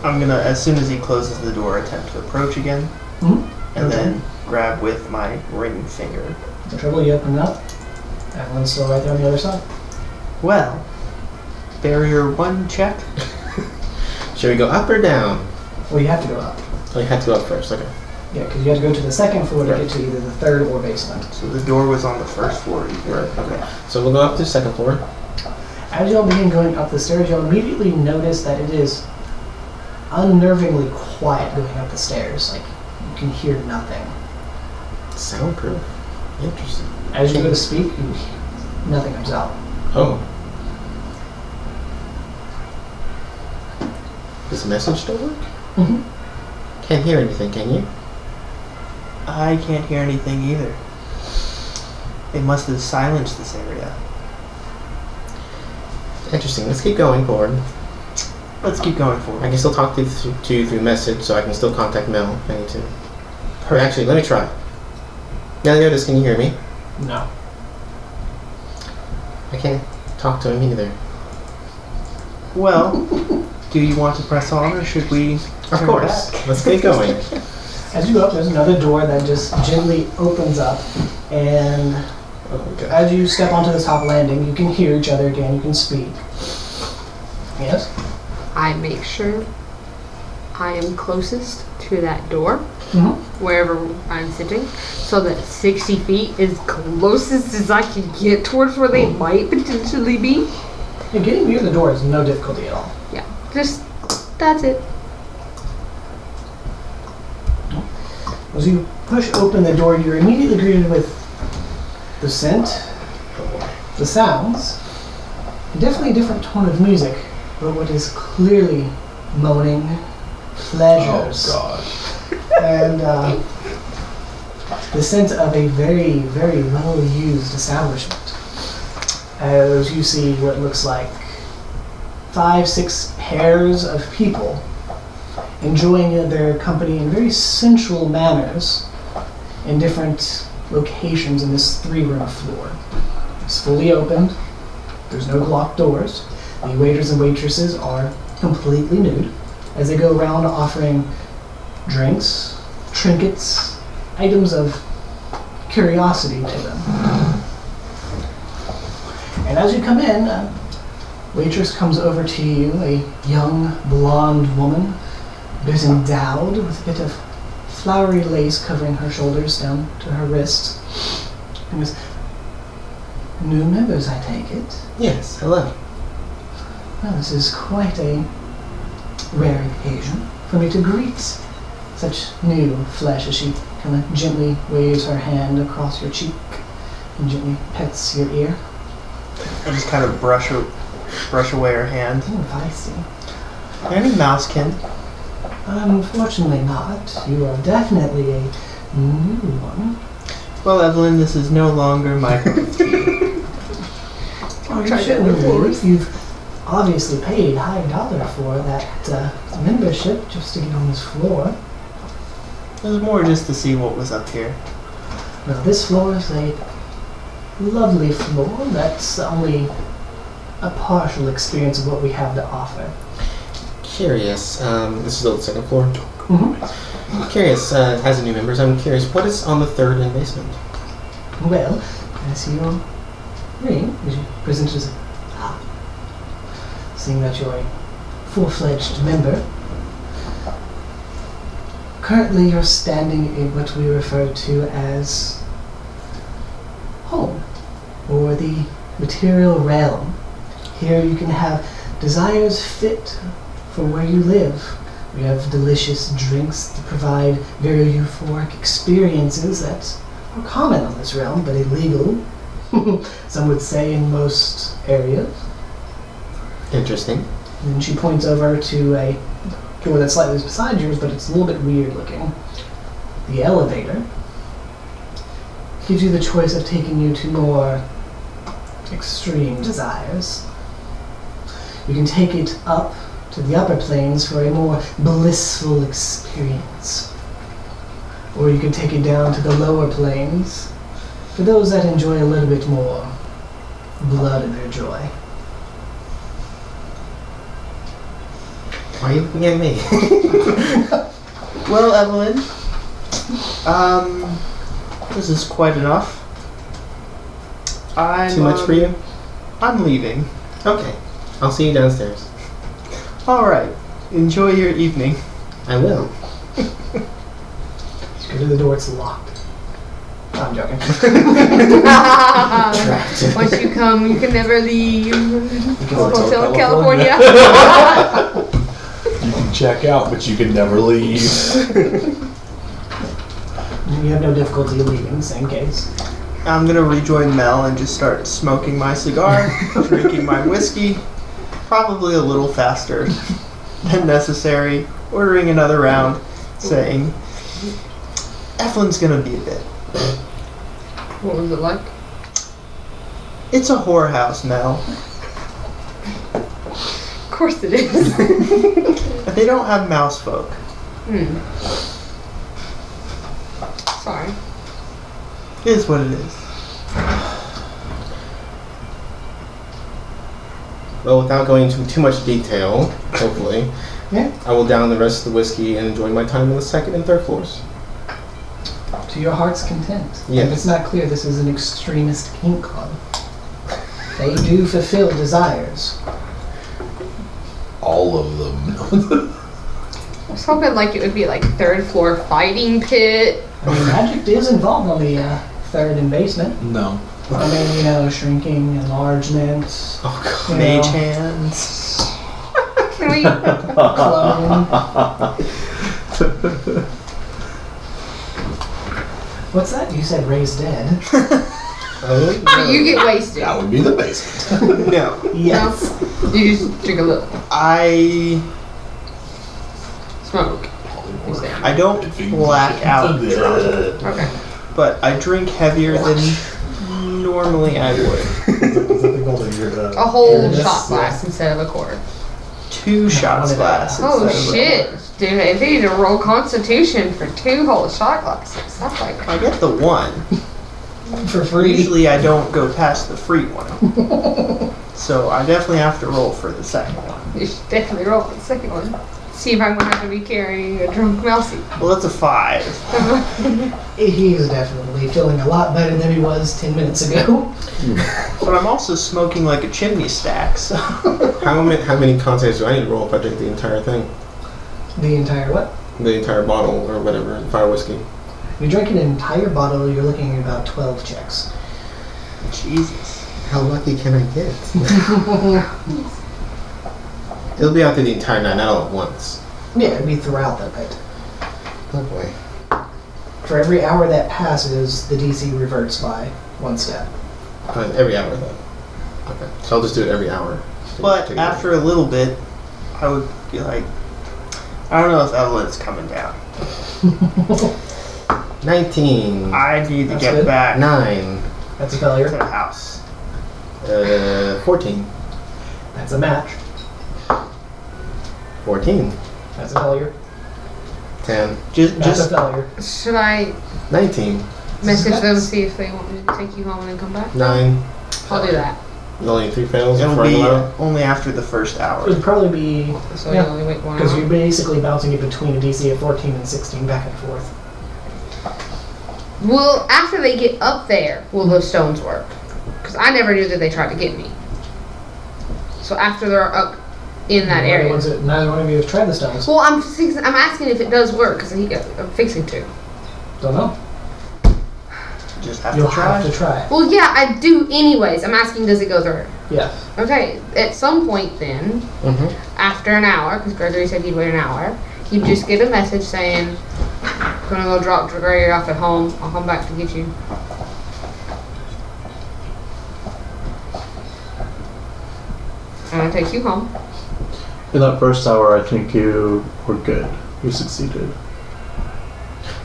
Speaker 7: I'm gonna, as soon as he closes the door, attempt to approach again,
Speaker 1: Mhm.
Speaker 7: and then grab with my ring finger.
Speaker 1: The trouble, you open it up. Everyone's still right there on the other side.
Speaker 7: Well, barrier one check.
Speaker 5: Should we go up or down?
Speaker 1: Well, you have to go up.
Speaker 5: Oh, you had to go up first. Okay.
Speaker 1: Yeah, because you have to go to the second floor to get to either the third or basement.
Speaker 7: So the door was on the first floor. you were- Okay.
Speaker 5: So we'll go up to the second floor.
Speaker 1: As y'all begin going up the stairs, y'all immediately notice that it is unnervingly quiet going up the stairs. Like, you can hear nothing.
Speaker 5: Soundproof. Interesting.
Speaker 1: As you go to speak, you, nothing comes out.
Speaker 5: Oh. Does the message still work?
Speaker 1: Mhm.
Speaker 5: Can't hear anything, can you?
Speaker 7: I can't hear anything either. They must have silenced this area.
Speaker 5: Interesting. Let's keep going forward.
Speaker 7: Let's keep going
Speaker 5: I
Speaker 7: forward.
Speaker 5: can still talk to, to you through message, so I can still contact Mel if I need to. Or actually, let me try. Meliodas, can you hear me?
Speaker 1: No.
Speaker 5: I can't talk to him either.
Speaker 7: Well, do you want to press on, or should we?
Speaker 5: Of
Speaker 7: turn
Speaker 5: course.
Speaker 7: back?
Speaker 5: Let's keep going.
Speaker 1: As you go up, there's another door that just gently opens up, and
Speaker 5: oh, God.
Speaker 1: as you step onto the top landing, you can hear each other again. You can speak. Yes.
Speaker 3: I make sure I am closest to that door,
Speaker 1: Mhm.
Speaker 3: wherever I'm sitting, so that 60 feet is closest as I can get towards where they might potentially be.
Speaker 1: Yeah, getting near the door is no difficulty at all.
Speaker 3: Yeah, just that's it.
Speaker 1: As you push open the door, you're immediately greeted with the scent, the sounds, and definitely a different tone of music, but what is clearly moaning pleasures.
Speaker 4: Oh
Speaker 1: and uh, the scent of a very, very well used establishment. As you see what looks like five, six pairs of people enjoying their company in very sensual manners in different locations in this three room floor. It's fully opened, there's no locked doors. The waiters and waitresses are completely nude as they go around offering drinks, trinkets, items of curiosity to them. And as you come in, a waitress comes over to you, a young blonde woman, a bit endowed with a bit of flowery lace covering her shoulders down to her wrists. And goes, New members, I take it.
Speaker 5: Yes, hello.
Speaker 1: Well, this is quite a rare occasion for me to greet such new flesh as she kind of gently waves her hand across your cheek and gently pets your ear.
Speaker 7: I just kind of brush a, brush away her hand.
Speaker 1: Oh, feisty.
Speaker 7: Are there any mousekin?
Speaker 1: Unfortunately Um, not. You are definitely a new one.
Speaker 7: Well, Evelyn, this is no longer my cup of tea.
Speaker 1: Oh, you shouldn't leave. You've obviously paid high dollar for that uh, membership just to get on this floor.
Speaker 7: It was more just to see what was up here.
Speaker 1: Well, this floor is a lovely floor. That's only a partial experience of what we have to offer.
Speaker 5: Curious. Um, this is the second floor.
Speaker 1: Mhm.
Speaker 5: Curious. Uh, as a new members, I'm curious. What is on the third and basement?
Speaker 1: Well, I see your ring, which you presented as a. Ah. Seeing that you're a full fledged member. Currently, you're standing in what we refer to as home, or the material realm. Here, you can have desires fit for where you live. We have delicious drinks that provide very euphoric experiences that are common on this realm, but illegal, some would say, in most areas.
Speaker 5: Interesting.
Speaker 1: And then she points over to a door that's slightly beside yours, but it's a little bit weird looking. The elevator gives you the choice of taking you to more extreme desires. You can take it up to the upper planes for a more blissful experience. Or you can take it down to the lower planes for those that enjoy a little bit more blood in their joy.
Speaker 5: Why are you looking at me?
Speaker 7: Well, Evelyn, um, this is quite enough. I'm,
Speaker 5: Too much for
Speaker 7: um,
Speaker 5: you?
Speaker 7: I'm leaving.
Speaker 5: Okay. I'll see you downstairs.
Speaker 7: All right. Enjoy your evening.
Speaker 5: I will.
Speaker 1: You go to the door, it's locked. I'm joking.
Speaker 3: Once you come, you can never leave. Hotel
Speaker 4: California.
Speaker 3: California.
Speaker 4: god. You can check out, but you can never leave.
Speaker 1: You have no difficulty leaving, same case.
Speaker 7: I'm gonna rejoin Mel and just start smoking my cigar, drinking my whiskey, probably a little faster than necessary, ordering another round, saying, Evelyn's gonna be a bit.
Speaker 3: what was it like?
Speaker 7: It's a whorehouse, Mel.
Speaker 3: Of course it is.
Speaker 7: But they don't have mouse folk.
Speaker 3: hmm. Sorry.
Speaker 7: It is what it is.
Speaker 5: Well, without going into too much detail, hopefully,
Speaker 1: Yeah.
Speaker 5: I will down the rest of the whiskey and enjoy my time on the second and third floors.
Speaker 1: To your heart's content.
Speaker 5: Yes.
Speaker 1: If it's not clear, this is an extremist kink club. They do fulfill desires.
Speaker 4: All of them.
Speaker 3: I was hoping like it would be like third floor fighting pit.
Speaker 1: I mean, magic is involved on the uh, third and basement.
Speaker 4: no.
Speaker 1: I mean, you know, shrinking, enlargement,
Speaker 5: Oh
Speaker 1: you
Speaker 7: Mage
Speaker 1: know,
Speaker 7: hands.
Speaker 3: Can we? I
Speaker 1: cloning. What's that? You said raised dead.
Speaker 5: god. Oh, no.
Speaker 3: you get wasted.
Speaker 4: That would be the basement.
Speaker 7: No.
Speaker 3: No? You just drink a little.
Speaker 7: I I don't black out,
Speaker 3: Okay.
Speaker 7: but I drink heavier than normally I would. Uh,
Speaker 3: A whole shot glass instead of a quarter.
Speaker 7: Two shots
Speaker 1: wanted
Speaker 7: glass.
Speaker 1: to
Speaker 7: instead
Speaker 3: Oh
Speaker 7: of a
Speaker 3: shit,
Speaker 7: quarter.
Speaker 3: dude! I need to roll Constitution for two whole shot glasses. That's like
Speaker 7: I get the one.
Speaker 1: For free.
Speaker 7: Usually I don't go past the free one. so I definitely have to roll for the second one.
Speaker 3: you should definitely roll the second one. See if I'm gonna have to be carrying a drunk mousey.
Speaker 7: Well, that's a five.
Speaker 1: He is definitely feeling a lot better than he was 10 minutes ago.
Speaker 7: But I'm also smoking like a chimney stack, so.
Speaker 5: How many, how many contacts do I need to roll if I drink the entire thing?
Speaker 1: The entire what?
Speaker 5: The entire bottle or whatever, fire whiskey.
Speaker 1: If you drink an entire bottle, you're looking at about 12 checks.
Speaker 7: Jesus.
Speaker 5: How lucky can I get? It'll be out there the entire night, not all at once.
Speaker 1: Yeah, it'd be throughout the night.
Speaker 5: Oh boy.
Speaker 1: For every hour that passes, the DC reverts by one step.
Speaker 5: Uh, every hour though. Okay. So I'll just do it every hour.
Speaker 7: But
Speaker 5: Take it
Speaker 7: after a little bit, I would be like, I don't know if Evelyn's coming down.
Speaker 5: every- 19.
Speaker 7: I need to
Speaker 1: That's
Speaker 7: get
Speaker 1: it.
Speaker 7: back
Speaker 5: 9.
Speaker 1: That's a
Speaker 7: to
Speaker 1: failure.
Speaker 7: the house.
Speaker 5: Uh, 14.
Speaker 1: That's a match.
Speaker 5: 14.
Speaker 1: That's a failure.
Speaker 5: 10.
Speaker 7: Just,
Speaker 1: That's
Speaker 7: just
Speaker 1: a failure.
Speaker 3: Should I
Speaker 5: 19.
Speaker 3: message them
Speaker 1: That's-
Speaker 3: see if they want me to take you home and then come back?
Speaker 5: 9.
Speaker 3: I'll do that.
Speaker 5: Only 3 fails.
Speaker 7: it'll
Speaker 5: for a
Speaker 7: be
Speaker 5: while.
Speaker 7: only after the first
Speaker 1: It would
Speaker 7: hour.
Speaker 1: probably be
Speaker 3: So
Speaker 1: Yeah.
Speaker 3: you only wait
Speaker 7: Mm-hmm.
Speaker 3: one
Speaker 1: because you're
Speaker 3: hour.
Speaker 1: basically bouncing it between a DC of 14 and 16 back and forth.
Speaker 3: Well, after they get up there, will those stones work? Because I never knew that they tried to get me. So after they're up in that
Speaker 1: Neither
Speaker 3: area.
Speaker 1: one's- neither one of you have tried the stones.
Speaker 3: Well, I'm fix- I'm asking if it does work because I'm fixing to.
Speaker 1: Don't know.
Speaker 7: Just have
Speaker 1: You'll
Speaker 7: to try.
Speaker 1: have to try.
Speaker 3: Well, yeah, I do. Anyways, I'm asking, does it go through?
Speaker 1: Yeah.
Speaker 3: Okay, at some point then,
Speaker 5: Mhm.
Speaker 3: after an hour, because Gregory said he'd wait an hour, he'd just get a message saying, "Gonna go drop Gregory off at home. I'll come back to get you." I'm gonna take you home.
Speaker 6: In that first hour, I think you were good. You succeeded.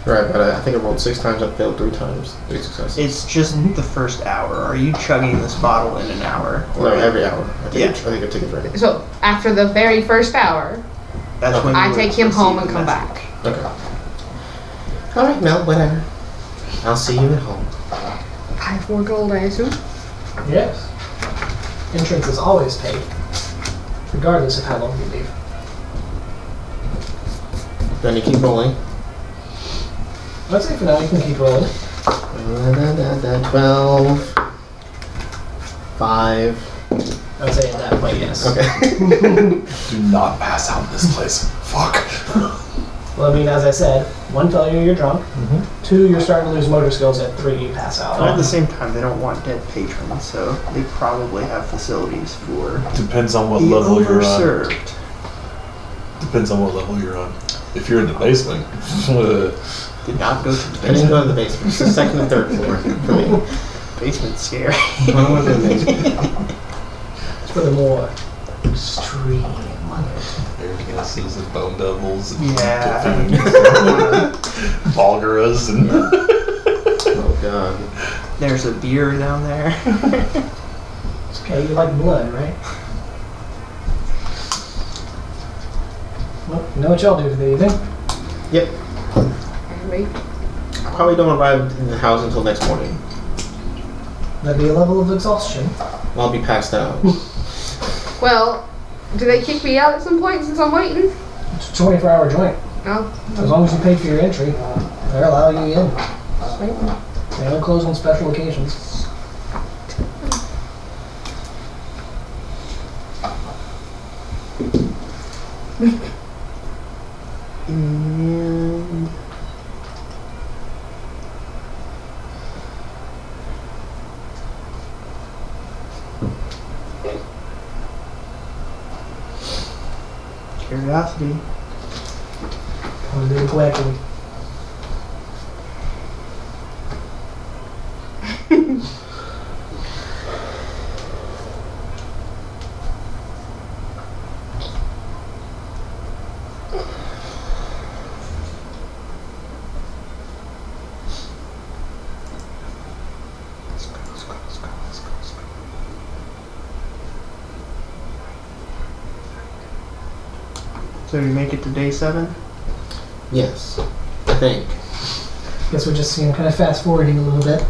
Speaker 5: Right, but I, I think I rolled 6 times. I failed 3 times. 3 successes.
Speaker 7: It's just
Speaker 1: Mhm.
Speaker 7: the first hour. Are you chugging this bottle in an hour?
Speaker 5: no, every hour. I think,
Speaker 7: Yeah.
Speaker 5: I think I took a drink.
Speaker 3: So after the very first hour,
Speaker 7: That's when
Speaker 3: I
Speaker 7: you
Speaker 3: take
Speaker 7: would
Speaker 3: him home and
Speaker 7: receive the
Speaker 3: come
Speaker 7: message.
Speaker 3: back.
Speaker 5: Okay. Alright, Mel, whatever. I'll see you at home.
Speaker 3: Five more gold, I assume.
Speaker 1: Yes. Entrance is always paid, regardless of how long you leave.
Speaker 5: Then you keep rolling.
Speaker 1: I'd say for now you can keep rolling.
Speaker 5: Da, da, da, da, 12. 5.
Speaker 1: I'd say at that point, yes.
Speaker 5: Okay.
Speaker 4: Do not pass out in this place. Fuck.
Speaker 1: Well, I mean, as I said, one failure, you're drunk. Two, you're starting to lose motor skills. At three, you pass out.
Speaker 7: But Mm-hmm. at the same time, they don't want dead patrons, so they probably have facilities for
Speaker 4: Depends on what
Speaker 7: the
Speaker 4: level you're on.
Speaker 7: overserved.
Speaker 4: Depends on what level you're on. If you're in the basement,
Speaker 7: Did not go to the
Speaker 5: I didn't
Speaker 7: basement.
Speaker 5: go to the basement. It's the second and third floor for me.
Speaker 7: Basement's scary.
Speaker 5: When I was in the basement.
Speaker 1: It's for the more extreme.
Speaker 4: everything else is the bone devils and
Speaker 7: Yeah.
Speaker 4: vulgaras and
Speaker 5: Oh, God.
Speaker 7: There's a beer down there.
Speaker 1: It's okay. You like blood, right? Well, you know what y'all do for the evening?
Speaker 5: Yep.
Speaker 3: Everybody.
Speaker 5: I probably don't arrive in the house until next morning.
Speaker 1: That'd be a level of exhaustion.
Speaker 5: I'll be passed out.
Speaker 3: Well, do they kick me out at some point since I'm waiting?
Speaker 1: It's a 24-hour joint.
Speaker 3: No.
Speaker 1: As long as you pay for your entry, they'll allow you in. They don't close on special occasions.
Speaker 7: And curiosity.
Speaker 1: Or they collecting.
Speaker 7: So you make it to day seven?
Speaker 5: Yes, I think.
Speaker 1: Guess we're just you know, kind of fast forwarding a little bit.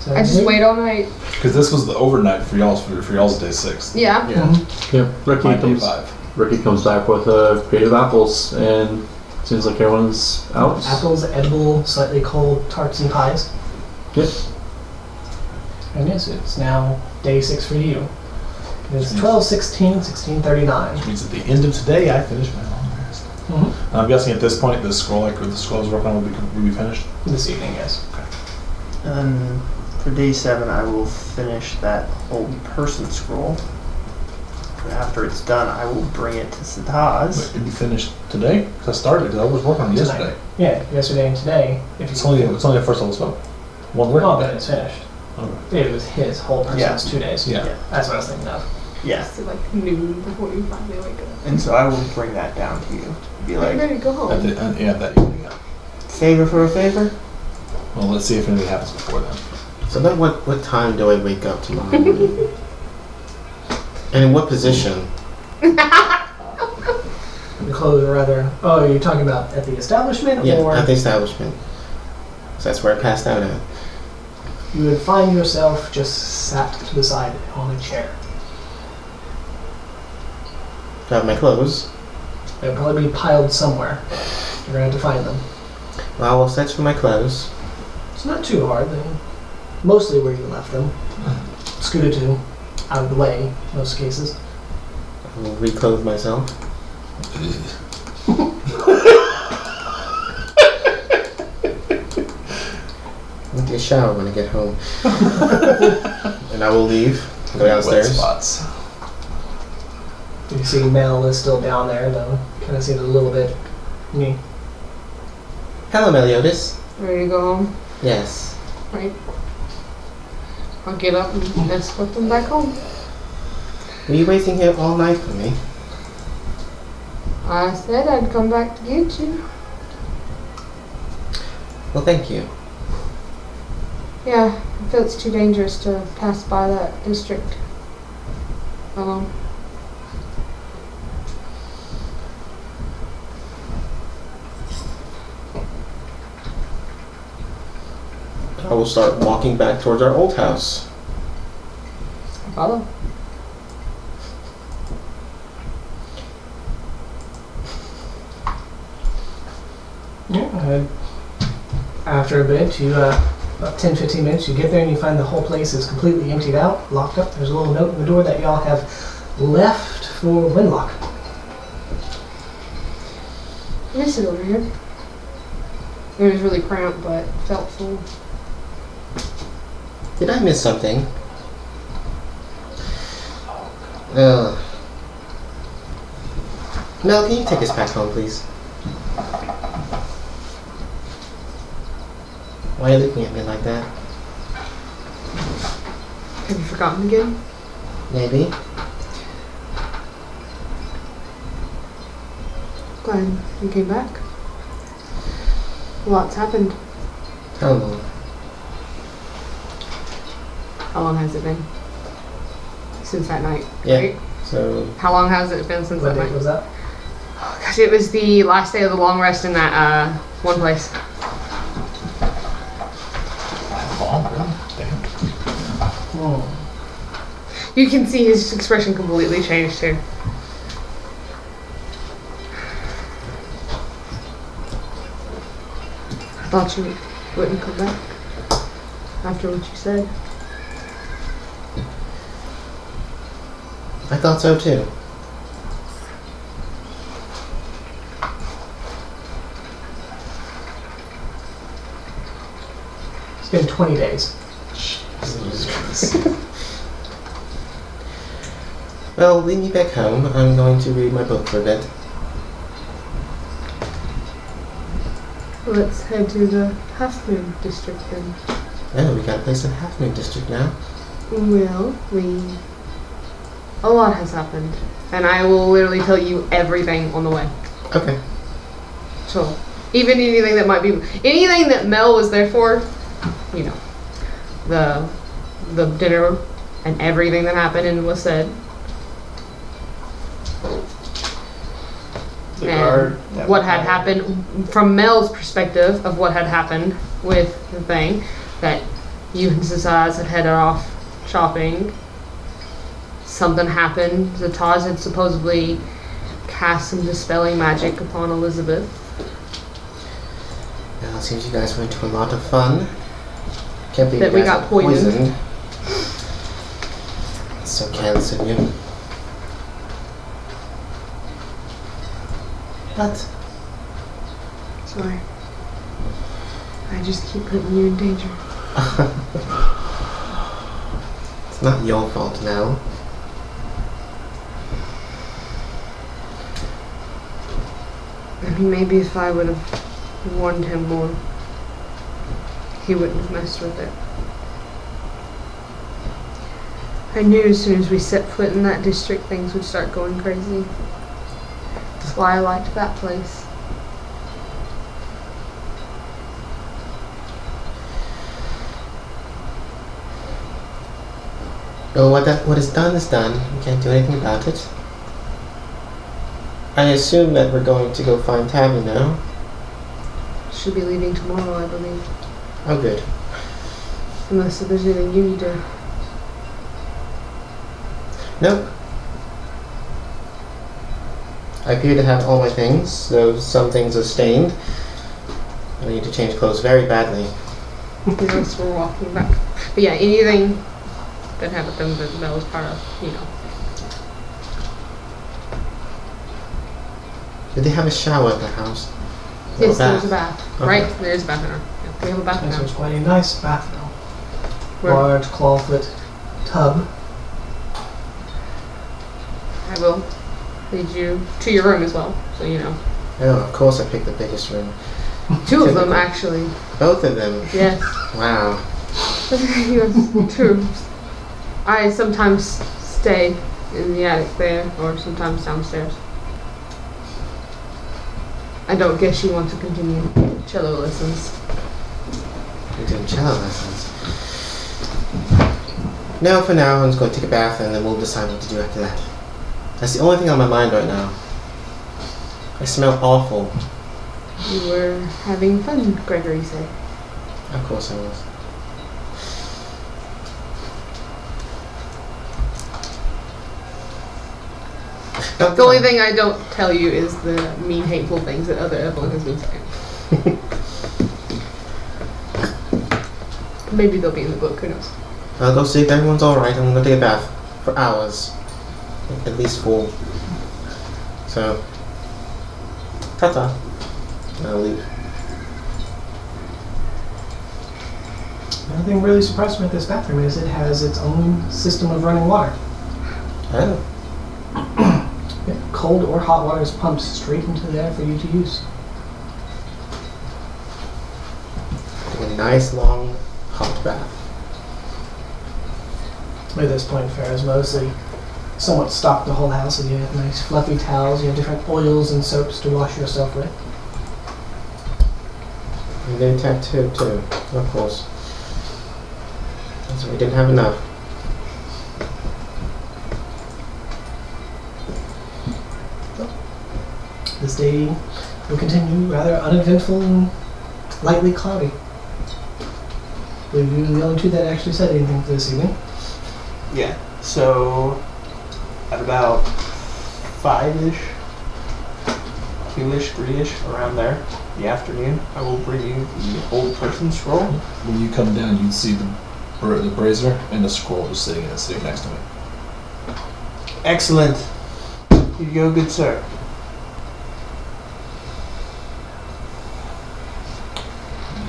Speaker 1: So
Speaker 3: I just wait all night.
Speaker 4: Because this was the overnight for y'all's for, for y'all's day six.
Speaker 3: Yeah.
Speaker 6: Yeah, Ricky
Speaker 4: My day
Speaker 6: comes.
Speaker 4: five.
Speaker 6: Ricky comes back with uh, creative apples, and seems like everyone's out.
Speaker 1: Apples, edible, slightly cold tarts and pies.
Speaker 6: Yep.
Speaker 1: And yes, it's now day six for you. It's 12, 16, 16, 39.
Speaker 4: Which means at the end of today, I finished my long rest.
Speaker 1: Mhm.
Speaker 4: And I'm guessing at this point, the scroll I the scroll I was working on will be, will be finished.
Speaker 1: This evening, yes.
Speaker 7: And Um, for day seven, I will finish that old person scroll. But after it's done, I will bring it to Sataz.
Speaker 4: But it'll be finished today because I started because I was working on it
Speaker 1: Tonight.
Speaker 4: yesterday.
Speaker 1: Yeah, yesterday and today. If
Speaker 4: It's only it's only the first level spell. One word.
Speaker 1: Oh, then it's finished.
Speaker 4: Okay.
Speaker 1: It was his whole person.
Speaker 7: Yeah.
Speaker 1: It's two days.
Speaker 4: Yeah.
Speaker 1: That's what I was thinking of.
Speaker 7: Yeah.
Speaker 3: It's like noon before you finally wake up.
Speaker 7: And so I will bring that down to you. Be
Speaker 3: I'm
Speaker 7: like,
Speaker 3: ready to go
Speaker 4: At
Speaker 3: home.
Speaker 4: the, and, yeah, that evening. yeah.
Speaker 7: favor for a favor?
Speaker 4: Well, let's see if anything happens before then.
Speaker 5: So about what, what time do I wake up tomorrow morning? and in what position?
Speaker 1: The clothes are rather. Oh, you're talking about at the establishment?
Speaker 5: Yeah,
Speaker 1: or
Speaker 5: at the establishment. So that's where I passed out at.
Speaker 1: you would find yourself just sat to the side on a chair.
Speaker 5: Do I have my clothes?
Speaker 1: They'd probably be piled somewhere. You're going to have to find them.
Speaker 5: Well, I will search for my clothes.
Speaker 1: It's not too hard. They mostly where you left them. Scooted to out of the way, most cases.
Speaker 5: I will reclothe myself. I'll get a shower when I get home. and I will leave. Go
Speaker 4: Wet
Speaker 5: downstairs.
Speaker 4: spots.
Speaker 1: You see Mel is still down there, though. Kind of seems a little bit. Me.
Speaker 5: Hello, Meliodas.
Speaker 3: Ready to go home.
Speaker 5: Yes.
Speaker 3: Right. I'll get up and escort them back home.
Speaker 5: Were you waiting here all night for me?
Speaker 3: I said I'd come back to get you.
Speaker 5: Well, thank you.
Speaker 3: Yeah, I feel it's too dangerous to pass by that district alone.
Speaker 5: I will start walking back towards our old house.
Speaker 3: Follow.
Speaker 1: Yeah. Uh, after a bit, you, uh, about 10 15 minutes, you get there and you find the whole place is completely emptied out, locked up. There's a little note in the door that y'all have left for Winlock.
Speaker 3: This is over here. It was really cramped, but felt full.
Speaker 5: Did I miss something? Ugh. Uh, Mel, can you take us back home, please? Why are you looking at me like that?
Speaker 3: Have you forgotten again?
Speaker 5: Maybe.
Speaker 3: Glad you came back. A lot's happened.
Speaker 5: How long?
Speaker 3: How long has it been? Since that night.
Speaker 5: Yeah.
Speaker 3: Right?
Speaker 5: So,
Speaker 3: How long has it been since
Speaker 1: What
Speaker 3: that
Speaker 1: date
Speaker 3: night?
Speaker 1: was that?
Speaker 3: Oh, gosh, it was the last day of the long rest in that uh, one place.
Speaker 4: Long run? Damn.
Speaker 1: Oh.
Speaker 3: You can see his expression completely changed too. I thought you wouldn't come back after what you said.
Speaker 5: I thought so too.
Speaker 1: It's been 20 days.
Speaker 5: Well, lead me back home. I'm going to read my book for a bit.
Speaker 3: Let's head to the Half Moon District then.
Speaker 5: Oh, we got a place in Half Moon District now.
Speaker 3: Well, we. A lot has happened. And I will literally tell you everything on the way.
Speaker 5: Okay.
Speaker 3: So, even anything that might be. Anything that Mel was there for, you know, the the dinner and everything that happened and was said.
Speaker 2: the
Speaker 3: And
Speaker 2: guard. that
Speaker 3: what
Speaker 2: we
Speaker 3: had happened from Mel's perspective of what had happened with the thing that you and Zataz had headed off shopping. Something happened. Zataz had supposedly cast some dispelling magic upon Elizabeth.
Speaker 5: Well, it seems you guys went to a lot of fun. Can't believe
Speaker 3: That
Speaker 5: you
Speaker 3: we
Speaker 5: guys
Speaker 3: got
Speaker 5: were
Speaker 3: poisoned.
Speaker 5: So careless of you. But
Speaker 3: Sorry. I just keep putting you in danger.
Speaker 5: it's not your fault now.
Speaker 3: I mean, maybe if I would have warned him more, he wouldn't have messed with it. I knew as soon as we set foot in that district, things would start going crazy. That's why I liked that place.
Speaker 5: Well, what, that, what is done is done. We can't do anything about it. I assume that we're going to go find Tabby now.
Speaker 3: Should be leaving tomorrow, I believe.
Speaker 5: Oh, good.
Speaker 3: Unless there's anything you need to.
Speaker 5: Nope. I appear to have all my things, though some things are stained. I need to change clothes very badly.
Speaker 3: Because we're walking back. But yeah, anything that happened that Mel was part of, you know.
Speaker 5: Did they have a shower at the house? Or
Speaker 3: Yes, there's a
Speaker 5: bath?
Speaker 3: bath.
Speaker 5: Okay.
Speaker 3: Right? There is a bath in our. yeah, We have a bath in
Speaker 1: Yes,
Speaker 3: our.
Speaker 1: it's quite a nice bathroom.
Speaker 3: Where-
Speaker 1: Large clawfoot tub.
Speaker 3: I will lead you to your room as well, so you know.
Speaker 5: Oh, of course I picked the biggest room.
Speaker 3: Two of them,
Speaker 5: Typical.
Speaker 3: actually.
Speaker 5: Both of them.
Speaker 3: Yes.
Speaker 5: Wow.
Speaker 3: you have two rooms. I sometimes stay in the attic there, or sometimes downstairs. I don't guess you want to continue cello lessons.
Speaker 5: We're doing cello lessons. No, for now, I'm just going to take a bath and then we'll decide what to do after that. That's the only thing on my mind right now. I smell awful.
Speaker 3: You were having fun, Gregory said.
Speaker 5: Of course I was.
Speaker 3: The only thing I don't tell you is the mean, hateful things that other Evelyn has been saying. Maybe they'll be in the book, who knows?
Speaker 5: I'll Uh, go see if everyone's alright. I'm gonna take a bath for hours. At least four. So. Ta ta. I'll leave.
Speaker 1: Another thing really surprised me at this bathroom is it has its own system of running water.
Speaker 5: Oh,
Speaker 1: Yeah, Cold or hot water is pumped straight into there for you to use.
Speaker 5: take a nice long hot bath.
Speaker 1: At this point, Farrah's mostly somewhat stocked the whole house, and you have nice fluffy towels, you have different oils and soaps to wash yourself with.
Speaker 5: And then tattoo too, of course. So we didn't have enough.
Speaker 1: This day will continue rather uneventful and lightly cloudy. Believe you were the only two that actually said anything for this evening.
Speaker 2: Yeah. So, at about five ish, two ish, three ish, around there, in the afternoon, I will bring you the old person scroll.
Speaker 4: When you come down, you see the, bra- the brazier and the scroll just sitting in it, sitting next to me.
Speaker 2: Excellent. Here you go, good sir.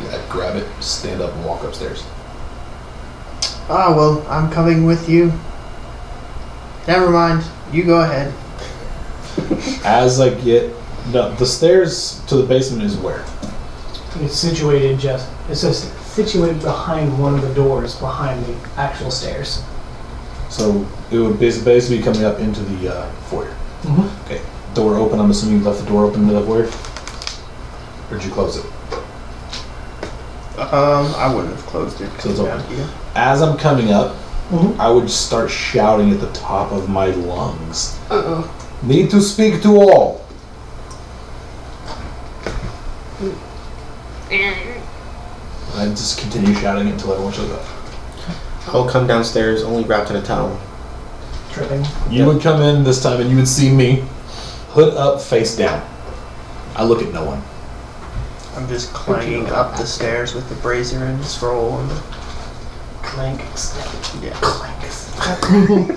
Speaker 4: Yeah, grab it, stand up, and walk upstairs.
Speaker 7: Ah, well, I'm coming with you. Never mind. You go ahead.
Speaker 4: As I get, no, the stairs to the basement is where?
Speaker 1: It's situated just, it's just situated behind one of the doors behind the actual stairs.
Speaker 4: So it would bas- basically be coming up into the uh, foyer.
Speaker 1: Mhm.
Speaker 4: Okay. Door open. I'm assuming you left the door open into the foyer, or did you close it?
Speaker 2: Um, I wouldn't have closed it.
Speaker 4: So it's open.
Speaker 2: Yeah.
Speaker 4: As I'm coming up,
Speaker 1: Mhm.
Speaker 4: I would start shouting at the top of my lungs.
Speaker 3: Uh oh.
Speaker 4: Need to speak to all. I just continue shouting until everyone shows up.
Speaker 5: I'll come downstairs only wrapped in a towel.
Speaker 1: Tripping.
Speaker 4: You would come in this time and you would see me, hood up, face down. I look at no one.
Speaker 7: I'm just clanging up the stairs with the brazier and the scroll and the
Speaker 1: Clank. snap,
Speaker 7: yeah.
Speaker 1: Clank.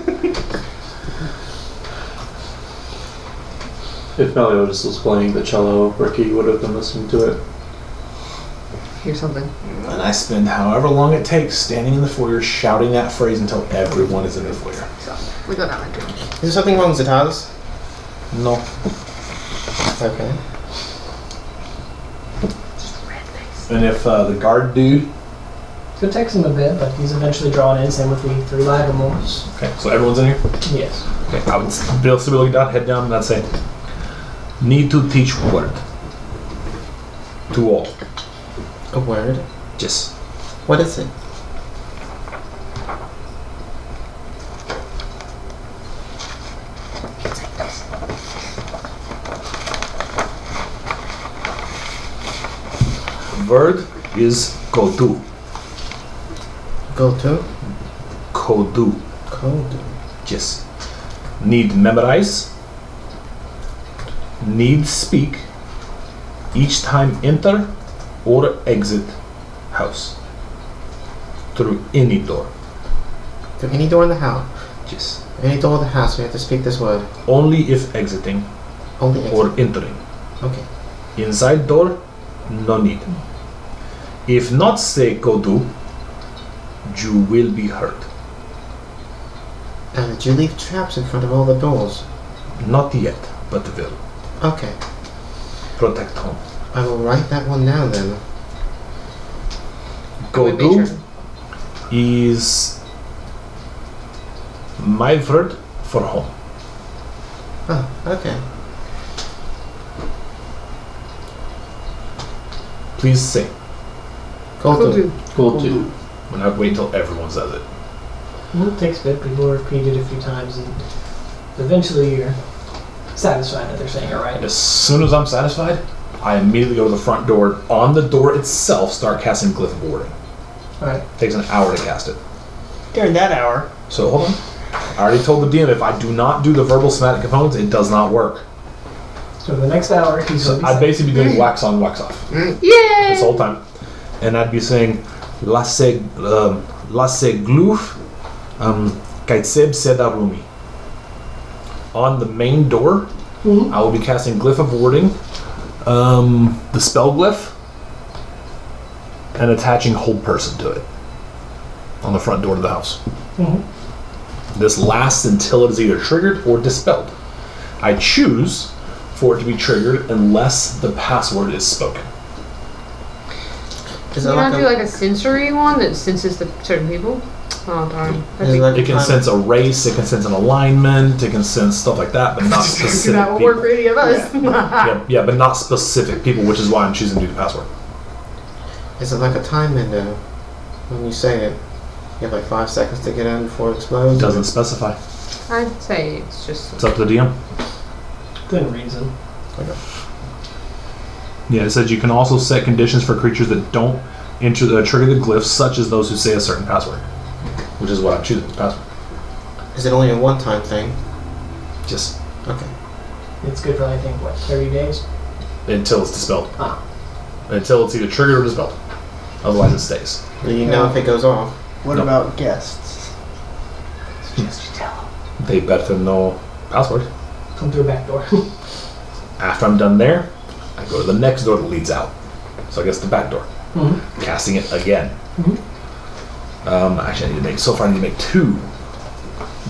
Speaker 6: If Meliodas was playing the cello, Ricky would have been listening to it.
Speaker 3: Here's something.
Speaker 4: And I spend however long it takes standing in the foyer shouting that phrase until everyone is in the foyer.
Speaker 3: So we go down that door.
Speaker 5: Is there something wrong with the tiles?
Speaker 4: No.
Speaker 5: Okay.
Speaker 3: Just red face.
Speaker 4: And if uh, the guard dude.
Speaker 1: It takes him a bit, but he's eventually drawn in, same with the three Lagomores.
Speaker 4: Okay, so everyone's in here?
Speaker 1: Yes.
Speaker 4: Okay, I would s- be still be looking down, head down, and I'd say, need to teach word to all.
Speaker 5: A word.
Speaker 4: Yes.
Speaker 5: What is it?
Speaker 4: Word is kodu.
Speaker 5: Go to?
Speaker 4: Kodu.
Speaker 5: Code.
Speaker 4: Yes. Need memorize. Need speak. Each time enter or exit house. Through any door.
Speaker 5: Through any door in the house.
Speaker 4: Yes.
Speaker 5: Any door in the house, we have to speak this word.
Speaker 4: Only if exiting
Speaker 5: Only exit.
Speaker 4: or entering.
Speaker 5: Okay.
Speaker 4: Inside door, no need. If not say kodu, you will be hurt.
Speaker 5: And did you leave traps in front of all the doors?
Speaker 4: Not yet, but will.
Speaker 5: Okay.
Speaker 4: Protect home.
Speaker 5: I will write that one down then.
Speaker 3: We made
Speaker 4: Kodu
Speaker 3: sure.
Speaker 4: is my word for home.
Speaker 5: Oh, okay.
Speaker 4: Please say.
Speaker 5: Go to.
Speaker 6: Cool too.
Speaker 4: And I'd wait until everyone says it.
Speaker 1: Well, it takes a bit. People repeat it a few times, and eventually you're satisfied that they're saying it right.
Speaker 4: As soon as I'm satisfied, I immediately go to the front door. On the door itself, start casting Glyph of Warding.
Speaker 1: Alright.
Speaker 4: Takes an hour to cast it.
Speaker 7: During that hour,
Speaker 4: So hold on. I already told the DM if I do not do the verbal somatic components, it does not work.
Speaker 1: So the next hour, he's
Speaker 4: So
Speaker 1: gonna be
Speaker 4: I'd
Speaker 1: saying-
Speaker 4: basically be doing wax on, wax off this
Speaker 3: Yay!
Speaker 4: whole time, and I'd be saying lasse um, lasse gluf um, kaitseb sedarumi. On the main door,
Speaker 1: Mhm.
Speaker 4: I will be casting glyph of warding, um, the spell glyph, and attaching hold person to it on the front door to the house.
Speaker 1: Mhm.
Speaker 4: This lasts until it is either triggered or dispelled. I choose for it to be triggered unless the password is spoken.
Speaker 5: Is
Speaker 3: You
Speaker 5: it
Speaker 3: don't
Speaker 5: like
Speaker 3: do
Speaker 5: a,
Speaker 3: like a sensory one that senses the certain people. Oh darn.
Speaker 5: is
Speaker 3: That'd
Speaker 5: it like
Speaker 4: It can
Speaker 5: a
Speaker 4: sense a race, it can sense an alignment, it can sense stuff like that, but not
Speaker 3: be,
Speaker 4: specific
Speaker 3: that would
Speaker 4: people.
Speaker 3: work for any of us.
Speaker 4: Yeah, yeah, but not specific people, which is why I'm choosing to do the password.
Speaker 5: Is it like a time window? When you say it, you have like five seconds to get in before it explodes.
Speaker 4: It doesn't specify.
Speaker 3: I'd say it's just
Speaker 4: It's up to the DM.
Speaker 1: Within reason.
Speaker 4: Yeah, it says you can also set conditions for creatures that don't enter the trigger the glyphs, such as those who say a certain password, which is what I'm choosing the password.
Speaker 5: Is it only a one-time thing?
Speaker 4: Just
Speaker 5: Okay.
Speaker 1: It's good for I think what thirty days.
Speaker 4: until it's dispelled.
Speaker 1: Ah.
Speaker 4: Until it's either triggered or dispelled. Otherwise, it stays.
Speaker 5: Do you know if it goes off?
Speaker 7: what
Speaker 4: No.
Speaker 7: about guests?
Speaker 4: They better know password.
Speaker 1: Come through back door.
Speaker 4: After I'm done there, I go to the next door that leads out. So I guess the back door.
Speaker 1: Mhm.
Speaker 4: Casting it again.
Speaker 1: Mhm.
Speaker 4: Um, actually, I need to make so far. I need to make two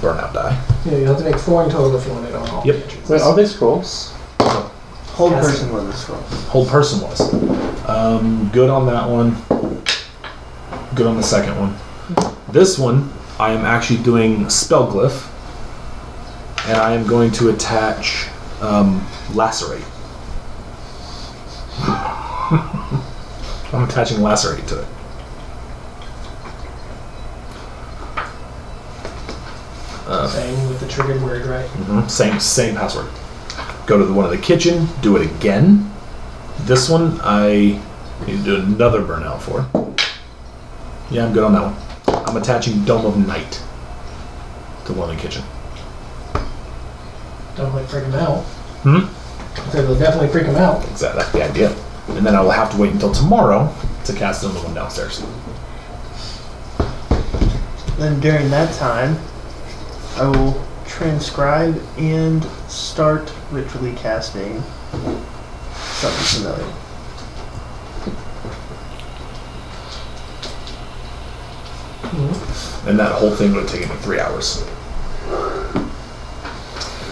Speaker 4: burnout die.
Speaker 1: yeah, you have to make four in total if you want it on all.
Speaker 4: Yep.
Speaker 6: Wait, are they scrolls?
Speaker 7: Whole
Speaker 1: Yes.
Speaker 7: person was a scroll.
Speaker 4: Whole person was. Um, good on that one. Good on the second one. This one, I am actually doing spell glyph, and I am going to attach um, lacerate. I'm attaching lacerate to it.
Speaker 1: Saying with the triggered word right.
Speaker 4: Mm-hmm. Mhm, Same same password. Go to the one in the kitchen. Do it again. This one I need to do another burnout for. Yeah, I'm good on that one. I'm attaching Dome of Night to one in the kitchen.
Speaker 1: Definitely freak him out.
Speaker 4: Hmm?
Speaker 1: So they'll definitely freak him out.
Speaker 4: Exactly, that's the idea. And then I will have to wait until tomorrow to cast it on the one downstairs.
Speaker 7: Then during that time, I will transcribe and start ritually casting something familiar.
Speaker 4: And that whole thing would have taken me three hours.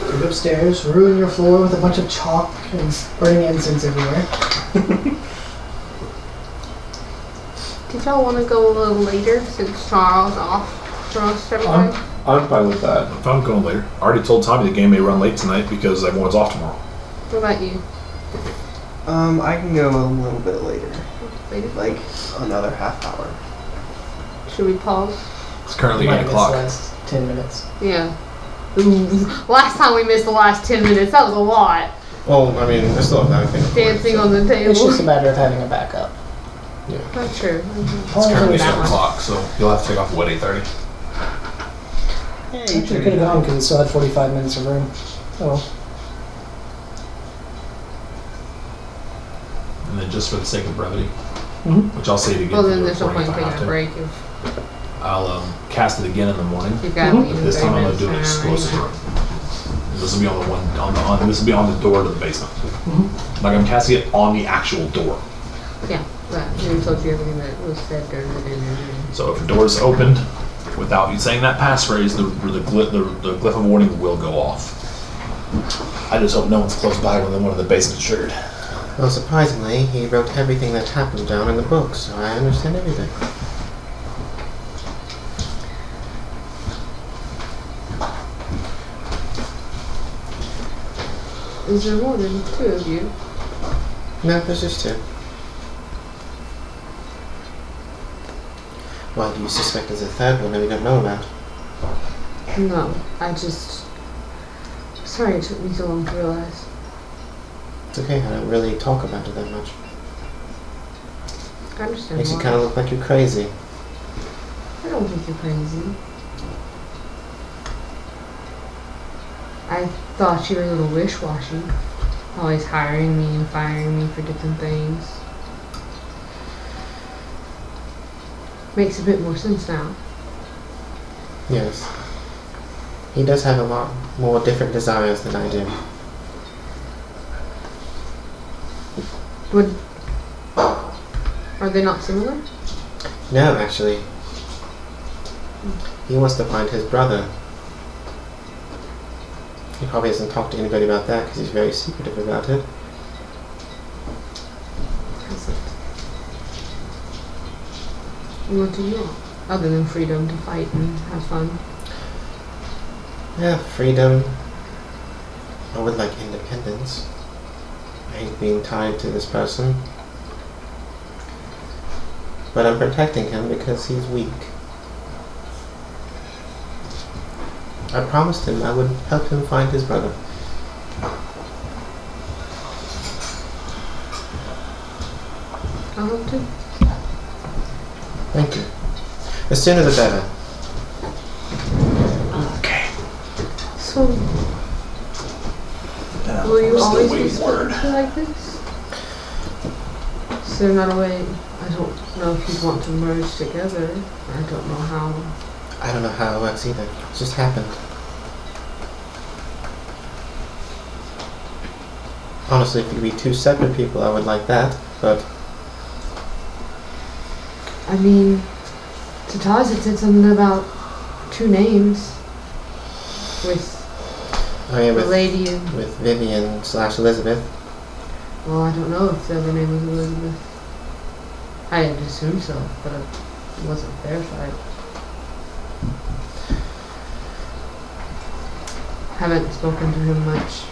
Speaker 1: Go upstairs, ruin your floor with a bunch of chalk and burning incense everywhere.
Speaker 3: Did y'all want to go a little later since Charles off for most everything?
Speaker 6: I'm, I'm fine with that.
Speaker 4: If I'm going later, I already told Tommy the game may run late tonight because everyone's off tomorrow.
Speaker 3: what about you?
Speaker 7: Um, I can go a little bit later,
Speaker 3: Later?
Speaker 7: like another half hour.
Speaker 3: Should we pause?
Speaker 4: It's currently
Speaker 1: Might
Speaker 4: eight
Speaker 1: have
Speaker 4: o'clock.
Speaker 1: missed the last ten minutes.
Speaker 3: Yeah. Ooh, last time we missed the last 10 minutes, that was a lot.
Speaker 5: Well, I mean, I still have that thing.
Speaker 3: Dancing on the table.
Speaker 1: It's just a matter of having a backup.
Speaker 3: Not true.
Speaker 1: Only
Speaker 8: Currently
Speaker 1: that
Speaker 8: seven
Speaker 1: one.
Speaker 8: o'clock, so you'll have to take off what eight thirty.
Speaker 1: Actually, could have gone because it still had 45 minutes of room. Oh,
Speaker 8: And then just for the sake of brevity,
Speaker 1: Mhm.
Speaker 8: which I'll save again.
Speaker 3: Well,
Speaker 8: for
Speaker 3: then
Speaker 8: the
Speaker 3: there's no
Speaker 8: recording
Speaker 3: point in
Speaker 8: if I
Speaker 3: taking
Speaker 8: have to.
Speaker 3: a break if
Speaker 8: I'll um, cast it again in the morning.
Speaker 3: you've got to
Speaker 4: Mm-hmm.
Speaker 3: leave. in
Speaker 8: This time I'm gonna
Speaker 3: thirty
Speaker 8: do an
Speaker 3: minutes, an hour
Speaker 8: explosive.
Speaker 3: anyway.
Speaker 8: room. And This will be on the one on the on, this will be on the door to the basement. Like I'm casting it on the actual door.
Speaker 3: Yeah, but we told you everything that was said during the dinner.
Speaker 4: So if the door is opened without you saying that passphrase, the the, glyph, the the glyph of warning will go off. I just hope no one's close by when the one in the basement's triggered.
Speaker 5: Well, surprisingly, he wrote everything that happened down in the book, so I understand everything.
Speaker 3: Is there more than two of you?
Speaker 5: No, there's just two. Why do you suspect there's a third one that we don't know about?
Speaker 3: No, I just. Sorry it took me so long to realize.
Speaker 5: It's okay, I don't really talk about it that much.
Speaker 3: I understand.
Speaker 5: Makes you
Speaker 3: why.
Speaker 5: kind of look like you're crazy.
Speaker 3: I don't think you're crazy. I thought you were a little wish-washy, always hiring me and firing me for different things. Makes a bit more sense now.
Speaker 5: Yes. He does have a lot more different desires than I do.
Speaker 3: Would are they not similar?
Speaker 5: No, actually. He wants to find his brother. He probably hasn't talked to anybody about that because he's very secretive about it.
Speaker 3: What do you want? Other than freedom to fight and have fun.
Speaker 5: Yeah, freedom. I would like independence. I hate being tied to this person. But I'm protecting him because he's weak. I promised him I would help him find his brother.
Speaker 3: I hope to.
Speaker 5: Thank you. The sooner the better.
Speaker 3: So, will you always be structured like this? So not a way. I don't know if you want to merge together. I don't know how.
Speaker 5: I don't know how it works either. It just happened. Honestly, if it could be two separate people, I would like that. But
Speaker 3: I mean, Tataz had said something about two names with
Speaker 5: I mean,
Speaker 3: the
Speaker 5: with,
Speaker 3: lady and.
Speaker 5: with Vivian slash Elizabeth,
Speaker 3: Well, I don't know if the other name was Elizabeth. I had assumed so, but I wasn't verified. Haven't spoken to him much.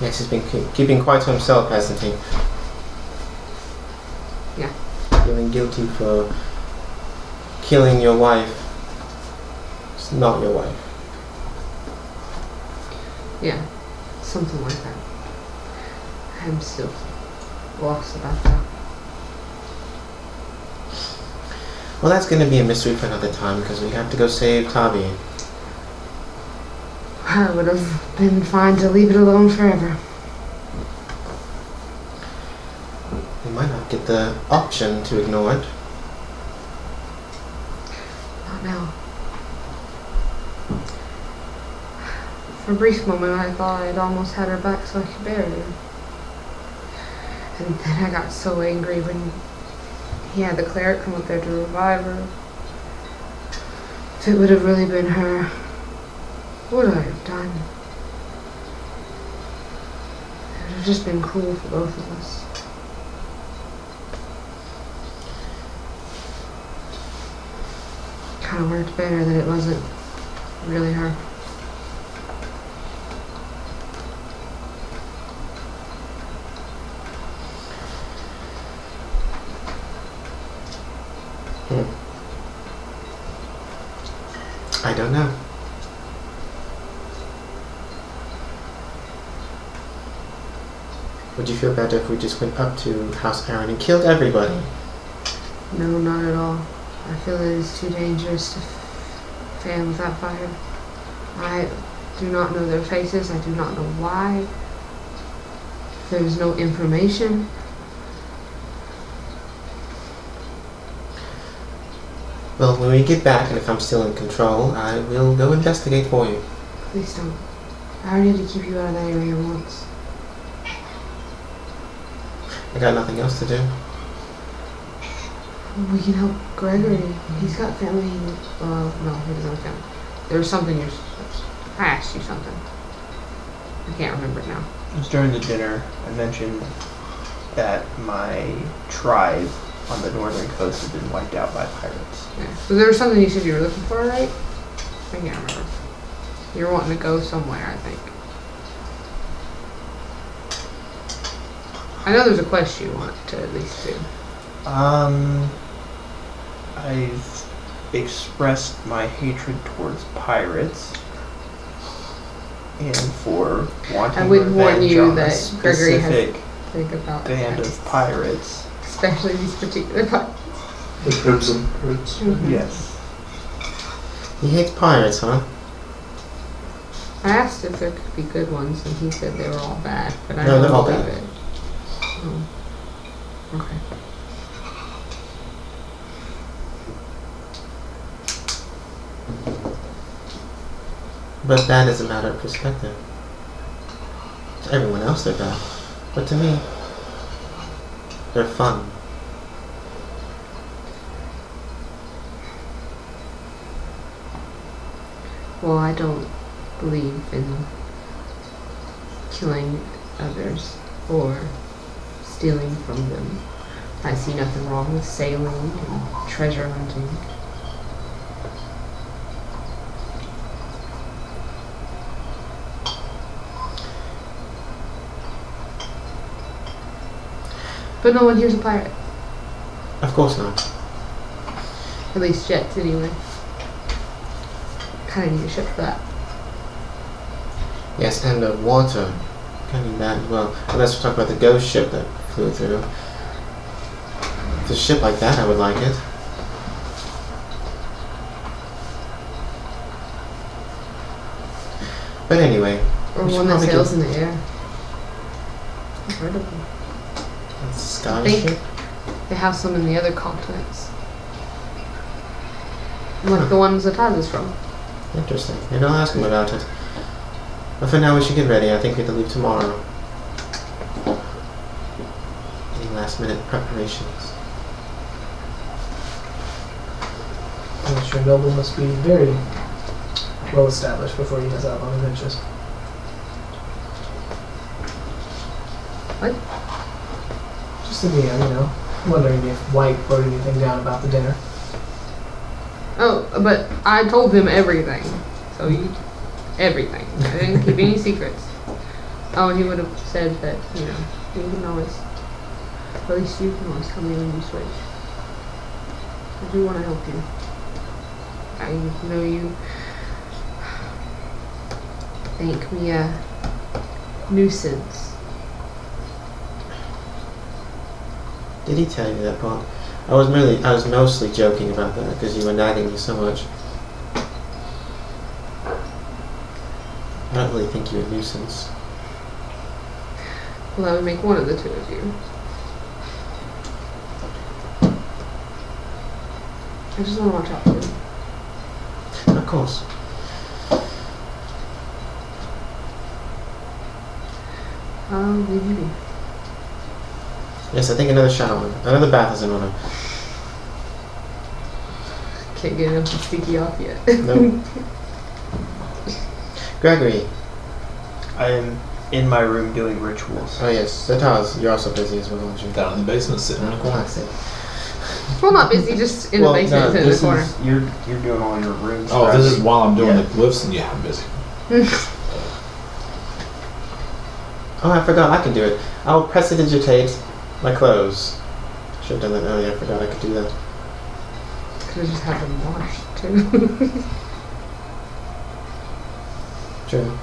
Speaker 5: yes, he's been keep, keeping quiet to himself, hasn't he?
Speaker 3: Yeah.
Speaker 5: Feeling guilty for killing your wife. It's not your wife.
Speaker 3: Yeah, something like that. I'm still bluffs about that.
Speaker 5: Well, that's going to be a mystery for another time because we have to go save Tavi.
Speaker 3: I would have been fine to leave it alone forever.
Speaker 5: We might not get the option to ignore it.
Speaker 3: Not now. Oh, For a brief moment, I thought I'd almost had her back so I could bury her. And then I got so angry when he had the cleric come up there to revive her. If it would have really been her, what would I have done? It would have just been cruel for both of us. Kind of worked better that it wasn't really her.
Speaker 5: I don't know. Would you feel better if we just went up to House Aaron and killed everybody?
Speaker 3: No, not at all. I feel it is too dangerous to fan without fire. I do not know their faces. I do not know why. There is no information.
Speaker 5: Well, when we get back and if I'm still in control, I will go investigate for you.
Speaker 3: Please don't. I already had to keep you out of that area once.
Speaker 5: I got nothing else to do.
Speaker 3: We can help Gregory. He's got family. in- Well, no, he doesn't have family. There was something you. I asked you something. I can't remember it now.
Speaker 2: It was during the dinner. I mentioned that my tribe on the northern coast had been wiped out by pirates.
Speaker 3: Yeah. So there was something you said you were looking for, right? I can't remember. You're wanting to go somewhere, I think. I know there's a quest you want to at least do.
Speaker 2: Um, I've expressed my hatred towards pirates and for wanting
Speaker 3: I would warn
Speaker 2: revenge
Speaker 3: you
Speaker 2: on a
Speaker 3: that Gregory has-
Speaker 2: specific
Speaker 3: Think about
Speaker 2: band
Speaker 3: that.
Speaker 2: of pirates.
Speaker 3: Especially these particular Mm-hmm. parts.
Speaker 6: The Crimson Prince.
Speaker 2: Yes.
Speaker 5: He hates pirates, huh?
Speaker 3: I asked if there could be good ones, and he said they were all bad, but I
Speaker 5: No,
Speaker 3: don't
Speaker 5: they're all
Speaker 3: believe
Speaker 5: bad.
Speaker 3: it. Oh. Okay.
Speaker 5: But that is a matter of perspective. To everyone else, they're bad. But to me, they're fun.
Speaker 3: Well, I don't believe in killing others or stealing from them. I see nothing wrong with sailing and treasure hunting. But no one here's a pirate.
Speaker 5: Of course not.
Speaker 3: At least jets, anyway. Kind of need a ship for that.
Speaker 5: Yes, and the water. Coming back as well. Unless we talk about the ghost ship that flew through. If The ship like that, I would like it. But anyway,
Speaker 3: Or
Speaker 5: We should
Speaker 3: one that
Speaker 5: probably
Speaker 3: sails
Speaker 5: do-
Speaker 3: in the air. Incredible.
Speaker 5: that's sky
Speaker 3: Think-
Speaker 5: ship.
Speaker 3: They have some in the other continents. Like the ones that Taz is from.
Speaker 5: Interesting. Maybe I'll ask him about it. But for now, we should get ready. I think we have to leave tomorrow. Any last minute preparations?
Speaker 1: Well, your noble must be very well established before he goes out on adventures.
Speaker 3: What?
Speaker 1: Just a DM, you know, wondering if White wrote anything down about the dinner.
Speaker 3: Oh, but I told them everything. So you. Everything. I didn't keep any secrets. Oh, and he would have said that, you know, you can always. At least you can always tell me when you switch. I do want to help you. I know you. Think me a nuisance.
Speaker 5: Did he tell you that, Paul? I was merely, I was mostly joking about that because you were nagging me so much. I don't really think you're a nuisance.
Speaker 3: Well, that would make one of the two of you. I just want to watch out for him.
Speaker 5: Of course.
Speaker 3: I'll leave you be.
Speaker 5: Yes, I think another shower, another bath is in order.
Speaker 3: Can't get enough to sticky off yet.
Speaker 5: No. Gregory.
Speaker 7: I am in my room doing rituals.
Speaker 5: Oh yes, Zataz, you're also busy as well, aren't you?
Speaker 8: Down in the basement, sitting in a corner.
Speaker 5: Classic.
Speaker 3: well, not busy, just in
Speaker 5: Well,
Speaker 3: the basement,
Speaker 5: no,
Speaker 3: sitting in the
Speaker 7: This
Speaker 3: corner.
Speaker 7: is you're you're doing all your rooms.
Speaker 8: Oh, this is while I'm doing
Speaker 5: Yeah.
Speaker 8: the glyphs, and yeah, I'm busy.
Speaker 5: Oh, I forgot I can do it. I'll prestidigitate my clothes. Should have done that earlier. I forgot I could do that.
Speaker 3: Could have just had them washed, too.
Speaker 5: True.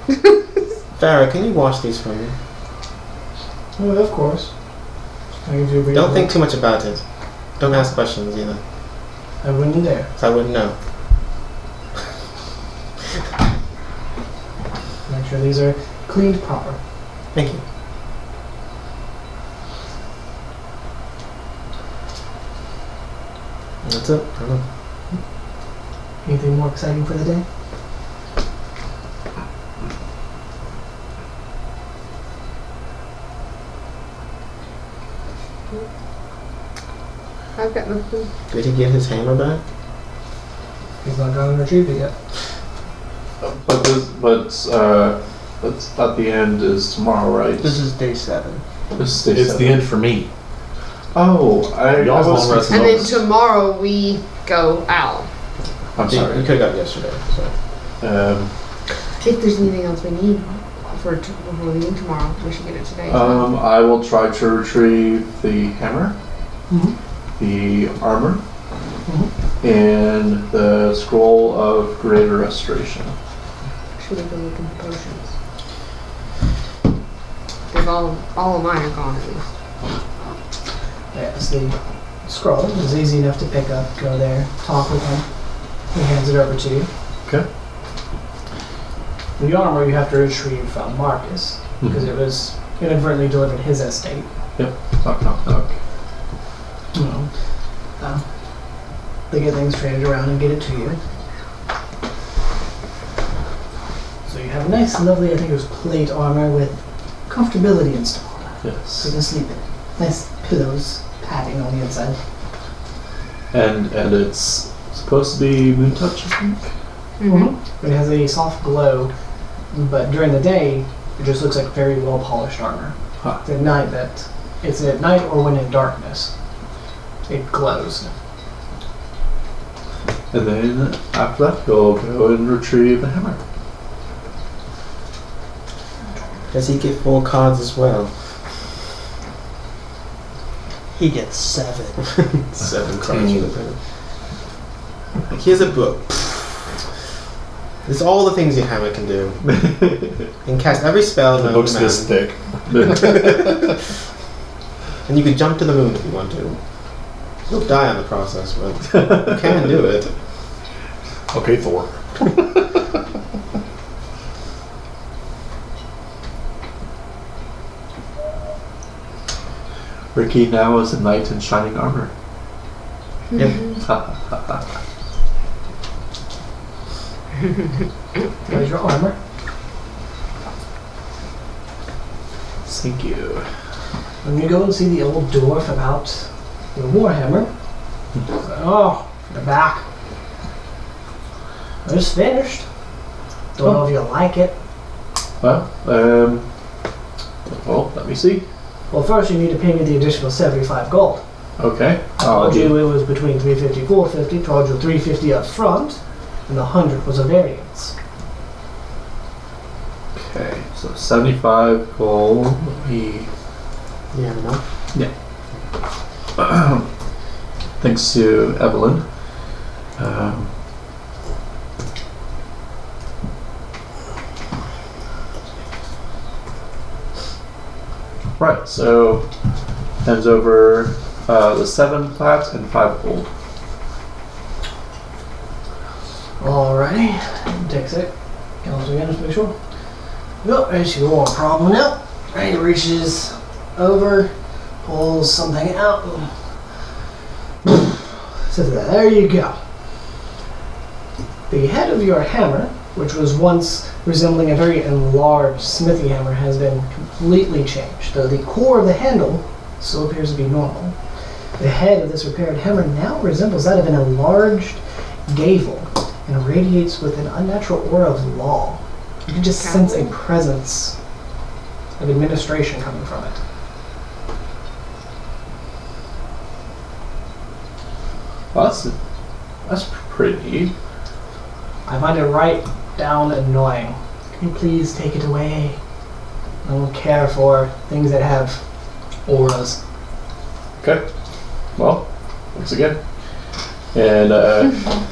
Speaker 5: Farah, can you wash these for me?
Speaker 1: Well, of course. I can do
Speaker 5: Don't think too much about it. Don't ask questions either,
Speaker 1: I wouldn't dare.
Speaker 5: 'cause I wouldn't know.
Speaker 1: Make sure these are cleaned proper.
Speaker 5: Thank you. That's it. I don't know.
Speaker 1: Anything more exciting for the day?
Speaker 3: I've got nothing.
Speaker 5: Did he get his hammer back?
Speaker 1: He's not gone and retrieved it yet.
Speaker 6: But this, but uh, it's at the end is tomorrow, right?
Speaker 7: This is day seven.
Speaker 6: This is day
Speaker 4: It's the
Speaker 6: seven.
Speaker 4: end for me.
Speaker 6: Oh, I, I
Speaker 4: Y'all's
Speaker 6: was
Speaker 4: long rest is
Speaker 3: And then
Speaker 4: over.
Speaker 3: tomorrow we go out.
Speaker 6: I'm
Speaker 5: You-
Speaker 6: sorry.
Speaker 5: You could have got it yesterday. So.
Speaker 6: Um,
Speaker 3: If there's anything else we need for t- before the end tomorrow, we should get it today.
Speaker 6: um, I will try to retrieve the hammer,
Speaker 1: Mhm.
Speaker 6: the armor, Mm-hmm. and the scroll of greater restoration.
Speaker 3: Should we go looking for potions? They've all, all of mine are gone at least.
Speaker 1: Yes, the scroll is easy enough to pick up. Go there, talk with him. He hands it over to you.
Speaker 6: Okay.
Speaker 1: The armor you have to retrieve from Marcus
Speaker 6: Hmm.
Speaker 1: because it was inadvertently delivered to his estate.
Speaker 6: Knock, knock, knock.
Speaker 1: You
Speaker 6: Hmm.
Speaker 1: know, uh, they get things traded around and get it to you. So you have nice, lovely, I think it was plate armor with comfortability installed. So you
Speaker 6: Yes.
Speaker 1: can sleep in. Nice pillows, padding on the inside.
Speaker 6: And and it's supposed to be moon touch, I think.
Speaker 3: Mm-hmm.
Speaker 1: It has a soft glow, but during the day, it just looks like very well polished armor.
Speaker 6: Huh.
Speaker 1: It's at night that it's at night or when in darkness, it glows.
Speaker 6: And then after that, you'll go and retrieve the hammer.
Speaker 5: Does he get four cards as well?
Speaker 7: He gets seven.
Speaker 5: Seven cards. Here's a book. This is all the things your hammer can do. and cast every spell
Speaker 4: The
Speaker 5: known
Speaker 4: book's
Speaker 5: to man.
Speaker 4: this thick.
Speaker 5: And you can jump to the moon if you want to. You'll die in the process, but you can do it.
Speaker 4: Okay, Thor.
Speaker 6: Ricky now is a knight in shining armor.
Speaker 5: Yep.
Speaker 1: There's your armor.
Speaker 6: Thank you.
Speaker 1: When you go and see the old dwarf about the warhammer, oh, the back. It's finished. Don't know if you like it.
Speaker 6: Well, um, well, let me see.
Speaker 1: Well, first you need to pay me the additional seventy-five gold.
Speaker 6: Okay.
Speaker 1: I told you it was between 350 450, told you 350 up front, and the 100 was a variance.
Speaker 6: Okay, so 75 gold. Let me-
Speaker 5: You have enough?
Speaker 6: Thanks to Evelyn. Um, right, so hands over uh, the seven plats and five gold.
Speaker 1: Alrighty, takes it. Comes again just to make sure. Well, there's your problem now. And he reaches over, pulls something out. Says that. There you go. The head of your hammer, which was once resembling a very enlarged smithy hammer, has been completely changed. Though the core of the handle still appears to be normal, the head of this repaired hammer now resembles that of an enlarged gavel and radiates with an unnatural aura of law. You can just sense a presence of administration coming from it.
Speaker 6: Well, that's that's pretty.
Speaker 1: I find it right down annoying. Can you please take it away? I don't care for things that have auras.
Speaker 6: Okay. Well, once again, and uh,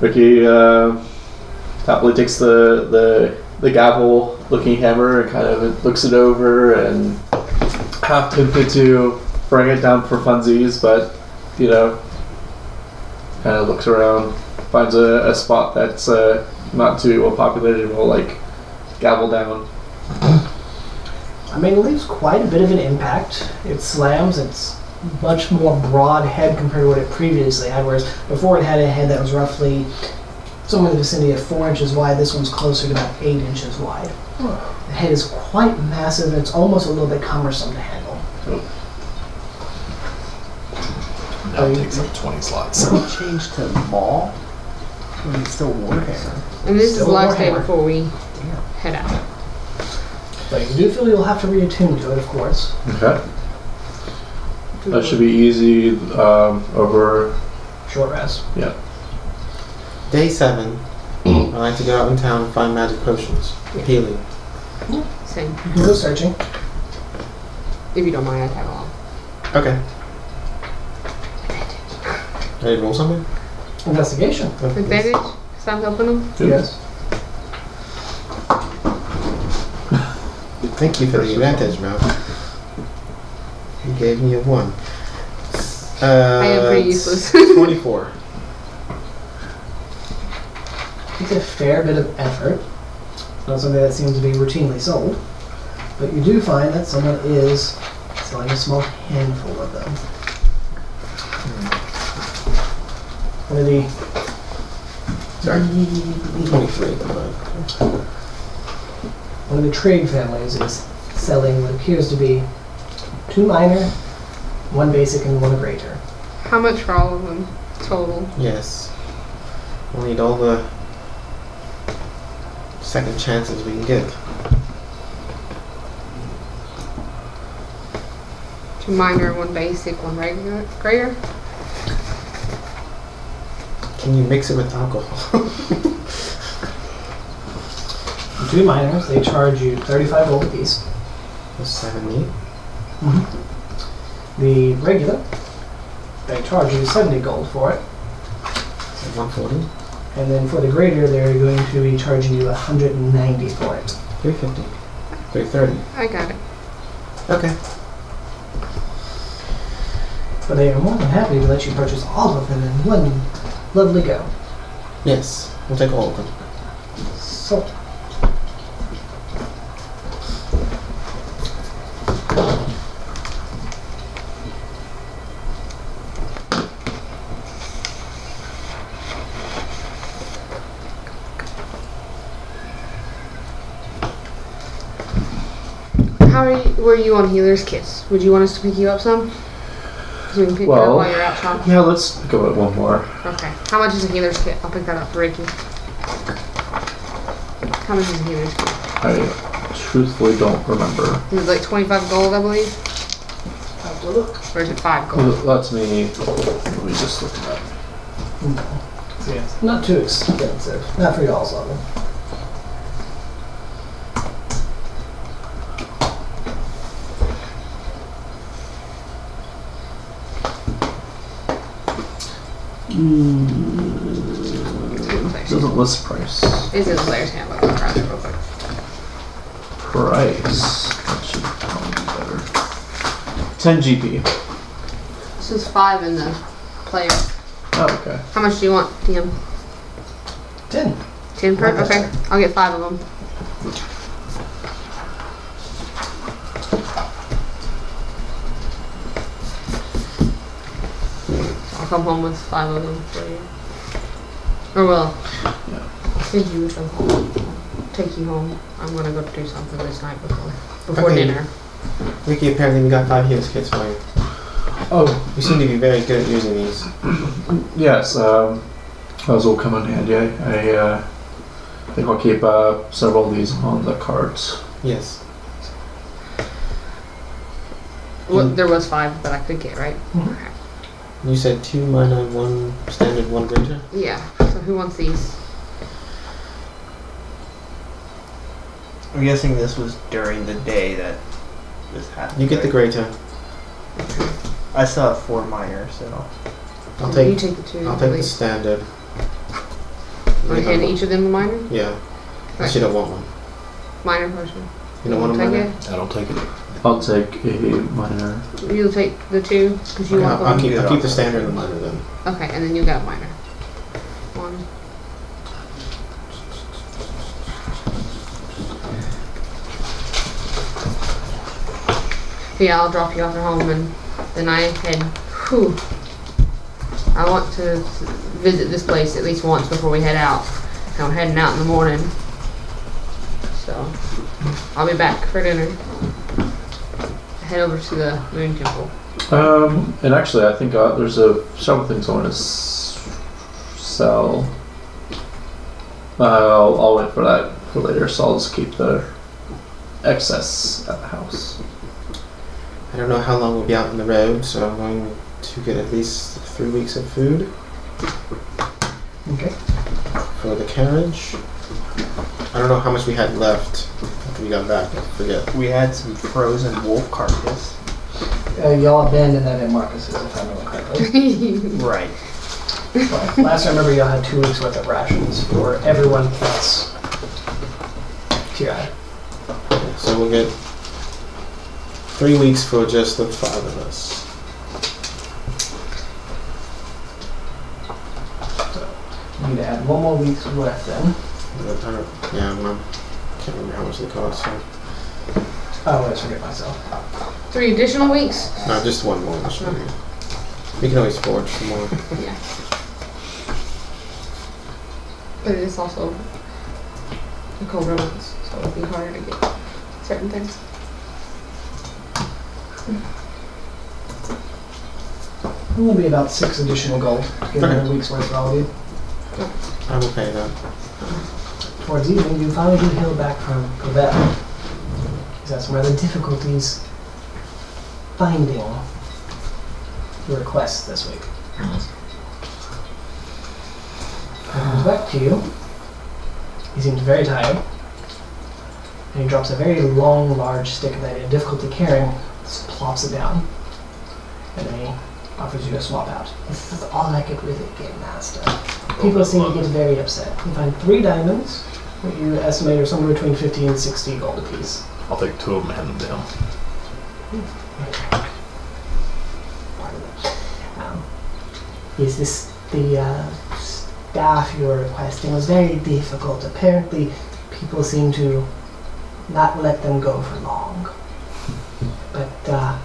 Speaker 6: Ricky uh, happily takes the the the gavel looking hammer and kind of looks it over and half tempted to bring it down for funsies, but you know, kind of looks around, finds a, a spot that's uh, not too well populated, and will like gavel down.
Speaker 1: I mean, it leaves quite a bit of an impact. It slams. It's much more broad head compared to what it previously had. Whereas before it had a head that was roughly somewhere in the vicinity of four inches wide. This one's closer to about eight inches wide. The head is quite massive and it's almost a little bit cumbersome to handle.
Speaker 8: Now it takes up 20 slots.
Speaker 7: Can we change to Maul? Or is it still Warhammer?
Speaker 3: And this is
Speaker 1: Still
Speaker 3: the last day
Speaker 1: Warhammer.
Speaker 3: before we
Speaker 7: Damn.
Speaker 3: head out.
Speaker 1: But you do feel you'll have to reattune to it, of course.
Speaker 6: Okay. That should be easy um, over.
Speaker 1: Short rest.
Speaker 5: Day seven. I like to go out in town and find magic potions. Healing.
Speaker 3: Same.
Speaker 1: You can go searching.
Speaker 3: If you don't mind, I tag along.
Speaker 5: Okay. Did I roll something?
Speaker 1: Investigation.
Speaker 3: Advantage? Because I'm helping them.
Speaker 1: Yes.
Speaker 5: Thank you for the advantage, Mel. You gave me a one. Uh,
Speaker 3: I am pretty useless.
Speaker 5: 24.
Speaker 1: It's a fair bit of effort. Not something that seems to be routinely sold. But you do find that someone is selling a small handful of them. One of the
Speaker 5: Sorry. 23.
Speaker 1: one of the trade families is selling what appears to be two minor, one basic, and one greater.
Speaker 3: How much for all of them total?
Speaker 5: Yes. We'll need all the second chances we can get.
Speaker 3: Two minor, one basic, one regular. Greater?
Speaker 5: Can you mix it with alcohol?
Speaker 1: The two minors, they charge you 35 gold apiece.
Speaker 5: That's 70.
Speaker 1: The regular, they charge you 70 gold for it.
Speaker 5: So 140.
Speaker 1: And then for the greater, they're going to be charging you 190 for it.
Speaker 5: 350. 330.
Speaker 3: I got it.
Speaker 5: Okay.
Speaker 1: But they are more than happy to let you purchase all of them in one lovely go.
Speaker 5: Yes. We'll take all of them.
Speaker 1: So,
Speaker 3: How are you, were you on Healer's Kiss? Would you want us to pick you up some? 'Cause we can pick it up
Speaker 6: Well-
Speaker 3: while you're out shopping.
Speaker 6: Yeah, let's go at one more.
Speaker 3: Okay. How much is a Healer's Kit? I'll pick that up for Ricky. How much is a Healer's Kit?
Speaker 6: I truthfully don't remember.
Speaker 3: Is it like 25 gold, I believe?
Speaker 1: have a look.
Speaker 3: Or is it 5 gold?
Speaker 6: Well, That's me. Let me just look it up.
Speaker 1: Not too expensive. Not for y'all's level.
Speaker 6: Hmm, Doesn't list price.
Speaker 3: Is it Blair's handbook? I'll grab it real quick.
Speaker 6: Price. That should probably be better. 10 GP.
Speaker 3: This is five in the player.
Speaker 6: Oh, okay.
Speaker 3: How much do you want, DM?
Speaker 1: Ten.
Speaker 3: Ten per? Okay, I'll get five of them. I'll come home with five of them for you. Or well, take you some home. Take you home. I'm gonna go do something this night before before
Speaker 5: Okay.
Speaker 3: dinner.
Speaker 5: Ricky, apparently we got five healing kits for you.
Speaker 6: Oh,
Speaker 5: You seem to be very good at using these.
Speaker 6: yes. Um, those will come in handy. I, I uh, think I'll keep uh, several of these on the cards.
Speaker 5: Yes.
Speaker 3: Well,
Speaker 5: Mm.
Speaker 3: there was five that I could get, right?
Speaker 5: You said two mana, one standard, one greater.
Speaker 3: Yeah. So who wants these?
Speaker 7: I'm guessing this was during the day that this happened.
Speaker 5: You get the
Speaker 7: right?
Speaker 5: greater.
Speaker 7: I saw a four minor, so
Speaker 5: I'll
Speaker 3: you
Speaker 5: take.
Speaker 3: take the two.
Speaker 5: I'll take the
Speaker 3: please.
Speaker 5: standard.
Speaker 3: Want to hand each of them a minor?
Speaker 5: Yeah.
Speaker 3: Right.
Speaker 5: But you don't want one.
Speaker 3: Minor person.
Speaker 5: You don't want a
Speaker 3: take
Speaker 5: mana.
Speaker 4: I don't take it.
Speaker 6: I'll take a minor.
Speaker 3: it. You'll take the two because you
Speaker 5: Okay,
Speaker 3: want
Speaker 5: I'll, I'll
Speaker 3: one.
Speaker 5: keep.
Speaker 7: Yeah.
Speaker 5: I'll keep the standard and the minor then.
Speaker 3: Okay, and then you got a minor. One. Yeah, I'll drop you off at home, and then I head. Whew. I want to visit this place at least once before we head out. And I'm heading out in the morning, so I'll be back for dinner. Head over to the moon temple.
Speaker 6: Um, and actually, I think uh, there's a several things I want to s- sell. Uh, I'll, I'll wait for that for later, so I'll just keep the excess at the house.
Speaker 5: I don't know how long we'll be out on the road, so I'm going to get at least three weeks of food
Speaker 1: Okay.
Speaker 5: for the carriage. I don't know how much we had left after we got back. I forget.
Speaker 7: we had some frozen wolf carcass.
Speaker 1: Uh, y'all abandoned that at Marcus's, if I remember correctly.
Speaker 7: Right.
Speaker 1: But last I remember, y'all had two weeks worth of rations for everyone plus Ti.
Speaker 5: So we'll get three weeks for just the five of us.
Speaker 1: You need to add one more week's worth then.
Speaker 5: But I don't- Yeah, I'm, I can't remember how much they cost. So.
Speaker 1: Oh, I always forget myself.
Speaker 3: Three additional weeks.
Speaker 5: No, just one more. Just one more. We can always forge for more.
Speaker 3: Yeah. But it is also a cold romance, so it'll be harder to get certain things.
Speaker 1: It will be about six additional gold to get another week's worth for all of you.
Speaker 5: I will pay that.
Speaker 1: Towards evening, you finally do heal back from Quebec. He's had some rather difficulties finding your request this week. Comes back to you. He seems very tired. And he drops a very long, large stick that he had difficulty carrying, just plops it down. And then he offers you a swap out. This is all I could really get, Master. People seem to get very upset. You find three diamonds, what you estimate are somewhere between 50 and 60 gold apiece.
Speaker 4: I'll take two of them and hand them down.
Speaker 1: Um, is this the uh, staff you were requesting? was very difficult. Apparently, people seem to not let them go for long. But uh,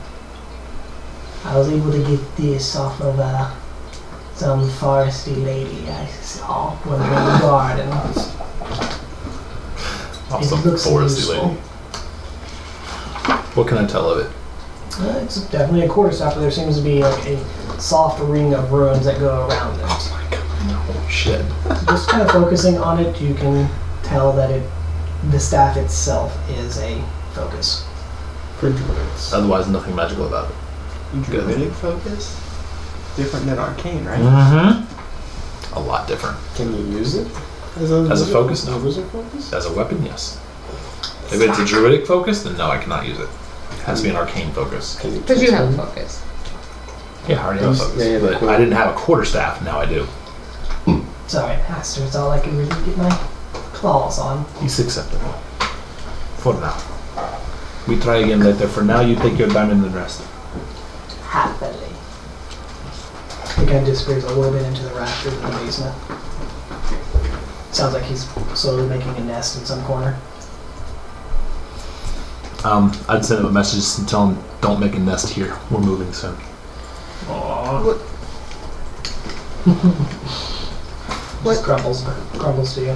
Speaker 1: I was able to get this off of uh, some foresty lady I saw wandering the garden.
Speaker 4: Off
Speaker 1: It
Speaker 4: some
Speaker 1: looks
Speaker 4: foresty
Speaker 1: useful.
Speaker 4: lady. What can I tell of it?
Speaker 1: Uh, it's definitely a quarter after there seems to be like a soft ring of ruins that go around it.
Speaker 4: Shit.
Speaker 1: Just kind of focusing on it, you can tell that it, the staff itself is a focus.
Speaker 5: For druids.
Speaker 4: Otherwise, nothing magical about it.
Speaker 7: Druidic focus? Different than arcane, right?
Speaker 4: Mm-hmm. A lot different.
Speaker 5: Can you use it? As
Speaker 4: As
Speaker 5: a,
Speaker 4: a
Speaker 5: wizard-
Speaker 4: focus, no.
Speaker 5: wizard focus?
Speaker 4: As a weapon, yes. If it's a druidic focus, then no, I cannot use it. has to be an arcane focus.
Speaker 5: Can you
Speaker 3: Because you have a
Speaker 5: transform?
Speaker 3: focus.
Speaker 4: Yeah, I already have a
Speaker 5: Yeah,
Speaker 4: focus.
Speaker 5: yeah, the
Speaker 4: but
Speaker 5: quill.
Speaker 4: I didn't have a quarter staff, now I do.
Speaker 1: Sorry, Master, it's all I can really get my claws on.
Speaker 4: It's acceptable. For now. We try again later. For now, you take your diamond and rest.
Speaker 1: happily. He kind of disappears a little bit into the rafters in the basement. Sounds like he's slowly making a nest in some corner.
Speaker 8: Um, I'd send him a message and tell him don't make a nest here. We're moving soon.
Speaker 1: Just crumbles, crumbles to you.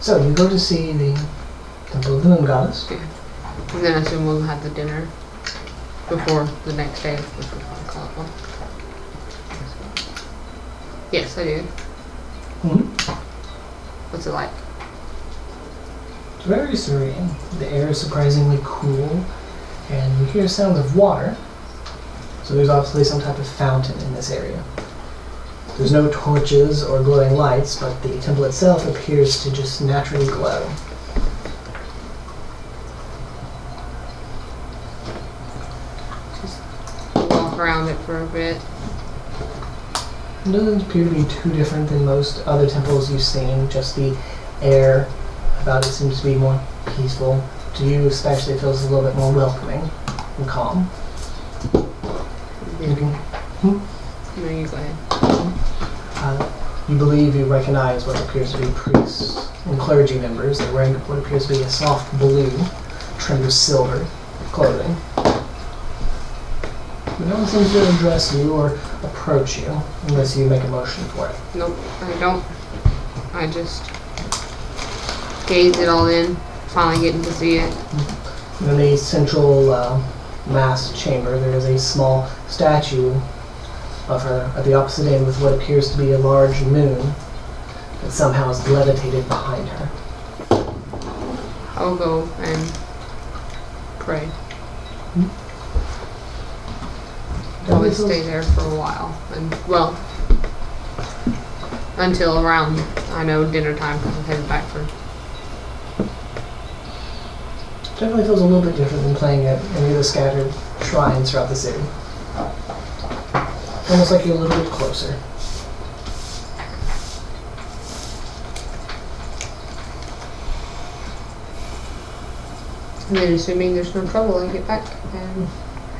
Speaker 1: So you go to see the Temple of the Moon Goddess.
Speaker 3: And then I assume we'll have the dinner before the next day, which we probably call it one. Yes, I do.
Speaker 1: Mhm.
Speaker 3: What's it like?
Speaker 1: It's very serene. The air is surprisingly cool, and you hear sounds of water. So there's obviously some type of fountain in this area. There's no torches or glowing lights, but the temple itself appears to just naturally glow.
Speaker 3: Just walk around it for a bit.
Speaker 1: It doesn't appear to be too different than most other temples you've seen. Just the air about it seems to be more peaceful. To you, especially, it feels a little bit more welcoming and calm. You can
Speaker 3: No, you go ahead.
Speaker 1: Uh, you believe you recognize what appears to be priests and clergy members. They're wearing what appears to be a soft blue, trimmed with silver clothing. But no one seems to address you or approach you unless you make a motion for it.
Speaker 3: Nope, I don't. I just gaze it all in, finally getting to see it.
Speaker 1: In the central uh, mass chamber, there is a small statue of her at the opposite end with what appears to be a large moon that somehow is levitated behind her.
Speaker 3: I'll go and pray. Probably stay there for a while, and well, until around I know dinner time because I'm headed back for.
Speaker 1: Definitely feels a little bit different than playing at any of the scattered shrines throughout the city. Almost like you're a little bit closer.
Speaker 3: And then assuming there's no trouble, I get back and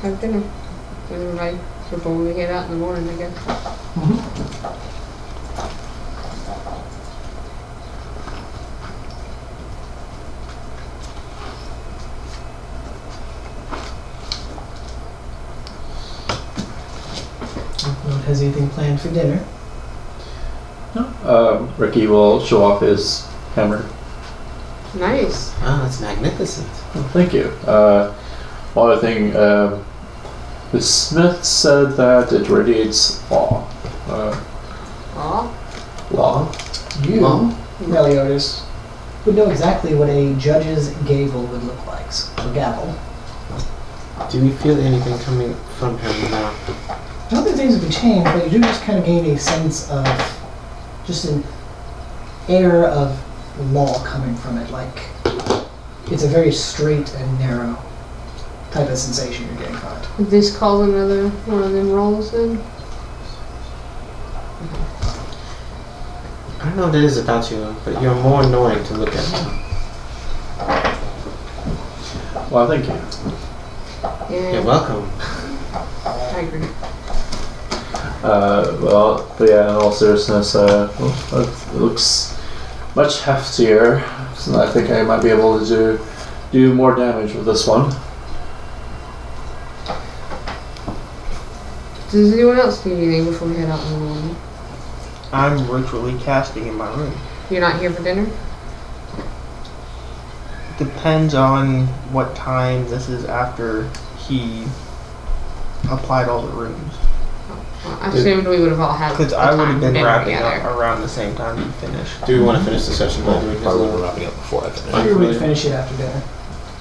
Speaker 3: have dinner with everybody before we get out in the morning. I guess.
Speaker 1: No one has anything planned for dinner.
Speaker 6: Um, Ricky will show off his hammer.
Speaker 3: Nice.
Speaker 5: Oh, that's magnificent.
Speaker 6: Oh, thank you. Uh, one other thing, um, the smith said that it radiates law. Uh,
Speaker 3: Aw.
Speaker 6: law?
Speaker 1: You,
Speaker 5: Mom?
Speaker 1: Meliodas, would know exactly what a judge's gavel would look like. So a gavel.
Speaker 5: Do we feel anything coming from him now?
Speaker 1: I don't think things would be changed, but you do just kind of gain a sense of just an air of law coming from it. Like it's a very straight and narrow type of sensation you're getting from it.
Speaker 3: Would this cause another one of them rolls then?
Speaker 5: I don't know what it is about you, but you're more annoying to look at. now.
Speaker 6: Well, thank you.
Speaker 5: You're
Speaker 3: Yeah.
Speaker 5: welcome.
Speaker 3: I agree.
Speaker 6: Uh, well, but yeah, in all seriousness, uh, well, it looks much heftier. So I think I might be able to do, do more damage with this one.
Speaker 3: Does anyone else need anything before we head out in the morning?
Speaker 7: I'm ritually casting in my room.
Speaker 3: You're not here for dinner?
Speaker 7: Depends on what time this is after he applied all the rooms.
Speaker 3: Well, I assumed we would have all had
Speaker 7: Because
Speaker 3: a
Speaker 7: I would
Speaker 3: time
Speaker 7: have been
Speaker 3: dinner
Speaker 7: wrapping up
Speaker 3: together.
Speaker 7: around the same time he finished.
Speaker 5: Do we want to finish the session by doing this
Speaker 8: Probably we're
Speaker 5: little
Speaker 8: wrapping up before I finish.
Speaker 1: I figured we'd finish it after dinner.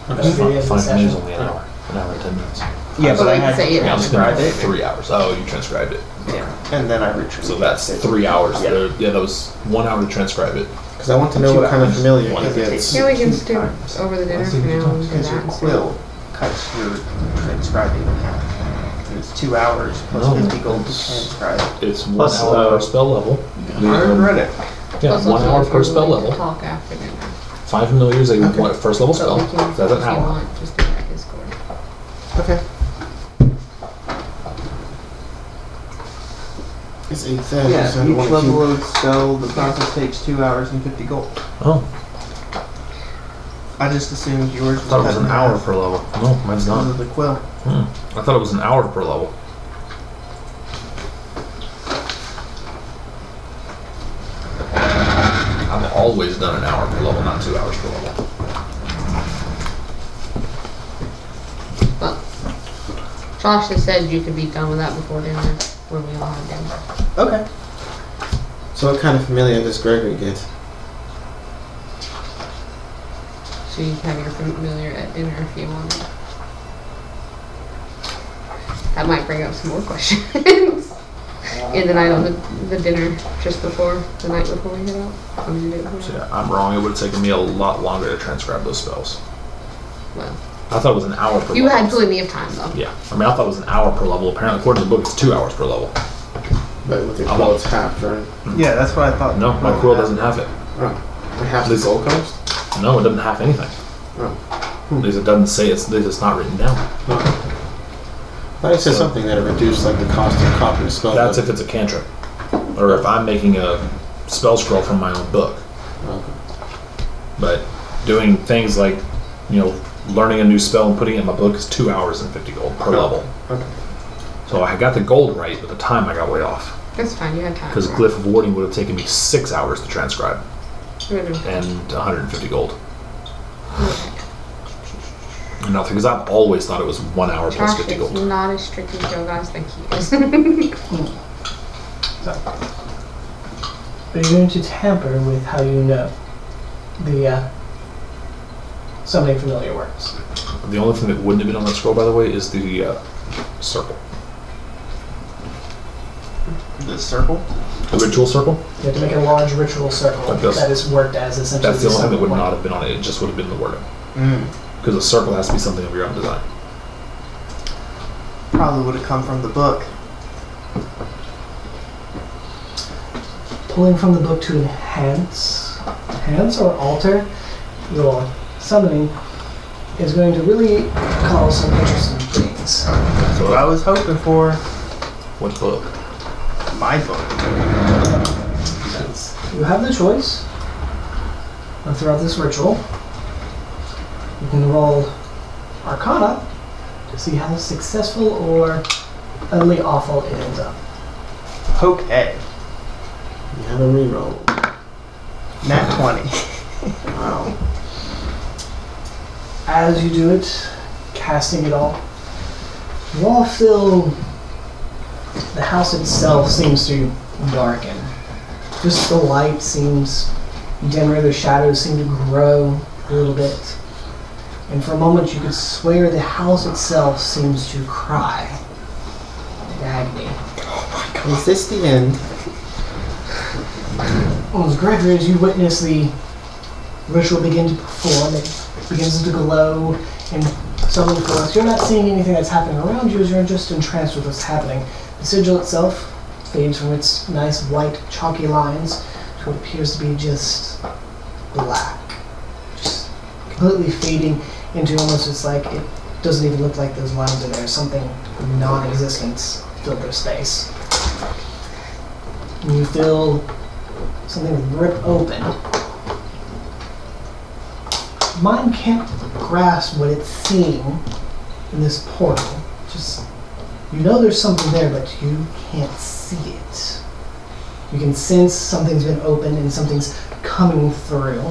Speaker 8: That's
Speaker 1: Maybe
Speaker 8: fine.
Speaker 1: it's a
Speaker 8: Fine,
Speaker 1: session.
Speaker 8: it's only an hour. An hour and ten minutes.
Speaker 7: Yeah,
Speaker 3: So
Speaker 7: but I
Speaker 3: we can
Speaker 7: had
Speaker 3: say it
Speaker 7: to
Speaker 8: Yeah, I was
Speaker 7: transcribe
Speaker 8: thinking
Speaker 7: it.
Speaker 8: three hours. Oh, you transcribed it.
Speaker 7: Yeah, and then I retrieved.
Speaker 8: So that's
Speaker 7: it.
Speaker 8: three hours.
Speaker 7: Yeah.
Speaker 8: There- Yeah, that was one hour to transcribe it.
Speaker 5: Because I want to know
Speaker 7: Two
Speaker 5: what kind of
Speaker 7: hours.
Speaker 5: familiar
Speaker 8: One
Speaker 5: he
Speaker 8: of the
Speaker 5: gets.
Speaker 3: Yeah, we can
Speaker 7: Two
Speaker 3: do
Speaker 7: times.
Speaker 3: over the dinner for now. and do
Speaker 7: Because your
Speaker 3: that.
Speaker 7: quill cuts your transcribing in half. And it's two hours plus
Speaker 4: Oh.
Speaker 8: No,
Speaker 7: 50 gold to
Speaker 8: it's-
Speaker 7: transcribe.
Speaker 8: It's one
Speaker 6: Plus,
Speaker 8: hour
Speaker 6: uh,
Speaker 8: per spell level.
Speaker 7: I read it.
Speaker 8: Yeah,
Speaker 3: Plus, uh,
Speaker 8: one
Speaker 3: also,
Speaker 8: hour
Speaker 3: if
Speaker 8: per
Speaker 3: we
Speaker 8: spell
Speaker 3: wanted to
Speaker 8: level.
Speaker 3: Talk after dinner.
Speaker 8: Five familiar is a one, first level
Speaker 3: But
Speaker 8: spell.
Speaker 3: we can,
Speaker 8: That's an
Speaker 3: if you
Speaker 8: hour.
Speaker 3: want, just do that Discord.
Speaker 5: Okay. It's 8,000. so
Speaker 7: Yeah,
Speaker 5: I
Speaker 7: each
Speaker 5: don't wanna
Speaker 7: level of
Speaker 5: keep-
Speaker 7: spell, the process takes two hours and 50 gold.
Speaker 4: Oh,
Speaker 7: I just assumed yours
Speaker 4: I
Speaker 7: was,
Speaker 4: thought it was
Speaker 7: cut
Speaker 4: an
Speaker 7: in
Speaker 4: hour
Speaker 7: half
Speaker 4: per level. No, mine's
Speaker 7: because
Speaker 4: not.
Speaker 7: of the quill.
Speaker 4: I thought it was an hour per level. I've always done an hour per level, not two hours per level.
Speaker 3: Josh has said you could be done with that before dinner when we all had dinner.
Speaker 7: Okay.
Speaker 5: So what kind of familiar does Gregory get?
Speaker 3: So you can have your familiar at dinner if you want. That might bring up some more questions. In the night on the, the dinner just before the night before we head out. I'm gonna do it
Speaker 4: So
Speaker 3: before.
Speaker 4: yeah, I'm wrong. It would have taken me a lot longer to transcribe those spells.
Speaker 3: Well,
Speaker 4: I thought it was an hour per
Speaker 3: you
Speaker 4: level.
Speaker 3: had plenty of time though.
Speaker 4: Yeah, I mean, I thought it was an hour per level. Apparently, according to the book, it's two hours per level.
Speaker 5: But with the
Speaker 4: I
Speaker 5: quill,
Speaker 4: want-
Speaker 5: it's half, right?
Speaker 7: Yeah, that's what I thought.
Speaker 4: Hmm. No, my quill doesn't have it.
Speaker 5: Oh. And half the
Speaker 4: Please.
Speaker 5: gold cost?
Speaker 4: No, it doesn't have anything.
Speaker 5: Oh.
Speaker 4: At least it doesn't say it's. At least it's not written down.
Speaker 5: I said
Speaker 4: So-
Speaker 5: something that it reduced like the cost of copying a spell.
Speaker 4: That's
Speaker 5: book.
Speaker 4: if it's a cantrip, or if I'm making a spell scroll from my own book.
Speaker 5: Okay.
Speaker 4: But doing things like, you know, learning a new spell and putting it in my book is two hours and fifty gold per
Speaker 5: Oh.
Speaker 4: level.
Speaker 5: Okay.
Speaker 4: So I got the gold right, but the time I got way off
Speaker 3: That's fine, you had time.
Speaker 4: because Glyph of Warding would have taken me six hours to transcribe
Speaker 3: Okay.
Speaker 4: and 150 gold. And nothing because I've always thought it was one hour plus
Speaker 3: Josh
Speaker 4: 50
Speaker 3: is
Speaker 4: gold.
Speaker 3: not as strict as you guys think he is.
Speaker 1: Are you going to tamper with how you know the uh, summoning familiar works?
Speaker 4: The only thing that wouldn't have been on that scroll, by the way, is the uh, circle,
Speaker 7: The circle?
Speaker 4: the ritual circle.
Speaker 1: You have to make a large ritual circle
Speaker 4: Like this.
Speaker 1: that is worked as essentially.
Speaker 4: That's the only thing that would
Speaker 1: summon
Speaker 4: not
Speaker 1: point.
Speaker 4: have been on it. It just would have been the wording
Speaker 7: Mm.
Speaker 4: because a circle has to be something of your own design.
Speaker 7: Probably would have come from the book.
Speaker 1: Pulling from the book to enhance, enhance or alter your summoning is going to really cause some interesting things.
Speaker 7: That's what I was hoping for.
Speaker 4: What book?
Speaker 7: My book.
Speaker 1: You have the choice uh, throughout this ritual. You can roll Arcana to see how successful or utterly awful it ends up.
Speaker 7: Poke A.
Speaker 5: You have a reroll.
Speaker 7: Nat 20.
Speaker 5: Wow.
Speaker 1: As you do it, casting it all, you all feel the house itself seems to darken. Just the light seems dimmer, the shadows seem to grow a little bit. And for a moment, you could swear the house itself seems to cry in agony.
Speaker 5: Is this the end?
Speaker 1: Well, as Gregory, as you witness the ritual begin to perform, it begins to glow and summon for us. You're not seeing anything that's happening around you, as you're just entranced with what's happening. The sigil itself fades from its nice white, chalky lines to what appears to be just black. Just completely fading into almost it's like it doesn't even look like those lines are there. Something non existent filled their space. And you feel something rip open. Mine can't grasp what it's seeing in this portal. Just you know there's something there, but you can't see it. You can sense something's been opened and something's coming through.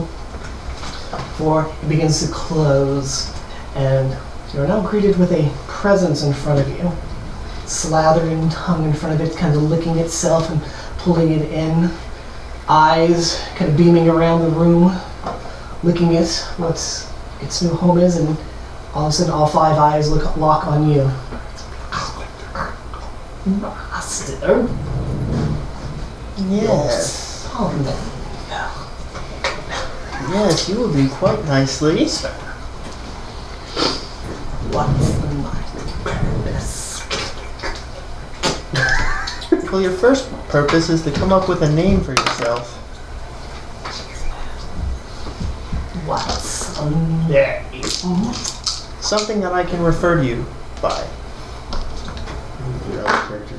Speaker 1: For it begins to close, and you're now greeted with a presence in front of you. Slathering tongue in front of it, kind of licking itself and pulling it in eyes kind of beaming around the room, looking at what its new home is, and all of a sudden, all five eyes look lock on you. Master,
Speaker 7: Yes.
Speaker 1: oh,
Speaker 7: Yes, you will do quite nicely.
Speaker 1: what's my purpose?
Speaker 7: Well, your first purpose is to come up with a name for yourself.
Speaker 1: What's on there?
Speaker 7: Something that I can refer to you by.
Speaker 5: Your other character.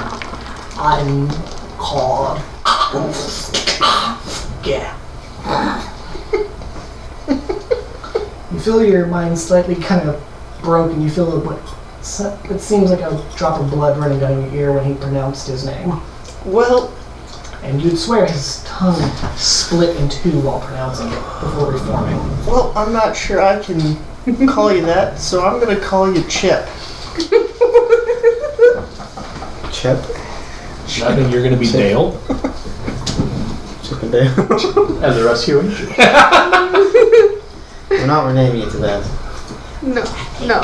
Speaker 1: and cod. Yeah. you feel your mind slightly kind of broken. You feel a what so- it seems like a drop of blood running down your ear when he pronounced his name.
Speaker 7: Well,
Speaker 1: And you'd swear his tongue split in two while pronouncing it before reforming.
Speaker 7: well, I'm not sure I can call you that, so I'm gonna call you Chip.
Speaker 5: Chip?
Speaker 4: I think you're going to be Dale
Speaker 5: Chip and Dale.
Speaker 4: as a rescue angel.
Speaker 5: We're not renaming it to that.
Speaker 3: No,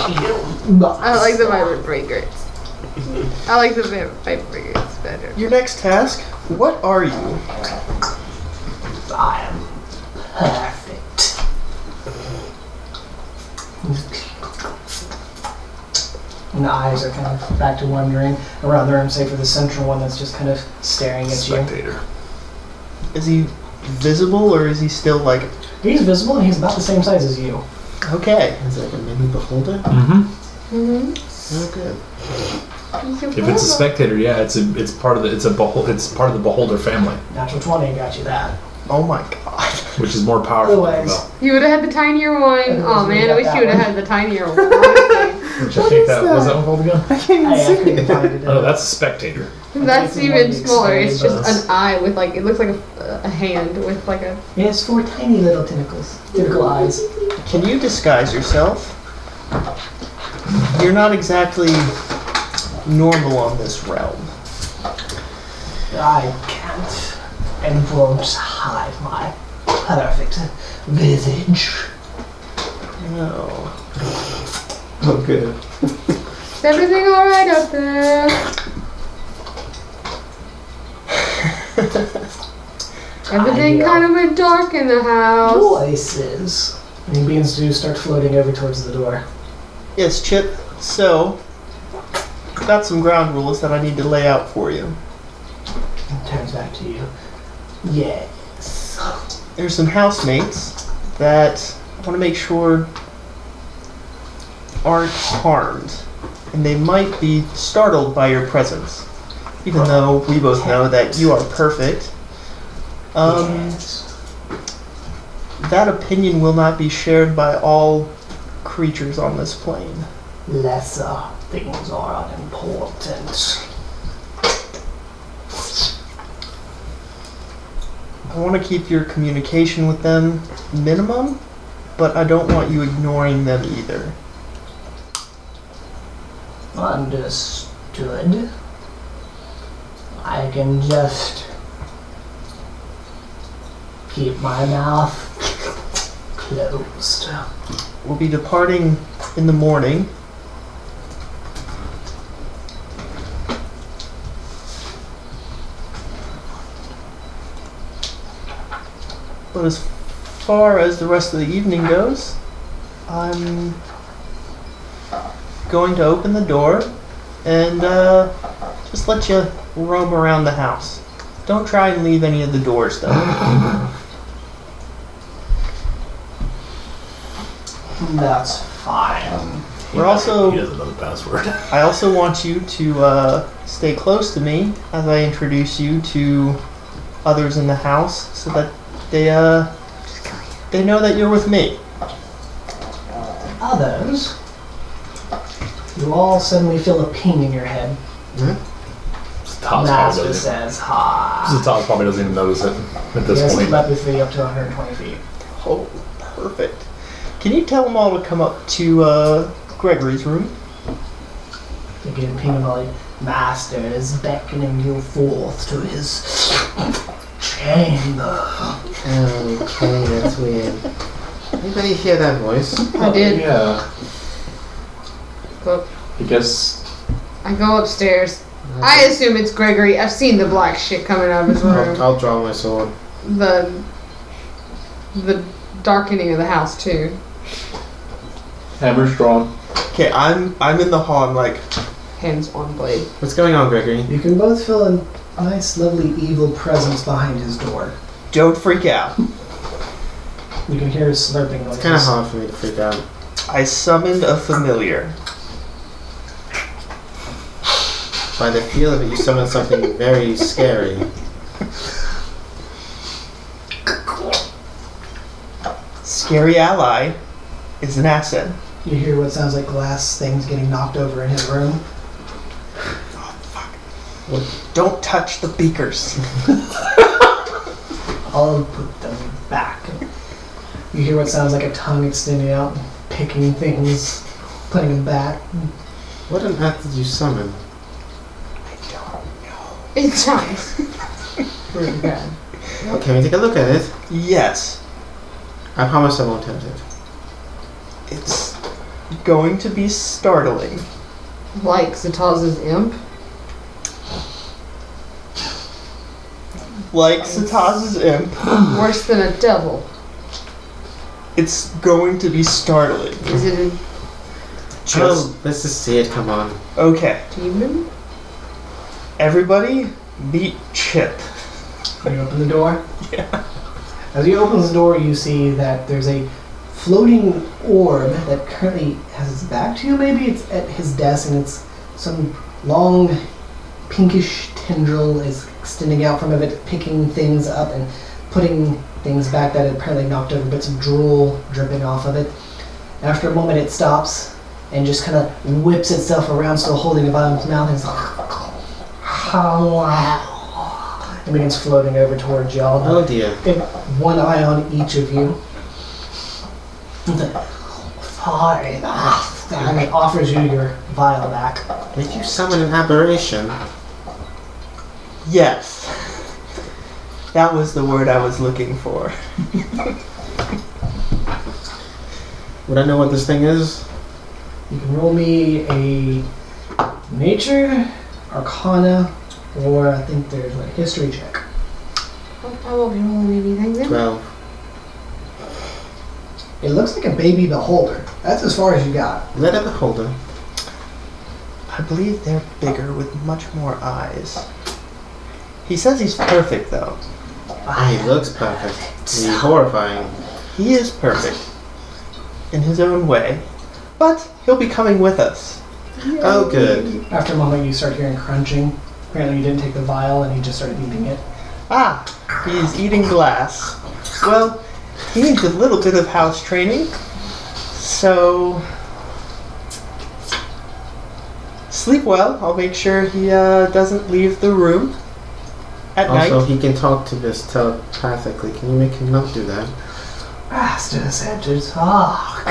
Speaker 3: no. I like the vibrant fragrance. I like the vi- vibrant fragrance better.
Speaker 7: Your next task? What are you?
Speaker 1: I am perfect. And the eyes are kind of back to wandering around the room, save for the central one that's just kind of staring at
Speaker 8: Spectator.
Speaker 7: Is he visible or is he still like,
Speaker 1: you. He's visible and he's about the same size as you.
Speaker 7: okay?
Speaker 5: Is it like a mini beholder?
Speaker 4: Mm-hmm.
Speaker 5: Oh, good.
Speaker 4: If it's a spectator, yeah, it's a it's part of the it's a behol- it's part of the beholder family,
Speaker 1: Natural 20 got you that.
Speaker 7: Oh my god.
Speaker 4: which is more powerful. than
Speaker 1: Otherwise,
Speaker 4: the
Speaker 3: you would have had the tinier one. Oh man, I wish you would have had the tinier one. honestly.
Speaker 4: bell. Which I think that, was that one called again.
Speaker 1: I, I couldn't find it.
Speaker 4: Oh, that's a spectator.
Speaker 3: That's even smaller. It's just an eye with like it looks like a, a hand with like a.
Speaker 1: It has four tiny little tentacles, tentacle eyes.
Speaker 7: Can you disguise yourself? You're not exactly normal on this realm.
Speaker 1: I can't and won't hide my perfect visage.
Speaker 7: No.
Speaker 5: Oh, good.
Speaker 3: Is everything all right up there? Everything
Speaker 1: I, uh,
Speaker 3: kind of went dark in the house.
Speaker 1: voices. And he begins to start floating over towards the door.
Speaker 7: Yes, Chip. So, I've got some ground rules that I need to lay out for you.
Speaker 1: And turns back to you. Yes.
Speaker 7: There's some housemates that I want to make sure aren't harmed, and they might be startled by your presence, even though we both know that you are perfect. Um,
Speaker 1: yes.
Speaker 7: that opinion will not be shared by all creatures on this plane.
Speaker 1: Lesser things are unimportant.
Speaker 7: I want to keep your communication with them minimum, but I don't want you ignoring them either.
Speaker 1: Understood. I can just keep my mouth closed.
Speaker 7: We'll be departing in the morning. But as far as the rest of the evening goes, I'm going to open the door and uh, just let you roam around the house. Don't try and leave any of the doors though.
Speaker 1: That's fine.
Speaker 4: He
Speaker 7: We're
Speaker 4: does-
Speaker 7: also-
Speaker 4: he doesn't know the password.
Speaker 7: I also want you to uh, stay close to me as I introduce you to others in the house, so that they uh, they know that you're with me.
Speaker 1: Others, you all suddenly feel a ping in your head.
Speaker 4: Taz probably
Speaker 1: Master
Speaker 4: doesn't.
Speaker 1: says hi.
Speaker 4: Taz probably doesn't even notice it at
Speaker 1: He
Speaker 4: this
Speaker 1: has
Speaker 4: point.
Speaker 1: telepathy up to 120 feet.
Speaker 7: Oh, perfect. Can you tell them all to come up to uh, Gregory's room?
Speaker 1: They get a ping of like, Master is beckoning you forth to his chamber.
Speaker 5: Okay, that's weird. Anybody hear that voice?
Speaker 3: I did.
Speaker 6: Yeah.
Speaker 3: Well-
Speaker 6: I guess
Speaker 3: I go upstairs. I assume it's Gregory. I've seen the black shit coming out of his
Speaker 5: I'll,
Speaker 3: room.
Speaker 5: I'll draw my sword.
Speaker 3: The the darkening of the house too.
Speaker 6: hammer's drawn.
Speaker 7: Okay, I'm I'm in the hall. I'm like,
Speaker 3: Hands on blade.
Speaker 5: What's going on, Gregory?
Speaker 1: You can both feel a nice, lovely evil presence behind his door.
Speaker 7: don't freak out.
Speaker 1: You can hear his slurping noises.
Speaker 5: It's kind of hard for me to freak out.
Speaker 7: I summoned a familiar.
Speaker 5: By the feel of it, you summon something very scary.
Speaker 7: Scary ally is an asset.
Speaker 1: You hear what sounds like glass things getting knocked over in his room.
Speaker 7: Don't touch the beakers.
Speaker 1: I'll put them back. You hear what sounds like a tongue extending out, picking things, putting them back.
Speaker 5: What on earth did you summon?
Speaker 3: It's nice. Really good.
Speaker 5: Well, can we take a look at it?
Speaker 7: Yes,
Speaker 5: I promise I won't tempt it.
Speaker 7: it's going to be startling.
Speaker 3: Like Zataz's imp.
Speaker 7: Like Sataz's imp,
Speaker 3: Worse than a devil.
Speaker 7: it's going to be startling.
Speaker 3: Is it a
Speaker 7: Just
Speaker 5: oh, let's just see it. Come on.
Speaker 7: okay.
Speaker 3: demon?
Speaker 7: Everybody, meet Chip.
Speaker 1: You open the door. Yeah. As you open the door, you see that there's a floating orb that currently has its back to you. Maybe it's at his desk, and it's some long pinkish tendril is extending out from it, picking things up and putting things back that it apparently knocked over, but some drool dripping off of it. After a moment, it stops and just kind of whips itself around, still holding the bottom of its mouth, and it's like, and begins floating over towards y'all.
Speaker 5: Oh dear.
Speaker 1: If one eye on each of you. Sorry, ah, and it offers you your vial back.
Speaker 5: Did you summon an aberration?
Speaker 7: Yes. That was the word I was looking for.
Speaker 5: Would I know what this thing is?
Speaker 1: You can roll me a nature, arcana, or I think there's a history check.
Speaker 3: I won't be rolling anything then.
Speaker 5: Twelve.
Speaker 1: It looks like a baby beholder. That's as far as you got.
Speaker 5: Let it behold her.
Speaker 7: I believe they're bigger with much more eyes. He says he's perfect, though.
Speaker 5: He looks perfect. He's horrifying.
Speaker 7: He is perfect in his own way, but he'll be coming with us.
Speaker 5: Oh, good.
Speaker 1: After a moment, you start hearing crunching. Apparently, you didn't take the vial, and he just started eating it.
Speaker 7: Ah, he is eating glass. Well, he needs a little bit of house training, so sleep well. I'll make sure he uh, doesn't leave the room at
Speaker 5: Also,
Speaker 7: night.
Speaker 5: he can talk to this telepathically. Can you make him not do that?
Speaker 1: Rastus had to talk.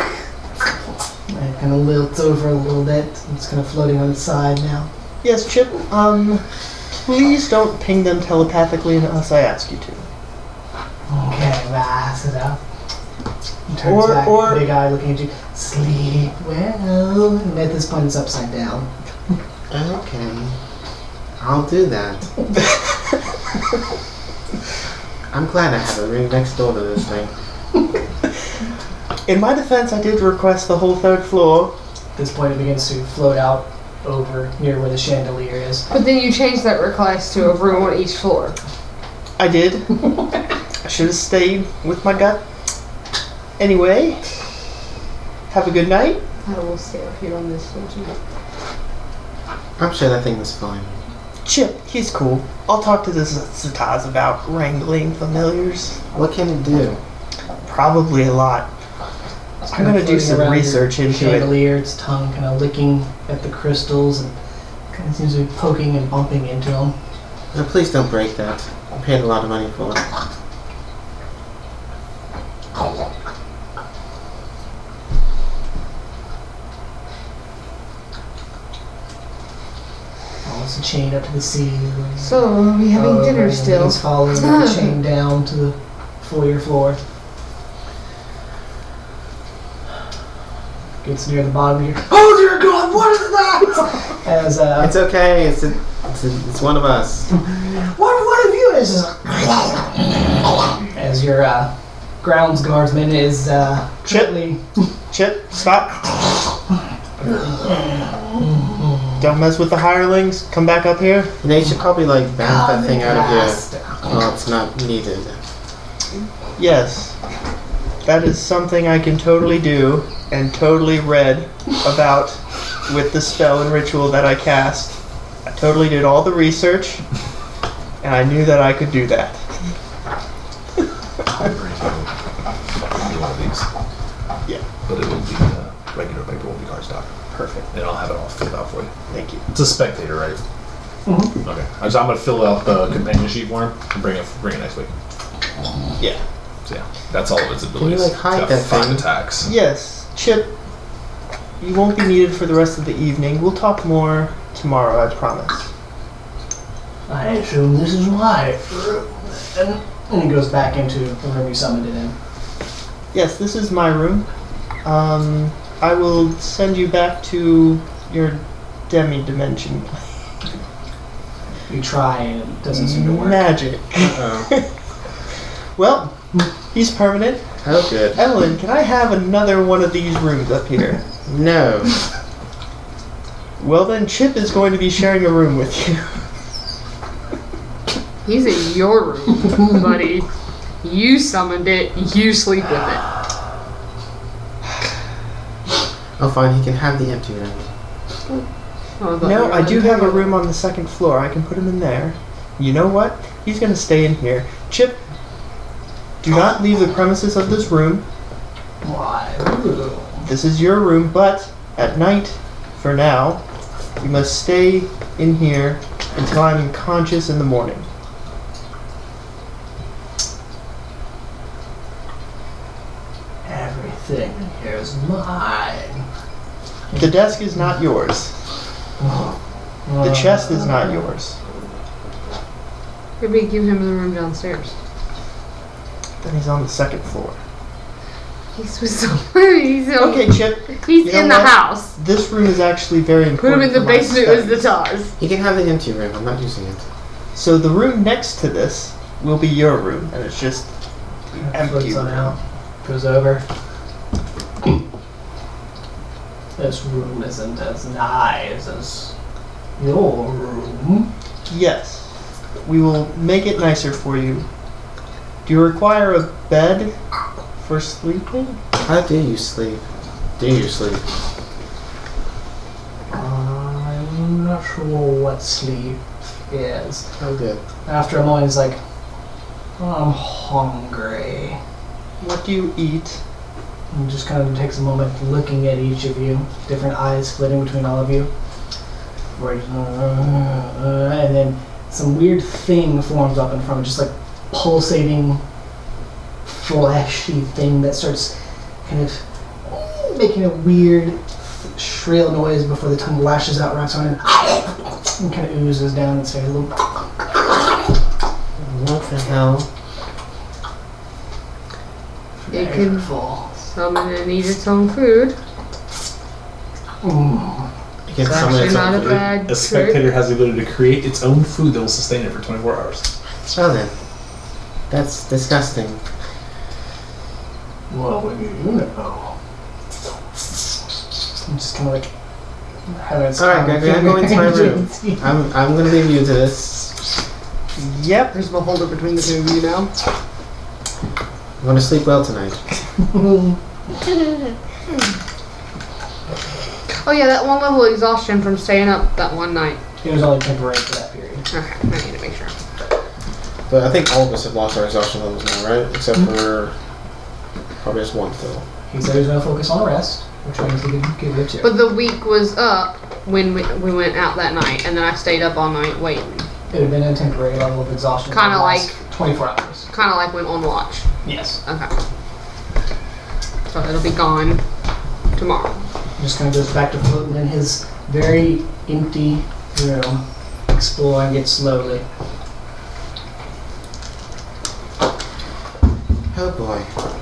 Speaker 1: It kind of lilts over a little bit. It's kind of floating on its side now.
Speaker 7: Yes, Chip. Um, please don't ping them telepathically unless I ask you to.
Speaker 1: Okay, Ras it up. And Turns
Speaker 7: Or-
Speaker 1: back,
Speaker 7: or-
Speaker 1: big eye looking at you. Sleep well. And at this point, it's upside down.
Speaker 5: Okay. I'll do that. I'm glad I have a room next door to this thing.
Speaker 7: In my defense, I did request the whole third floor.
Speaker 1: At this point, it begins to float out over near where the chandelier is.
Speaker 3: But then you changed that request to a room on each floor.
Speaker 7: I did. I should have stayed with my gut. Anyway, have a good night.
Speaker 3: I will stay up here on this station.
Speaker 5: I'm sure that thing was fine.
Speaker 7: Chip, he's cool. I'll talk to the Zataz about wrangling familiars.
Speaker 5: What can it do?
Speaker 7: Probably a lot. I'm
Speaker 1: kinda
Speaker 7: gonna do
Speaker 1: floating
Speaker 7: some
Speaker 1: around your
Speaker 7: research into it.
Speaker 1: chandelier, its tongue kind of licking at the crystals and kind of seems to be poking and bumping into them.
Speaker 5: Now, please don't break that. I paid a lot of money for it.
Speaker 1: Oh, it's a chain up to the ceiling.
Speaker 3: So, are we having
Speaker 1: Oh,
Speaker 3: dinner
Speaker 1: and
Speaker 3: still?
Speaker 1: He's following the chain down to the foyer floor. Gets near the bottom here. Oh dear God! What is that? As uh,
Speaker 5: It's okay. It's a, it's, a, it's one of us.
Speaker 1: what what have you? It's just as your uh, grounds guardsman is uh, gently.
Speaker 7: Chip, stop. Don't mess with the hirelings. Come back up here.
Speaker 5: You know, you should probably like bounce that thing out of here.
Speaker 1: Blast.
Speaker 5: Well, it's not needed.
Speaker 7: Yes. That is something I can totally do and totally read about with the spell and ritual that I cast. I I totally did all the research, and I knew that I could do that.
Speaker 8: I bring you one of these.
Speaker 7: Yeah.
Speaker 8: But it will be uh, regular paper, won't be cardstock.
Speaker 7: Perfect.
Speaker 8: And I'll have it all filled out for you.
Speaker 7: Thank you.
Speaker 8: It's a spectator, right?
Speaker 4: Mm-hmm.
Speaker 8: Okay. I just, I'm gonna fill out the companion sheet for him and bring it bring it next week.
Speaker 7: Yeah.
Speaker 8: So yeah, that's all of its abilities.
Speaker 5: like, hide
Speaker 8: It's got
Speaker 5: that
Speaker 8: five
Speaker 5: thing?
Speaker 8: attacks.
Speaker 7: Yes, Chip. You won't be needed for the rest of the evening. We'll talk more tomorrow. I promise.
Speaker 1: I assume this is why. And, and he goes back into the room you summoned it in.
Speaker 7: Yes, this is my room. Um, I will send you back to your demi dimension.
Speaker 1: You try and it doesn't seem to work.
Speaker 7: Magic.
Speaker 5: Uh-oh.
Speaker 7: Well, he's permanent.
Speaker 5: Oh, good.
Speaker 7: Ellen, can I have another one of these rooms up here?
Speaker 5: No.
Speaker 7: Well, then Chip is going to be sharing a room with you.
Speaker 3: He's in your room, buddy. You summoned it. You sleep with it.
Speaker 5: Oh, fine. He can have the empty room.
Speaker 3: Oh, but
Speaker 7: No,
Speaker 3: you're
Speaker 7: I do
Speaker 3: on-
Speaker 7: have a room on the second floor. I can put him in there. You know what? He's going to stay in here. Chip, do not leave the premises of this room.
Speaker 1: Why?
Speaker 7: This is your room, but at night, for now, you must stay in here until I'm conscious in the morning.
Speaker 1: Everything here is mine.
Speaker 7: The desk is not yours. The chest is not yours.
Speaker 3: Maybe give him the room downstairs.
Speaker 7: Then he's on the second floor.
Speaker 3: He's with someone. He's, in-
Speaker 7: Okay, Chip,
Speaker 3: he's
Speaker 7: you know
Speaker 3: in the
Speaker 7: what?
Speaker 3: house.
Speaker 7: this room is actually very
Speaker 3: Put him
Speaker 7: important.
Speaker 3: in the
Speaker 7: for my
Speaker 3: basement with the
Speaker 7: studies.
Speaker 3: tars.
Speaker 5: He can have the empty room. I'm not using it.
Speaker 7: So the room next to this will be your room, and it's just empty.
Speaker 1: Flips on out. Goes over. This room isn't as nice as your room.
Speaker 7: Yes, we will make it nicer for you. Do you require a bed for sleeping?
Speaker 5: How do you sleep? Do you sleep?
Speaker 1: I'm not sure what sleep is.
Speaker 5: Oh, good.
Speaker 1: After a moment, he's like, I'm hungry.
Speaker 7: What do you eat?
Speaker 1: And just kind of takes a moment looking at each of you, different eyes flitting between all of you. Where he's, uh, uh, and then some weird thing forms up in front of him, just like pulsating, fleshy thing that starts kind of making a weird, shrill noise before the tongue lashes out, wraps around, and, and kind of oozes down and starts a little.
Speaker 5: What the hell?
Speaker 3: It can
Speaker 1: fall.
Speaker 3: summon and eat its own food.
Speaker 5: You can
Speaker 3: It's
Speaker 5: summon
Speaker 3: actually
Speaker 5: its
Speaker 3: not a
Speaker 5: own food.
Speaker 3: bad
Speaker 4: A
Speaker 3: trick.
Speaker 4: spectator has the ability to create its own food that will sustain it for 24 hours.
Speaker 5: Well Oh, then. That's disgusting.
Speaker 1: Well, when you know. I'm just kind of like having this
Speaker 5: All right, Gregory, I'm going to my room.
Speaker 1: conversation.
Speaker 5: I'm, I'm gonna leave you to this.
Speaker 7: Yep.
Speaker 5: There's no holder between the two of you now. I'm gonna sleep well tonight.
Speaker 3: Oh yeah, that one level of exhaustion from staying up that one night.
Speaker 1: It was only temporary for that period.
Speaker 3: Okay, I need to make sure.
Speaker 5: But I think all of us have lost our exhaustion levels now, right? Except for probably just one still.
Speaker 1: He said he was going to focus on rest, which means he could give you two.
Speaker 3: But the week was up when we, we went out that night, and then I stayed up all night waiting.
Speaker 1: It would have been a temporary level of exhaustion. for
Speaker 3: Kinda
Speaker 1: the last 24 hours.
Speaker 3: Kind of like when on watch.
Speaker 1: Yes.
Speaker 3: Okay. So it'll be gone tomorrow.
Speaker 1: Just kind of goes back to floating in his very empty room, exploring it slowly.
Speaker 5: Oh boy.